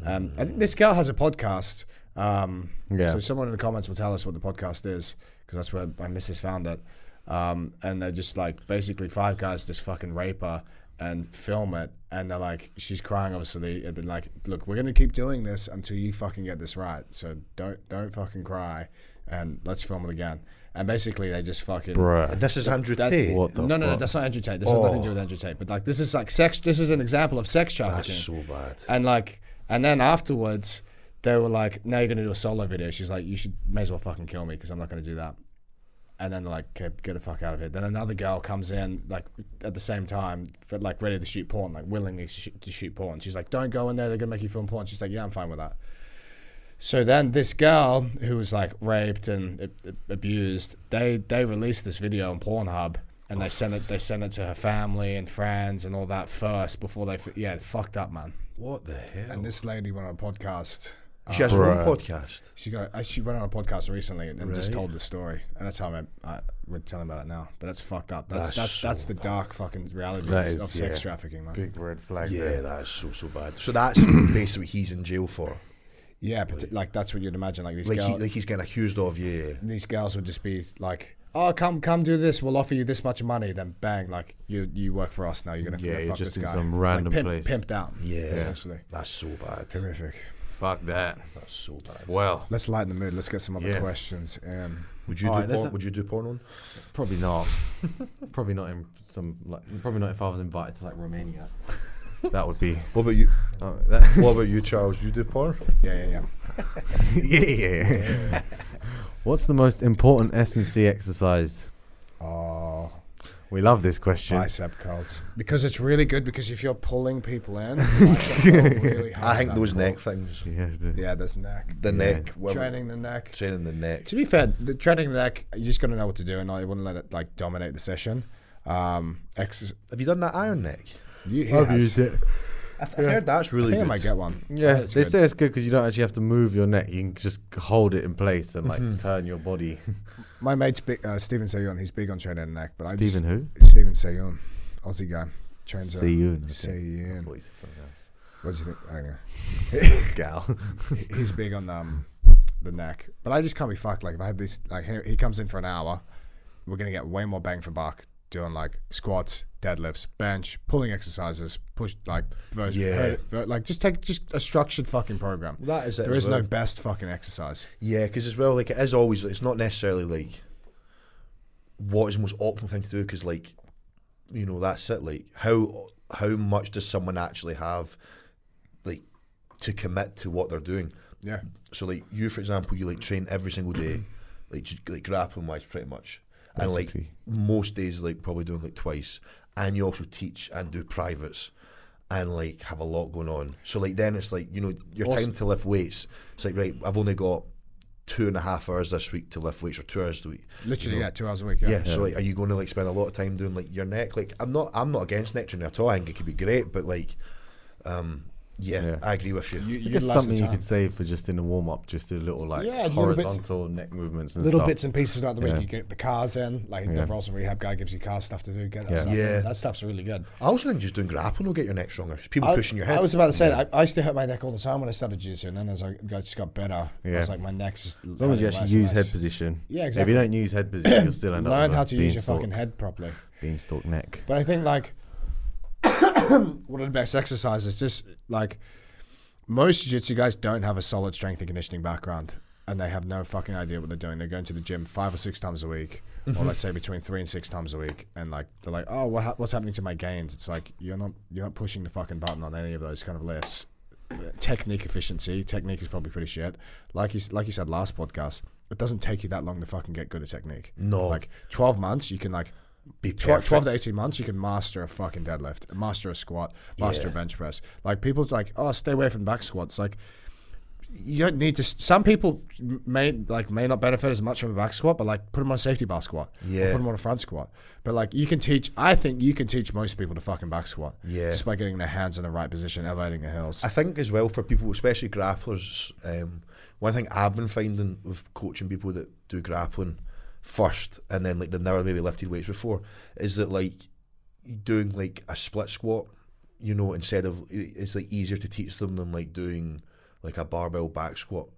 [SPEAKER 1] Um, I think this girl has a podcast. Um,
[SPEAKER 3] Yeah.
[SPEAKER 1] So someone in the comments will tell us what the podcast is because that's where my missus found it. Um, and they're just like basically five guys just fucking rape her and film it. And they're like, she's crying obviously. It'd be like, look, we're gonna keep doing this until you fucking get this right. So don't don't fucking cry, and let's film it again. And basically, they just fucking
[SPEAKER 3] Bruh.
[SPEAKER 2] This is Andrew
[SPEAKER 1] That-
[SPEAKER 2] Tate.
[SPEAKER 3] What the
[SPEAKER 1] no, no, no,
[SPEAKER 3] fuck? Oh.
[SPEAKER 1] that's not Andrew Tate. This has nothing to do with Andrew Tate. But like, this is like sex. This is an example of sex trafficking.
[SPEAKER 2] That's so bad.
[SPEAKER 1] And like, and then afterwards, they were like, "Now you're gonna do a solo video." She's like, "You should may as well fucking kill me because I'm not gonna do that." And then they're like, okay, "Get the fuck out of here." Then another girl comes in, like at the same time, for, like ready to shoot porn, like willingly sh- to shoot porn. She's like, "Don't go in there. They're gonna make you film porn." She's like, "Yeah, I'm fine with that." So then this girl who was like raped and a- a- abused, they they released this video on Pornhub and they sent it they sent it to her family and friends and all that first before they f- yeah fucked up man.
[SPEAKER 2] What the hell?
[SPEAKER 1] And this lady went on a podcast.
[SPEAKER 2] she has her own
[SPEAKER 3] Bruh.
[SPEAKER 2] podcast.
[SPEAKER 1] She got uh, she went on a podcast recently and, and just told the story, and that's how I, I we're telling about it now. But that's fucked up. That's that's
[SPEAKER 2] That's
[SPEAKER 1] that's,
[SPEAKER 2] so
[SPEAKER 1] the dark fucking reality
[SPEAKER 3] That
[SPEAKER 1] of,
[SPEAKER 3] is,
[SPEAKER 1] of sex
[SPEAKER 3] yeah.
[SPEAKER 1] trafficking, man.
[SPEAKER 3] Big red flag.
[SPEAKER 2] Yeah, that is so so bad. So that's basically what he's in jail for.
[SPEAKER 1] Yeah, but like that's what you'd imagine. Like these
[SPEAKER 2] Like, he,
[SPEAKER 1] girls,
[SPEAKER 2] like he's getting accused of. Yeah.
[SPEAKER 1] these girls would just be like, "Oh, come come do this. We'll offer you this much money." Then bang, like you you work for us now. You're gonna
[SPEAKER 3] Yeah,
[SPEAKER 1] fuck
[SPEAKER 3] you're just
[SPEAKER 1] this
[SPEAKER 3] in
[SPEAKER 1] guy.
[SPEAKER 3] some
[SPEAKER 1] Like,
[SPEAKER 3] random
[SPEAKER 1] pimp-
[SPEAKER 3] place.
[SPEAKER 1] pimped out.
[SPEAKER 2] Yeah.
[SPEAKER 1] essentially
[SPEAKER 2] That's so bad.
[SPEAKER 1] horrific.
[SPEAKER 3] Fuck that.
[SPEAKER 2] That's so bad.
[SPEAKER 3] Well,
[SPEAKER 1] Let's lighten the mood. Let's get some other
[SPEAKER 3] Yeah.
[SPEAKER 1] questions. Um,
[SPEAKER 2] Would you do
[SPEAKER 3] Alright, let's-
[SPEAKER 2] porn? Would you do porn on?
[SPEAKER 3] probably not. probably not in some like. Probably not if I was invited to like Romania. that would be.
[SPEAKER 2] What about you?
[SPEAKER 3] oh, that-
[SPEAKER 2] What about you, Charles? You do porn?
[SPEAKER 1] yeah, yeah, yeah.
[SPEAKER 3] yeah, yeah, yeah. What's the most important S and C exercise?
[SPEAKER 1] Oh.
[SPEAKER 3] We love this question.
[SPEAKER 1] Bicep curls because it's really good. Because if you're pulling people in, bicep curl really
[SPEAKER 2] I
[SPEAKER 1] helps
[SPEAKER 2] think
[SPEAKER 1] that
[SPEAKER 2] those
[SPEAKER 1] pull.
[SPEAKER 2] neck things.
[SPEAKER 3] Yeah, the-
[SPEAKER 1] Yeah, that's neck.
[SPEAKER 2] The neck. whatever-
[SPEAKER 1] Training the neck.
[SPEAKER 2] Training the neck.
[SPEAKER 1] To be fair, the training the neck, you just gotta know what to do, and I wouldn't let it like dominate the session. Um, ex-
[SPEAKER 2] Have you done that iron neck?
[SPEAKER 1] you, he
[SPEAKER 3] I've
[SPEAKER 1] has.
[SPEAKER 3] used it.
[SPEAKER 2] I've heard that's
[SPEAKER 1] I
[SPEAKER 2] really
[SPEAKER 1] think I
[SPEAKER 2] good.
[SPEAKER 1] might get one.
[SPEAKER 3] Yeah,
[SPEAKER 1] That's
[SPEAKER 3] they
[SPEAKER 1] good.
[SPEAKER 3] say it's good because you don't actually have to move your neck. You can just hold it in place and like
[SPEAKER 1] Mm-hmm.
[SPEAKER 3] turn your body.
[SPEAKER 1] my mate's big, uh, Stephen Sayun. He's big on training the neck, but
[SPEAKER 3] Stephen, who?
[SPEAKER 1] I just, Stephen Sayun, Aussie guy, trains. uh,
[SPEAKER 3] See you.
[SPEAKER 1] Sayun. What do you think? Anyway.
[SPEAKER 3] Gal.
[SPEAKER 1] he- he's big on um the neck. But I just can't be fucked. Like if I have this, like he, he comes in for an hour, we're gonna get way more bang for buck doing like squats, deadlifts, bench, pulling exercises, push like ver-
[SPEAKER 2] Yeah.
[SPEAKER 1] ver- ver- like just take just a structured fucking program.
[SPEAKER 2] That is it.
[SPEAKER 1] there
[SPEAKER 2] as
[SPEAKER 1] is
[SPEAKER 2] well.
[SPEAKER 1] no best fucking exercise.
[SPEAKER 2] Yeah, because as well, like it is always. It's not necessarily like what is the most optimal thing to do. Because like, you know, that's it. Like how how much does someone actually have, like, to commit to what they're doing?
[SPEAKER 1] Yeah.
[SPEAKER 2] So like you, for example, you like train every single day, like j- like grappling wise, pretty much, and like
[SPEAKER 3] Basically.
[SPEAKER 2] most days, like probably doing like twice, and you also teach and do privates, and like have a lot going on. So like then it's like you know your time to lift weights. It's like right, I've only got two and a half hours this week to lift weights, or two hours a week.
[SPEAKER 1] Literally,
[SPEAKER 2] you know?
[SPEAKER 1] yeah, two hours a week.
[SPEAKER 2] Yeah, so like, are you going to like spend a lot of time doing like your neck? Like, I'm not, I'm not against neck training at all. I think it could be great, but like, um, yeah,
[SPEAKER 3] Yeah.
[SPEAKER 2] I agree with you.
[SPEAKER 1] You,
[SPEAKER 3] I
[SPEAKER 1] you
[SPEAKER 3] guess
[SPEAKER 1] last
[SPEAKER 3] something you
[SPEAKER 1] time.
[SPEAKER 3] could save for just in the warm up, just do a little like
[SPEAKER 1] Yeah, little bits-
[SPEAKER 3] horizontal neck movements and
[SPEAKER 1] little
[SPEAKER 3] stuff.
[SPEAKER 1] bits and pieces throughout the week.
[SPEAKER 3] Yeah.
[SPEAKER 1] You get the cars in, like
[SPEAKER 3] Yeah.
[SPEAKER 1] the Rolls and Rehab guy gives you car stuff to do. Get that
[SPEAKER 3] Yeah.
[SPEAKER 1] stuff. in.
[SPEAKER 2] Yeah.
[SPEAKER 1] that stuff's really good.
[SPEAKER 2] I also think just doing grappling will get your neck stronger. 'cause people
[SPEAKER 1] I,
[SPEAKER 2] pushing your head.
[SPEAKER 1] I was about to say, that I, I used to hurt my neck all the time when I started jiu-jitsu, and then as I got, just got better, I
[SPEAKER 3] Yeah.
[SPEAKER 1] was like, my neck's just
[SPEAKER 3] As long as you actually use head position.
[SPEAKER 1] Yeah,
[SPEAKER 3] If
[SPEAKER 1] exactly.
[SPEAKER 3] you don't use head position, you'll still end up
[SPEAKER 1] Learn
[SPEAKER 3] with a
[SPEAKER 1] how to use your
[SPEAKER 3] beanstalk-
[SPEAKER 1] fucking head properly.
[SPEAKER 3] beanstalk neck.
[SPEAKER 1] But I think like one of the best exercises, just like most jiu-jitsu guys don't have a solid strength and conditioning background, and they have no fucking idea what they're doing. They're going to the gym five or six times a week, or let's say between three and six times a week, and like they're like, oh, what ha- what's happening to my gains? It's like you're not you're not pushing the fucking button on any of those kind of lifts. Technique efficiency, technique is probably pretty shit. Like you s- like you said last podcast, it doesn't take you that long to fucking get good at technique.
[SPEAKER 2] No.
[SPEAKER 1] like twelve months, you can like
[SPEAKER 2] be
[SPEAKER 1] Tw- 12 to
[SPEAKER 2] perfect.
[SPEAKER 1] 18 months, you can master a fucking deadlift, master a squat, master a
[SPEAKER 2] Yeah.
[SPEAKER 1] bench press. Like, people's like, oh, stay away from back squats. Like, you don't need to. s- Some people m- may like may not benefit as much from a back squat, but like put them on a safety bar squat. or
[SPEAKER 2] Yeah.
[SPEAKER 1] put them on a front squat. But like you can teach. I think you can teach most people to fucking back squat.
[SPEAKER 2] Yeah.
[SPEAKER 1] Just by getting their hands in the right position, elevating their heels.
[SPEAKER 2] I think as well for people, especially grapplers, um, one thing I've been finding with coaching people that do grappling first and then like they've never maybe lifted weights before is that like doing like a split squat, you know, instead of it's like easier to teach them than like doing like a barbell back squat. Do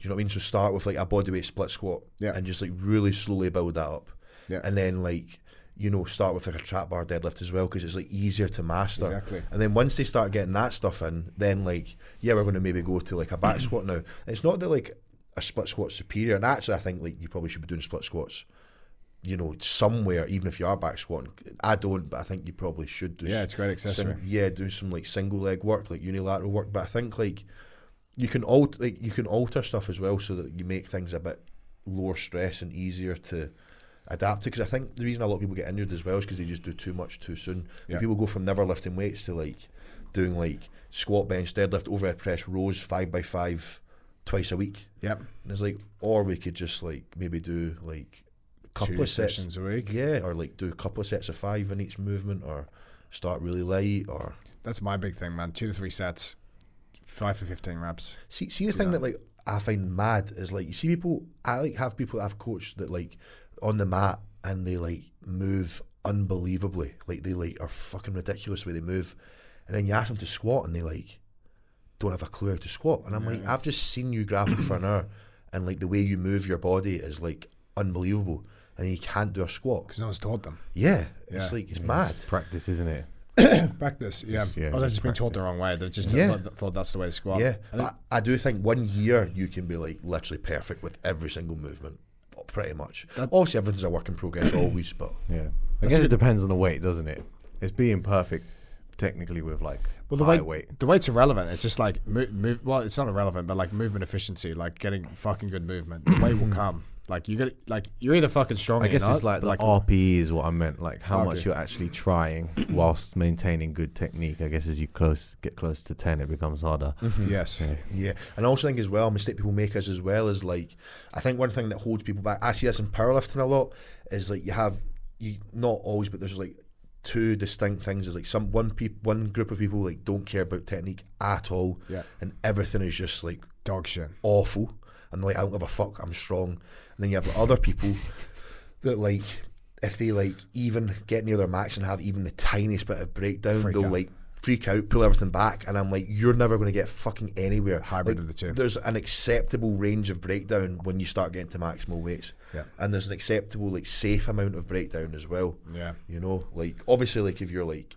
[SPEAKER 2] you know what I mean? So start with like a bodyweight split squat
[SPEAKER 1] Yeah.
[SPEAKER 2] and just like really slowly build that up.
[SPEAKER 1] Yeah.
[SPEAKER 2] And then like you know start with like a trap bar deadlift as well because it's like easier to master.
[SPEAKER 1] Exactly.
[SPEAKER 2] And then once they start getting that stuff in, then like, yeah, we're going to maybe go to like a back squat now. It's not that like a split squat's superior. And actually, I think like you probably should be doing split squats, you know, somewhere, even if you are back squatting. I don't, but I think you probably should do.
[SPEAKER 1] Yeah,
[SPEAKER 2] s-
[SPEAKER 1] it's a great accessory.
[SPEAKER 2] some- yeah, do some like single leg work, like unilateral work. But I think like you can alter, like you can alter stuff as well so that you make things a bit lower stress and easier to adapt to. Because I think the reason a lot of people get injured as well is because they just do too much too soon.
[SPEAKER 1] Yeah.
[SPEAKER 2] Like people go from never lifting weights to like doing like squat, bench, deadlift, overhead press, rows, five by five, twice a week.
[SPEAKER 1] yep.
[SPEAKER 2] And it's like, or we could just like maybe do like a couple
[SPEAKER 1] Two
[SPEAKER 2] of sets.
[SPEAKER 1] sessions a week.
[SPEAKER 2] Yeah, or like do a couple of sets of five in each movement, or start really light, or
[SPEAKER 1] That's my big thing, man. Two to three sets, five to 15 reps.
[SPEAKER 2] see see the thing that like I find mad is like you see people I like have people that I've coached that like on the mat and they like move unbelievably, like they like are fucking ridiculous the way they move, and then you ask them to squat and they like don't have a clue how to squat, and I'm like I've just seen you grapple for an hour, and like the way you move your body is like unbelievable, and you can't do a squat.
[SPEAKER 1] Because no one's taught them.
[SPEAKER 2] Yeah,
[SPEAKER 1] Yeah.
[SPEAKER 2] it's like it's mad.
[SPEAKER 3] It's practice, isn't it?
[SPEAKER 1] Practice, yeah.
[SPEAKER 3] yeah,
[SPEAKER 1] oh, they've just been taught
[SPEAKER 3] practice.
[SPEAKER 1] the wrong way. They've just
[SPEAKER 2] Yeah.
[SPEAKER 1] thought, thought that's the way to squat.
[SPEAKER 2] Yeah,
[SPEAKER 1] I think-
[SPEAKER 2] I, I do think one year you can be like literally perfect with every single movement, pretty much. Obviously, everything's a work in progress always, but
[SPEAKER 3] Yeah. I guess it depends on the weight, doesn't it? It's being perfect technically with like
[SPEAKER 1] well, the
[SPEAKER 3] high
[SPEAKER 1] way
[SPEAKER 3] weight.
[SPEAKER 1] the weight's irrelevant. It's just like move, move. Well, it's not irrelevant, but like movement efficiency, like getting fucking good movement. The weight will come. Like you got like you're either fucking strong.
[SPEAKER 3] I
[SPEAKER 1] or you're
[SPEAKER 3] guess it's
[SPEAKER 1] not,
[SPEAKER 3] like
[SPEAKER 1] but,
[SPEAKER 3] the RPE is what I meant, like how
[SPEAKER 1] RPE.
[SPEAKER 3] much you're actually trying whilst maintaining good technique. I guess as you close get close to ten, it becomes harder.
[SPEAKER 1] oh, yes,
[SPEAKER 2] yeah. And I also think as well, a mistake people make is as well is like, I think one thing that holds people back. I see this in powerlifting a lot is like you have you not always, but there's like two distinct things. Is like some one peop, one group of people like don't care about technique at all,
[SPEAKER 1] Yeah.
[SPEAKER 2] and everything is just like
[SPEAKER 1] dog shit.
[SPEAKER 2] awful. And like, I don't give a fuck, I'm strong. And then you have like, other people that like, if they like even get near their max and have even the tiniest bit of breakdown,
[SPEAKER 1] Freak
[SPEAKER 2] they'll
[SPEAKER 1] out.
[SPEAKER 2] like freak out, pull everything back. And I'm like, you're never going to get fucking anywhere.
[SPEAKER 1] Hybrid
[SPEAKER 2] Like,
[SPEAKER 1] of the two.
[SPEAKER 2] There's an acceptable range of breakdown when you start getting to maximal weights.
[SPEAKER 1] Yeah.
[SPEAKER 2] And there's an acceptable, like, safe amount of breakdown as well.
[SPEAKER 1] Yeah.
[SPEAKER 2] You know, like obviously, like if you're like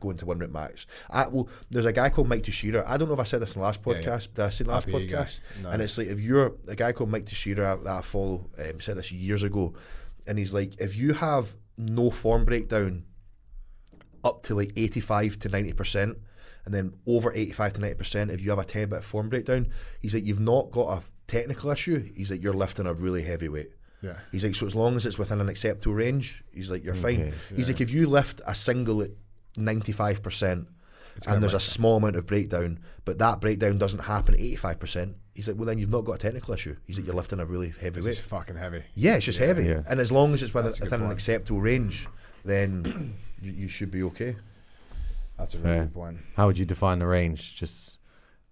[SPEAKER 2] going to one rep max, I well, there's a guy called Mike Teixeira. I don't know if I said this in the last
[SPEAKER 1] Yeah, yeah.
[SPEAKER 2] podcast, but I said last
[SPEAKER 1] Happy you
[SPEAKER 2] podcast,
[SPEAKER 1] guys. No.
[SPEAKER 2] and it's like if you're a guy called Mike Teixeira that I follow um, said this years ago, and he's like, if you have no form breakdown up to like 85 to 90%. And then over 85 to 90%, if you have a 10 bit form breakdown, he's like, you've not got a technical issue. He's like, you're lifting a really heavy weight.
[SPEAKER 1] Yeah.
[SPEAKER 2] He's like, so as long as it's within an acceptable range, he's like, you're fine. He's like, if you lift a single at 95%, and there's a small amount of breakdown, but that breakdown doesn't happen at 85%. He's like, well, then you've not got a technical issue. He's like, you're lifting a really heavy weight.
[SPEAKER 1] It's fucking heavy.
[SPEAKER 2] Yeah, it's just heavy.
[SPEAKER 3] Yeah.
[SPEAKER 2] And as long as it's within, within an acceptable range, then you, you should be okay.
[SPEAKER 1] That's a really
[SPEAKER 3] Fair.
[SPEAKER 1] good point.
[SPEAKER 3] How would you define the range? Just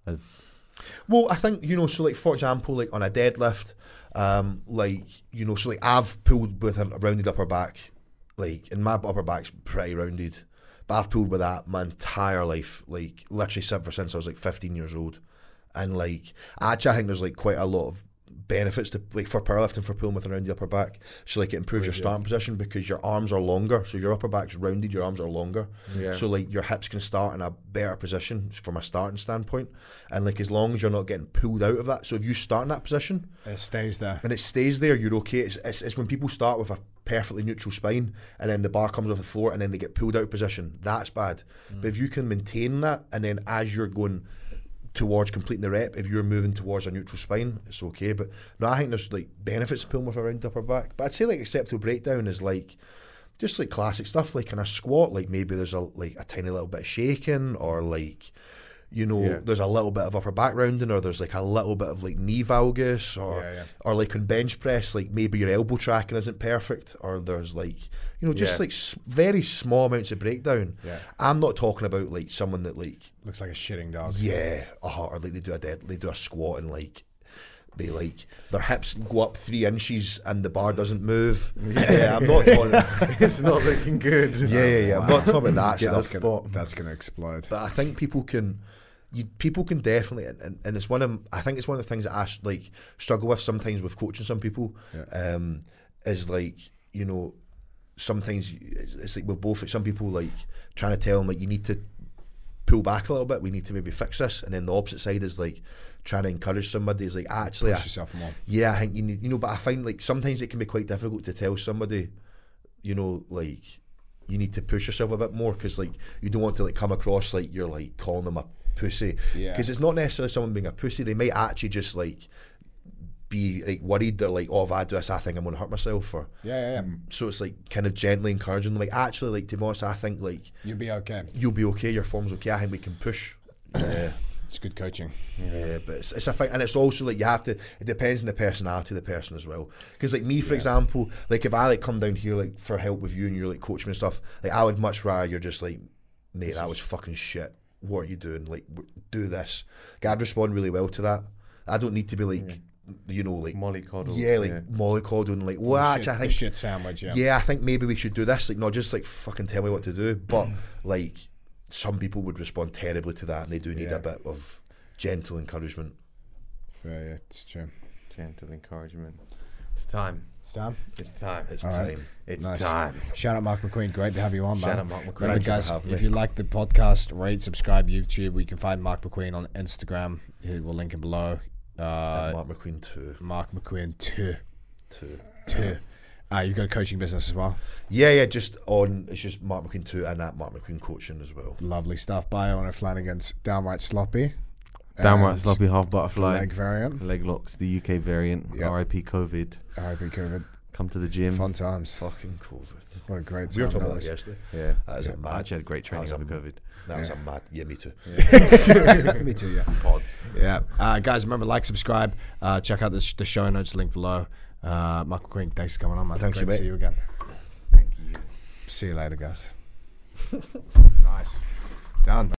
[SPEAKER 3] as
[SPEAKER 2] Well, I think you know. So, like for example, like on a deadlift, um, like you know, so like I've pulled with an- a rounded upper back, like and my upper back's pretty rounded, but I've pulled with that my entire life, like literally ever since I was like 15 years old, and like actually, I think there's like quite a lot of benefits to like for powerlifting for pulling with a rounded upper back. So like it improves your starting position because your arms are longer, so your upper back's rounded, your arms are longer.
[SPEAKER 3] Yeah.
[SPEAKER 2] So like your hips can start in a better position from a starting standpoint, and like as long as you're not getting pulled out of that. So if you start in that position
[SPEAKER 1] It stays there.
[SPEAKER 2] and it stays there, you're okay. It's, it's, it's when people start with a perfectly neutral spine and then the bar comes off the floor and then they get pulled out of position. That's bad.
[SPEAKER 1] Mm.
[SPEAKER 2] But if you can maintain that and then as you're going towards completing the rep, if you're moving towards a neutral spine, it's okay. But no, I think there's like benefits to pulling with a round upper back. But I'd say like acceptable breakdown is like just like classic stuff, like in a squat, like maybe there's a like a tiny little bit of shaking or like you know,
[SPEAKER 3] Yeah.
[SPEAKER 2] there's a little bit of upper back rounding or there's like a little bit of like knee valgus or
[SPEAKER 1] Yeah, yeah.
[SPEAKER 2] or like on bench press, like maybe your elbow tracking isn't perfect, or there's like you know just
[SPEAKER 3] Yeah.
[SPEAKER 2] like s- very small amounts of breakdown.
[SPEAKER 1] Yeah.
[SPEAKER 2] I'm not talking about like someone that like
[SPEAKER 1] Looks like a shitting dog.
[SPEAKER 2] yeah, uh or like they do a dead, they do a squat and like they like their hips go up three inches and the bar doesn't move. Yeah, I'm not talking. yeah,
[SPEAKER 3] it's not looking good.
[SPEAKER 2] yeah, yeah. I'm not talking about that
[SPEAKER 3] Get
[SPEAKER 2] stuff.
[SPEAKER 3] us Spot.
[SPEAKER 1] That's gonna explode.
[SPEAKER 2] But I think people can, you, people can definitely, and- and, and it's one of, I think it's one of the things that I s- like struggle with sometimes with coaching some people, um, is like you know, sometimes you- it's, it's like with both some people like trying to tell them like you need to pull back a little bit, we need to maybe fix this, and then the opposite side is like trying to encourage somebody is like "Ah, actually, I,
[SPEAKER 1] Push yourself more.
[SPEAKER 2] yeah, I think you need, you know, but I find like sometimes it can be quite difficult to tell somebody, you know, like you need to push yourself a bit more because like you don't want to like come across like you're like calling them a pussy because
[SPEAKER 1] Yeah.
[SPEAKER 2] it's not necessarily someone being a pussy. They might actually just like be like worried. They're like, oh, if I do this, I think I'm gonna hurt myself. Or
[SPEAKER 1] Yeah, yeah, yeah.
[SPEAKER 2] so it's like kind of gently encouraging them. Like actually, like to be honest, I think like
[SPEAKER 1] You'll be okay.
[SPEAKER 2] you'll be okay. Your form's okay. I think we can push. uh, Yeah.
[SPEAKER 1] It's good coaching.
[SPEAKER 2] Yeah, Uh, but it's, it's a thing, and it's also like you have to. It depends on the personality of the person as well. Because like me, for example, like if I like come down here like for help with you and you're like coaching me and stuff, like I would much rather you're just like, mate, that was fucking shit. What are you doing? Like, w- do this. Like, I'd respond really well to that. I don't need to be like, you know, like
[SPEAKER 3] Mollycoddle.
[SPEAKER 2] yeah, like mollycoddling, like well, actually, I
[SPEAKER 1] shit,
[SPEAKER 2] think
[SPEAKER 1] the shit sandwich. Yeah.
[SPEAKER 2] yeah, I think maybe we should do this. Like, not just like fucking tell me what to do, but like some people would respond terribly to that, and they do need
[SPEAKER 1] Yeah.
[SPEAKER 2] a bit of gentle encouragement.
[SPEAKER 1] Yeah, yeah, it's true.
[SPEAKER 3] Gentle encouragement. It's time.
[SPEAKER 1] Sam,
[SPEAKER 3] It's time.
[SPEAKER 2] It's
[SPEAKER 1] All right.
[SPEAKER 2] time.
[SPEAKER 3] It's
[SPEAKER 1] Nice.
[SPEAKER 3] time.
[SPEAKER 1] shout out Mark McQueen. Great to have you on, man.
[SPEAKER 3] Shout out Mark McQueen.
[SPEAKER 1] All right,
[SPEAKER 2] Thank you for
[SPEAKER 1] guys,
[SPEAKER 2] having
[SPEAKER 1] if
[SPEAKER 2] me.
[SPEAKER 1] you like the podcast, rate, subscribe, YouTube. We can find Mark McQueen on Instagram. He will link him below. Uh,
[SPEAKER 2] Mark McQueen too.
[SPEAKER 1] Mark McQueen two
[SPEAKER 2] Too.
[SPEAKER 1] two. Uh, you've got a coaching business as well.
[SPEAKER 2] Yeah, yeah. Just on. It's just Mark McQueen two and that Mark McQueen coaching as well.
[SPEAKER 1] Lovely stuff. By Honor Flanagan's downright sloppy.
[SPEAKER 3] Downright
[SPEAKER 1] And
[SPEAKER 3] sloppy half butterfly.
[SPEAKER 1] leg variant.
[SPEAKER 3] Leg locks, the UK variant.
[SPEAKER 1] Yeah.
[SPEAKER 3] RIP COVID.
[SPEAKER 1] R.I.P. COVID.
[SPEAKER 3] Come to the gym.
[SPEAKER 1] Fun times.
[SPEAKER 2] Fucking COVID.
[SPEAKER 1] What a great time.
[SPEAKER 2] We were talking
[SPEAKER 1] that
[SPEAKER 2] about that
[SPEAKER 1] was.
[SPEAKER 2] yesterday.
[SPEAKER 3] Yeah.
[SPEAKER 2] That is a
[SPEAKER 3] I
[SPEAKER 2] mad.
[SPEAKER 3] actually had great training
[SPEAKER 2] Awesome.
[SPEAKER 3] over COVID.
[SPEAKER 2] That was a mad. Yeah, me too.
[SPEAKER 1] Me too. Yeah.
[SPEAKER 3] Pods.
[SPEAKER 1] Yeah. Uh, guys, remember like, subscribe, uh, check out the, sh- the show notes link below. Uh, Michael Queen, thanks for coming on, man.
[SPEAKER 2] Thank
[SPEAKER 1] Great
[SPEAKER 2] you,
[SPEAKER 1] to
[SPEAKER 2] mate.
[SPEAKER 1] See you again.
[SPEAKER 3] Thank you.
[SPEAKER 1] See you later, guys. nice. Done.